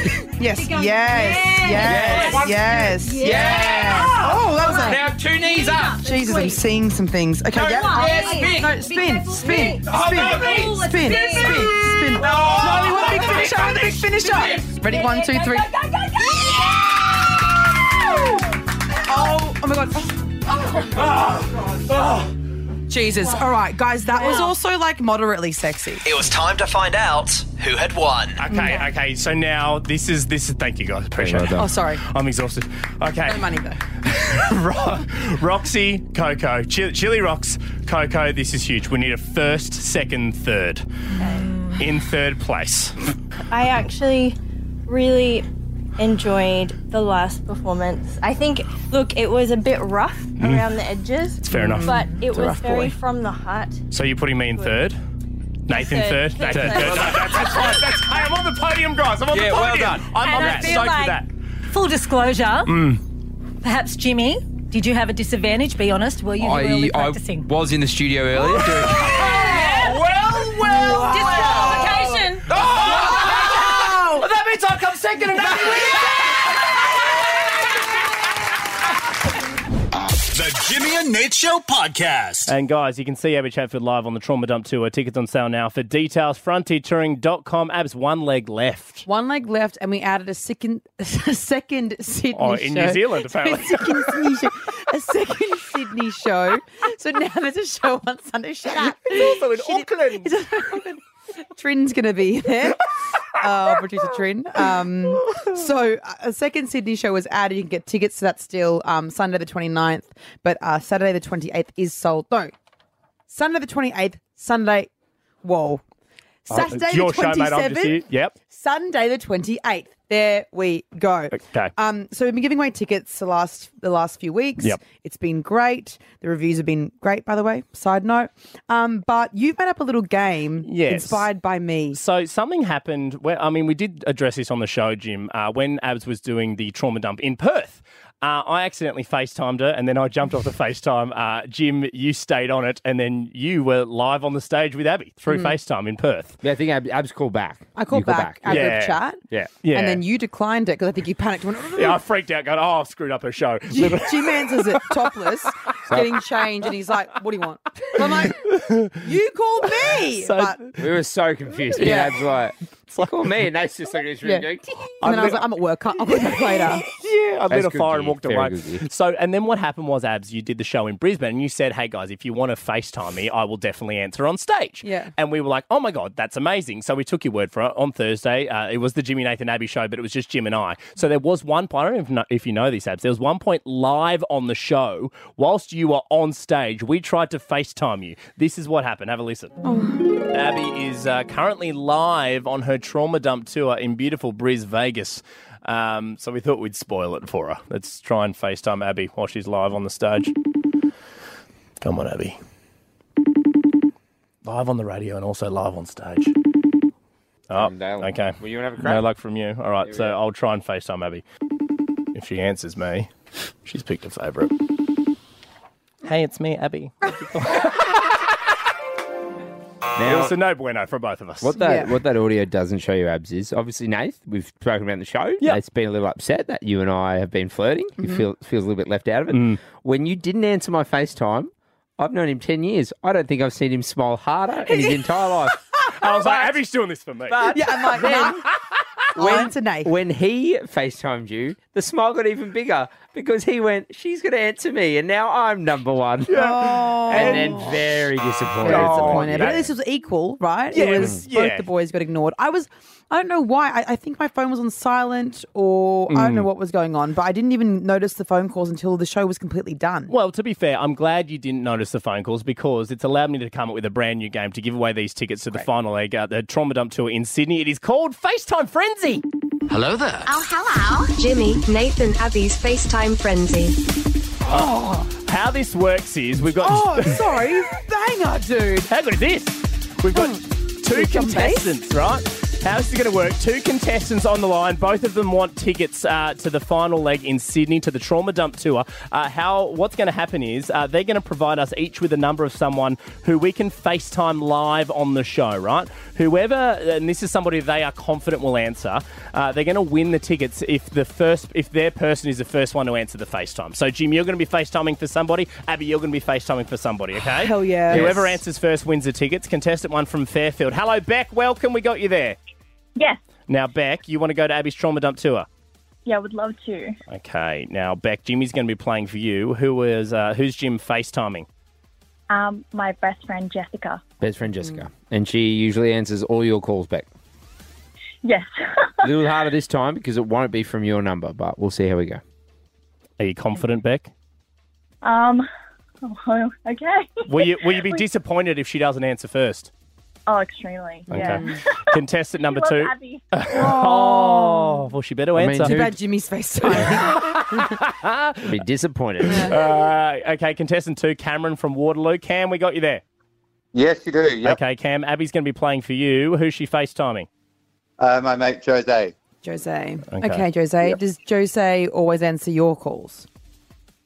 [SPEAKER 6] Yes. Yes. Yes.
[SPEAKER 14] Keep going.
[SPEAKER 6] Yes.
[SPEAKER 14] Yes.
[SPEAKER 6] Yes.
[SPEAKER 14] Yes.
[SPEAKER 6] Oh, that was a.
[SPEAKER 14] Now two knees up.
[SPEAKER 6] Jesus, I'm seeing some things. Okay,
[SPEAKER 14] No,
[SPEAKER 6] yeah.
[SPEAKER 14] one. Yeah,
[SPEAKER 6] spin.
[SPEAKER 14] spin.
[SPEAKER 6] No,
[SPEAKER 14] Be
[SPEAKER 6] spin,
[SPEAKER 14] careful,
[SPEAKER 6] spin, spin,
[SPEAKER 14] Nate. Oh, no,
[SPEAKER 6] spin,
[SPEAKER 14] Nate.
[SPEAKER 6] spin,
[SPEAKER 14] Spin.
[SPEAKER 6] spin, spin.
[SPEAKER 14] No.
[SPEAKER 6] Charlie, what big
[SPEAKER 14] Big
[SPEAKER 6] finisher? What big finisher? Ready? One, two, three. Oh, oh my god.
[SPEAKER 2] Ah!
[SPEAKER 6] Jesus. All right, guys, that was also like moderately sexy.
[SPEAKER 10] It was time to find out who had won.
[SPEAKER 2] Okay, okay. So now this is this is. Thank you guys. Appreciate it.
[SPEAKER 6] Oh, sorry.
[SPEAKER 2] I'm exhausted. Okay.
[SPEAKER 6] No money though.
[SPEAKER 2] Ro- Roxy, Coco, Chili, Chili Rocks, Coco. This is huge. We need a first, second, third. In third place.
[SPEAKER 7] I actually really enjoyed the last performance. I think, look, it was a bit rough
[SPEAKER 2] Mm.
[SPEAKER 7] around the edges.
[SPEAKER 2] It's fair enough.
[SPEAKER 7] But it
[SPEAKER 2] It's a
[SPEAKER 7] was
[SPEAKER 2] rough
[SPEAKER 7] very
[SPEAKER 2] boy.
[SPEAKER 7] from the heart.
[SPEAKER 2] So you're putting me in third. Nathan
[SPEAKER 7] Third.
[SPEAKER 2] third. Nathan third. No, that's, that's right. That's, hey, I'm on the podium, guys. I'm on
[SPEAKER 24] Yeah,
[SPEAKER 2] the podium.
[SPEAKER 24] well done.
[SPEAKER 2] I'm,
[SPEAKER 24] And
[SPEAKER 2] I'm
[SPEAKER 24] I feel
[SPEAKER 2] stoked
[SPEAKER 24] like-
[SPEAKER 2] with that.
[SPEAKER 24] Full disclosure,
[SPEAKER 21] Mm.
[SPEAKER 24] perhaps Jimmy, did you have a disadvantage? Be honest. Were you I,
[SPEAKER 21] I,
[SPEAKER 24] really
[SPEAKER 21] I
[SPEAKER 24] practicing?
[SPEAKER 21] was in the studio earlier. doing-
[SPEAKER 2] Well, well,
[SPEAKER 24] Disqualification.
[SPEAKER 2] Oh! Well, Ah! that means I come second and Nathan
[SPEAKER 5] The Jimmy and Nate Show podcast.
[SPEAKER 2] And guys, you can see Abby Chatfield live on the Trauma Dump Tour. Tickets on sale now. For details, frontiertouring.com. Abs one leg left.
[SPEAKER 6] One leg left, and we added a second, a second Sydney
[SPEAKER 2] Oh, in
[SPEAKER 6] show.
[SPEAKER 2] New Zealand, apparently.
[SPEAKER 6] A second Sydney show. A second Sydney show. So now there's a show on Sunday. Shut up. It's also in Auckland. Trin's going to be there. Uh, producer Trin. Um, so uh, a second Sydney show was added. You can get tickets to that still um, Sunday the 29th, but uh, Saturday the 28th is sold. No, Sunday the 28th, Sunday. Whoa. Saturday
[SPEAKER 2] Uh, it's your
[SPEAKER 6] the 27th.
[SPEAKER 2] show, mate. I'm just here. Yep.
[SPEAKER 6] Sunday the 28th. There we go.
[SPEAKER 2] Okay.
[SPEAKER 6] Um, so we've been giving away tickets the last the last few weeks.
[SPEAKER 2] Yep.
[SPEAKER 6] It's been great. The reviews have been great, by the way. Side note. Um, but you've made up a little game
[SPEAKER 2] Yes.
[SPEAKER 6] inspired by me.
[SPEAKER 2] So something happened. Where, I mean, we did address this on the show, Jim, uh, when Abs was doing the trauma dump in Perth. Uh, I accidentally FaceTimed her, and then I jumped off the FaceTime. Uh, Jim, you stayed on it, and then you were live on the stage with Abby through
[SPEAKER 6] Mm.
[SPEAKER 2] FaceTime in Perth.
[SPEAKER 4] Yeah, I think Ab- Abs called back.
[SPEAKER 6] I called
[SPEAKER 4] You call
[SPEAKER 6] back, our group chat.
[SPEAKER 2] Yeah, yeah.
[SPEAKER 6] And then you declined it because I think you panicked. Went,
[SPEAKER 2] yeah, I freaked out, going, "Oh, I've screwed up her show."
[SPEAKER 6] Jim Jim answers it topless, getting changed, and he's like, "What do you want?" I'm like, "You called me." but
[SPEAKER 4] we were so confused.
[SPEAKER 6] Yeah.
[SPEAKER 4] Yeah, Abs like, it's like, oh, me. And Nate's just like, this room
[SPEAKER 6] Yeah.
[SPEAKER 4] going,
[SPEAKER 6] And then I was like, I'm at work. I'll call you back later.
[SPEAKER 2] yeah, I lit
[SPEAKER 4] That's
[SPEAKER 2] a
[SPEAKER 4] good
[SPEAKER 2] fire and
[SPEAKER 4] gig,
[SPEAKER 2] walked
[SPEAKER 4] very
[SPEAKER 2] away.
[SPEAKER 4] good gig.
[SPEAKER 2] So, and then what happened was, Abs, you did the show in Brisbane, and you said, "Hey guys, if you want to FaceTime me, I will definitely answer on stage."
[SPEAKER 6] Yeah.
[SPEAKER 2] And we were like, "Oh my god, that's amazing!" So we took your word for it. On Thursday, uh, it was the Jimmy Nathan Abbey show, but it was just Jim and I. So there was one point. I don't even know if you know this, Abs. There was one point live on the show whilst you were on stage. We tried to FaceTime you. This is what happened. Have a listen. Abby is uh, currently live on her trauma dump tour in beautiful Bris, Vegas. Um, so we thought we'd spoil it for her. Let's try and FaceTime Abby while she's live on the stage. Come on, Abby. Live on the radio and also live on stage. Oh, okay.
[SPEAKER 4] Well, you wanna have a crack?
[SPEAKER 2] No luck from you. All right, so I'll try and FaceTime Abby. If she answers me, she's picked a favourite. Hey, it's me, Abby. it was a no bueno for both of us.
[SPEAKER 4] What that what that audio doesn't show you, Abs, is obviously Nath. We've spoken about in the show. Yeah, it's been a little upset that you and I have been flirting.
[SPEAKER 2] Mhm.
[SPEAKER 4] You feel feels a little bit left out of it. When you didn't answer my FaceTime, I've known him ten years. I don't think I've seen him smile harder in his entire life.
[SPEAKER 2] I was like, Abby's doing this for me.
[SPEAKER 6] yeah, I'm like, then,
[SPEAKER 4] When,
[SPEAKER 6] to Nath.
[SPEAKER 4] when he FaceTimed you, the smile got even bigger because he went, She's going to answer me, and now I'm number one.
[SPEAKER 6] Oh.
[SPEAKER 4] And then very disappointed.
[SPEAKER 6] Very disappointed. But
[SPEAKER 4] Yeah.
[SPEAKER 6] this was equal, right?
[SPEAKER 4] Yeah,
[SPEAKER 6] it
[SPEAKER 4] it
[SPEAKER 6] was
[SPEAKER 2] Mm.
[SPEAKER 4] was-
[SPEAKER 6] both
[SPEAKER 4] yeah.
[SPEAKER 6] the boys got ignored. I was, I don't know why. I, I think my phone was on silent, or I don't know
[SPEAKER 2] Mm.
[SPEAKER 6] what was going on. But I didn't even notice the phone calls until the show was completely done.
[SPEAKER 2] Well, to be fair, I'm glad you didn't notice the phone calls because it's allowed me to come up with a brand new game to give away these tickets to the final leg at the Trauma Dump Tour in Sydney. It is called FaceTime Frenzy.
[SPEAKER 21] Hello there.
[SPEAKER 19] Oh, hello. Jimmy, Nathan, Abby's FaceTime frenzy.
[SPEAKER 2] Oh. How this works is we've got.
[SPEAKER 19] Oh,
[SPEAKER 6] sorry. Banger, dude. Hmm.
[SPEAKER 2] How good is this? We've got two contestants, right? How's it going to work? Two contestants on the line. Both of them want tickets uh, to the final leg in Sydney to the Trauma Dump Tour. Uh, how? What's going to happen is uh, they're going to provide us each with a number of someone who we can FaceTime live on the show, right? Whoever, and this is somebody they are confident will answer. Uh, they're going to win the tickets if the first, if their person is the first one to answer the FaceTime. So Jim, you're going to be FaceTiming for somebody. Abby, you're going to be FaceTiming for somebody. Okay.
[SPEAKER 6] Hell yeah.
[SPEAKER 2] Whoever
[SPEAKER 6] Yes.
[SPEAKER 2] answers first wins the tickets. Contestant one from Fairfield. Hello, Beck. Welcome. We got you there.
[SPEAKER 8] Yes.
[SPEAKER 2] Now, Beck, you want to go to Abby's Trauma Dump Tour?
[SPEAKER 8] Yeah, I would love to.
[SPEAKER 2] Okay. Now, Beck, Jimmy's going to be playing for you. Who is uh, who's Jim FaceTiming?
[SPEAKER 8] Um, my best friend Jessica.
[SPEAKER 4] Best friend Jessica. And she usually answers all your calls back.
[SPEAKER 8] Yes.
[SPEAKER 4] A little harder this time because it won't be from your number, but we'll see how we go.
[SPEAKER 2] Are you confident, Beck?
[SPEAKER 8] Um. Oh, okay.
[SPEAKER 2] Will you will you be disappointed if she doesn't answer first?
[SPEAKER 8] Oh, extremely. Yeah.
[SPEAKER 2] Okay. Contestant number
[SPEAKER 8] She
[SPEAKER 2] two.
[SPEAKER 8] loves Abby.
[SPEAKER 2] Oh, well, she better
[SPEAKER 4] I mean,
[SPEAKER 2] answer.
[SPEAKER 4] Too bad
[SPEAKER 6] Jimmy's FaceTime.
[SPEAKER 4] Be disappointed.
[SPEAKER 2] Uh, okay, contestant two, Cameron from Waterloo. Cam, we got you there.
[SPEAKER 9] Yes, you do. Yep.
[SPEAKER 2] Okay, Cam, Abby's going to be playing for you. Who's she FaceTiming?
[SPEAKER 9] Uh, my mate Jose.
[SPEAKER 6] Jose.
[SPEAKER 2] Okay.
[SPEAKER 6] Okay, Jose. Does Jose always answer your calls?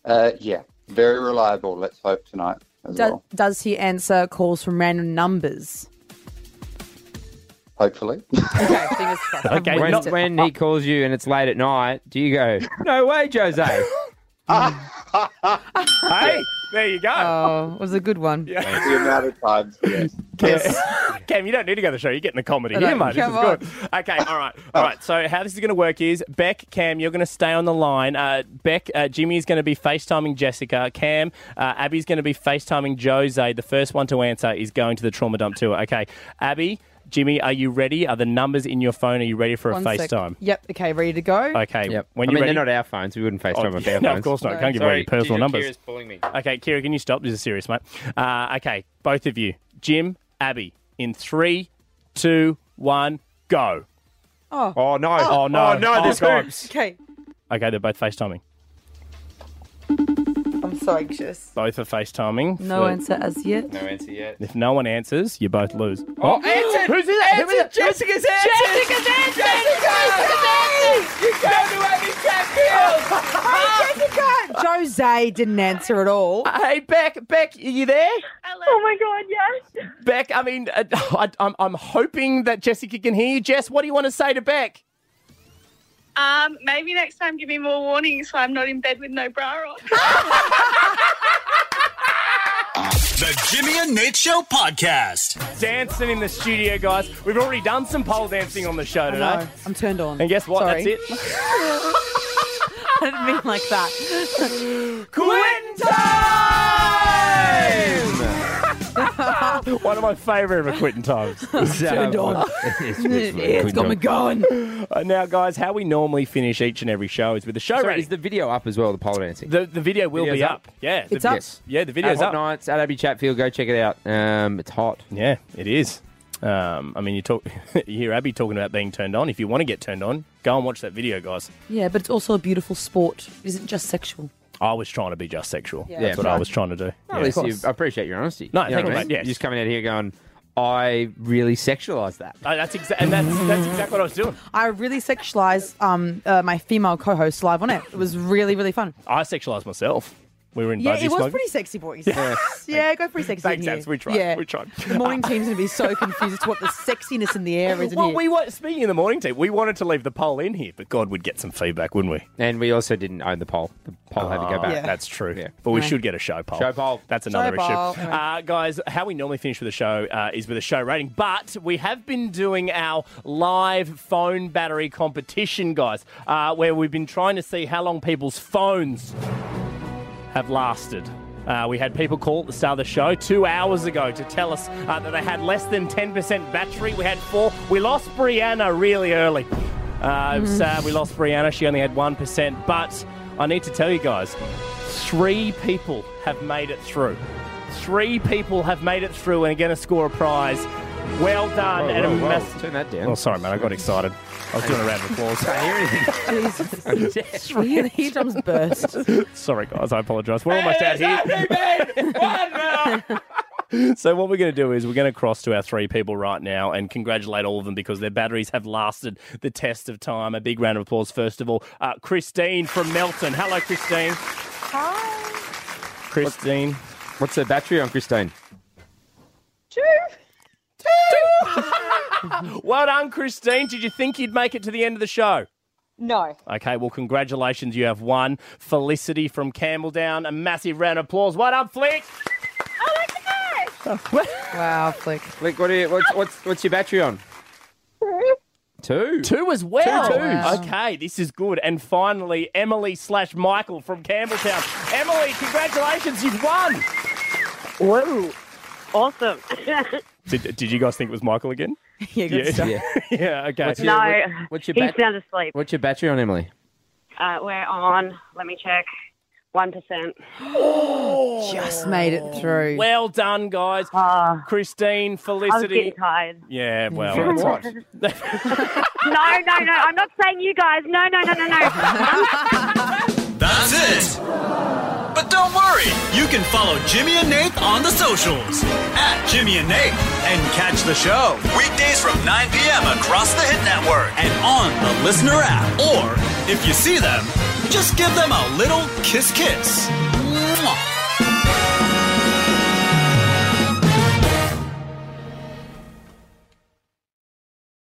[SPEAKER 9] Uh, yeah, very reliable. Let's hope tonight as
[SPEAKER 6] Does,
[SPEAKER 9] well.
[SPEAKER 6] does he answer calls from random numbers?
[SPEAKER 9] Hopefully.
[SPEAKER 4] Okay, when,
[SPEAKER 9] Wasted.
[SPEAKER 4] when he calls you and it's late at night, do you go, No way, Jose?
[SPEAKER 2] hey, there you go.
[SPEAKER 6] Oh, was a good one.
[SPEAKER 9] the amount of times. Yes.
[SPEAKER 2] Cam, you don't need to go to the show. You're getting the comedy
[SPEAKER 9] I
[SPEAKER 2] here,
[SPEAKER 9] don't-
[SPEAKER 2] mate. This is
[SPEAKER 9] come
[SPEAKER 2] good. Okay, all right. All right, so how this is going to work is Beck, Cam, you're going to stay on the line. Uh, Beck, uh, Jimmy is going to be FaceTiming Jessica. Cam, uh, Abby's going to be FaceTiming Jose. The first one to answer is going to the Trauma Dump Tour. Okay, Abby, Jimmy, are you ready? Are the numbers in your phone? Are you ready for a
[SPEAKER 6] One sec.
[SPEAKER 2] FaceTime?
[SPEAKER 6] Yep. Okay, ready to go?
[SPEAKER 2] Okay, when
[SPEAKER 4] I
[SPEAKER 2] you
[SPEAKER 4] mean,
[SPEAKER 2] ready?
[SPEAKER 4] they're not our phones. We wouldn't FaceTime
[SPEAKER 2] Oh,
[SPEAKER 4] with our
[SPEAKER 2] no,
[SPEAKER 4] phones.
[SPEAKER 2] of course not. Can't give away your personal numbers.
[SPEAKER 4] pulling me.
[SPEAKER 2] Okay, Kira, can you stop? This is serious, mate. Uh, okay, both of you, Jim, Abby, in three, two, one, go.
[SPEAKER 6] Oh.
[SPEAKER 4] Oh no!
[SPEAKER 2] Oh, no! God.
[SPEAKER 6] Okay,
[SPEAKER 2] Okay, they're both FaceTiming.
[SPEAKER 6] I'm so anxious.
[SPEAKER 2] Both are FaceTiming.
[SPEAKER 6] No
[SPEAKER 2] So-
[SPEAKER 6] answer as yet.
[SPEAKER 4] No answer yet.
[SPEAKER 2] If no one answers, you both lose.
[SPEAKER 4] Oh, answered!
[SPEAKER 2] Who's it? Who is it?
[SPEAKER 4] Jessica's answered!
[SPEAKER 19] Jessica's
[SPEAKER 4] answered!
[SPEAKER 19] Jessica's
[SPEAKER 4] You go to Abby Chatfield!
[SPEAKER 6] Jose didn't answer at all.
[SPEAKER 2] Uh, Hey, Beck, Beck, are you there?
[SPEAKER 8] Oh my god, yes.
[SPEAKER 2] Beck, I mean, uh, I, I'm, I'm hoping that Jessica can hear you. Jess, what do you want to say to Beck?
[SPEAKER 8] Um, maybe next time give me more warning so I'm not in bed with no bra on.
[SPEAKER 5] The Jimmy and Nate Show podcast.
[SPEAKER 2] Dancing in the studio, guys. We've already done some pole dancing on the show
[SPEAKER 6] I
[SPEAKER 2] today.
[SPEAKER 6] know. I'm turned on.
[SPEAKER 2] And guess what?
[SPEAKER 6] Sorry.
[SPEAKER 2] That's it.
[SPEAKER 6] I didn't mean like that.
[SPEAKER 2] Quit One of my favourite ever quitting times.
[SPEAKER 6] Turned on. it's got me going.
[SPEAKER 2] Uh, now, guys, how we normally finish each and every show is with the show
[SPEAKER 4] Sorry,
[SPEAKER 2] ready.
[SPEAKER 4] is the video up as well, the pole dancing?
[SPEAKER 2] The, the video will
[SPEAKER 4] Video's
[SPEAKER 2] be
[SPEAKER 4] up?
[SPEAKER 2] up. Yeah, the,
[SPEAKER 4] It's up.
[SPEAKER 2] yes. Yeah, the video's
[SPEAKER 4] At Hot
[SPEAKER 2] up.
[SPEAKER 4] Nights at Abby Chatfield. Go check it out. Um, it's hot.
[SPEAKER 2] Yeah, it is. Um, I mean, you talk, you hear Abby talking about being turned on. If you want to get turned on, go and watch that video, guys.
[SPEAKER 6] Yeah, but it's also a beautiful sport. It isn't just sexual.
[SPEAKER 2] I was trying to be just sexual.
[SPEAKER 6] Yeah,
[SPEAKER 2] That's what I was trying to do.
[SPEAKER 4] No,
[SPEAKER 2] Yeah.
[SPEAKER 4] at least you, I appreciate your honesty.
[SPEAKER 2] No,
[SPEAKER 4] know
[SPEAKER 2] thank
[SPEAKER 4] what
[SPEAKER 2] you,
[SPEAKER 4] I mean?
[SPEAKER 2] mate. Yes.
[SPEAKER 4] You're just coming out here going, I really sexualized that.
[SPEAKER 2] Uh, that's exa- and that's that's exactly what I was doing.
[SPEAKER 6] I really sexualized um, uh, my female co-host live on it. It was really, really fun.
[SPEAKER 2] I sexualized myself. We were in
[SPEAKER 6] Yeah, it
[SPEAKER 2] Budgie
[SPEAKER 6] was
[SPEAKER 2] Smuggler.
[SPEAKER 6] pretty sexy, boys.
[SPEAKER 2] Yeah.
[SPEAKER 6] yeah, go pretty sexy.
[SPEAKER 2] Thanks,
[SPEAKER 6] in here.
[SPEAKER 2] Abs. We tried.
[SPEAKER 6] Yeah.
[SPEAKER 2] We tried.
[SPEAKER 6] The morning team's gonna be so confused as to what the sexiness in the air is. in
[SPEAKER 2] Well,
[SPEAKER 6] here.
[SPEAKER 2] we were speaking of the morning team. We wanted to leave the poll in here, but God, we'd get some feedback, wouldn't we?
[SPEAKER 4] And we also didn't own the poll. The poll had to go
[SPEAKER 2] Ah,
[SPEAKER 4] back.
[SPEAKER 2] Yeah. that's true. But we should get a show poll.
[SPEAKER 4] Show poll.
[SPEAKER 2] That's another
[SPEAKER 4] Show
[SPEAKER 2] issue.
[SPEAKER 4] poll.
[SPEAKER 2] Uh, guys, how we normally finish with a show uh, is with a show rating, but we have been doing our live phone battery competition, guys, uh, where we've been trying to see how long people's phones have lasted. Uh, we had people call at the start of the show two hours ago to tell us uh, that they had less than 10% battery. We had four. We lost Brianna really early. Uh, it was
[SPEAKER 12] Mm.
[SPEAKER 2] sad we lost Brianna. She only had 1%. But I need to tell you guys three people have made it through. Three people have made it through and are going to score a prize. Well done.
[SPEAKER 4] Whoa,
[SPEAKER 2] and a
[SPEAKER 4] whoa, whoa.
[SPEAKER 2] mass-
[SPEAKER 4] Turn that down.
[SPEAKER 2] Oh, sorry, man. I got excited. I was doing a round of applause.
[SPEAKER 4] Can't hear anything.
[SPEAKER 6] Jesus. Really? Eardrums burst.
[SPEAKER 2] Sorry, guys. I apologise. We're almost out here. So what we're going to do is we're going to cross to our three people right now and congratulate all of them because their batteries have lasted the test of time. A big round of applause, first of all. Uh, Christine from Melton. Hello, Christine. Christine.
[SPEAKER 4] What's the battery on Christine?
[SPEAKER 2] Well done, Christine. Did you think you'd make it to the end of the show?
[SPEAKER 16] No.
[SPEAKER 2] Okay, well, congratulations. You have won. Felicity from Campbelldown. A massive round of applause. What up, Flick?
[SPEAKER 6] wow, Flick.
[SPEAKER 4] Flick, what are you, what's, what's, what's your battery on? Two.
[SPEAKER 2] Two as well.
[SPEAKER 4] Two twos.
[SPEAKER 2] Okay, this is good. And finally, Emily slash Michael from Campbelltown. Emily, congratulations, you've won. Whoa, awesome. did, did you guys think it was Michael again?
[SPEAKER 6] Yeah,
[SPEAKER 4] good stuff.
[SPEAKER 2] yeah. yeah, okay.
[SPEAKER 4] What's
[SPEAKER 18] no,
[SPEAKER 4] your- what- what's your
[SPEAKER 18] he's
[SPEAKER 4] bat-
[SPEAKER 18] sound asleep.
[SPEAKER 4] What's your battery on, Emily?
[SPEAKER 18] Uh, we're on. Let me check. One percent.
[SPEAKER 6] Just made it through.
[SPEAKER 2] Well done, guys. Christine, Felicity.
[SPEAKER 18] Oh, getting tired.
[SPEAKER 2] Yeah, well.
[SPEAKER 18] From
[SPEAKER 2] that's
[SPEAKER 18] what?
[SPEAKER 2] right.
[SPEAKER 18] No, no, no. I'm not saying you guys. No, no, no, no, no.
[SPEAKER 5] That's it. But don't worry, you can follow Jimmy and Nate on the socials at Jimmy and Nate and catch the show weekdays from 9 p.m. across the Hit Network and on the Listener app. Or if you see them, just give them a little kiss kiss.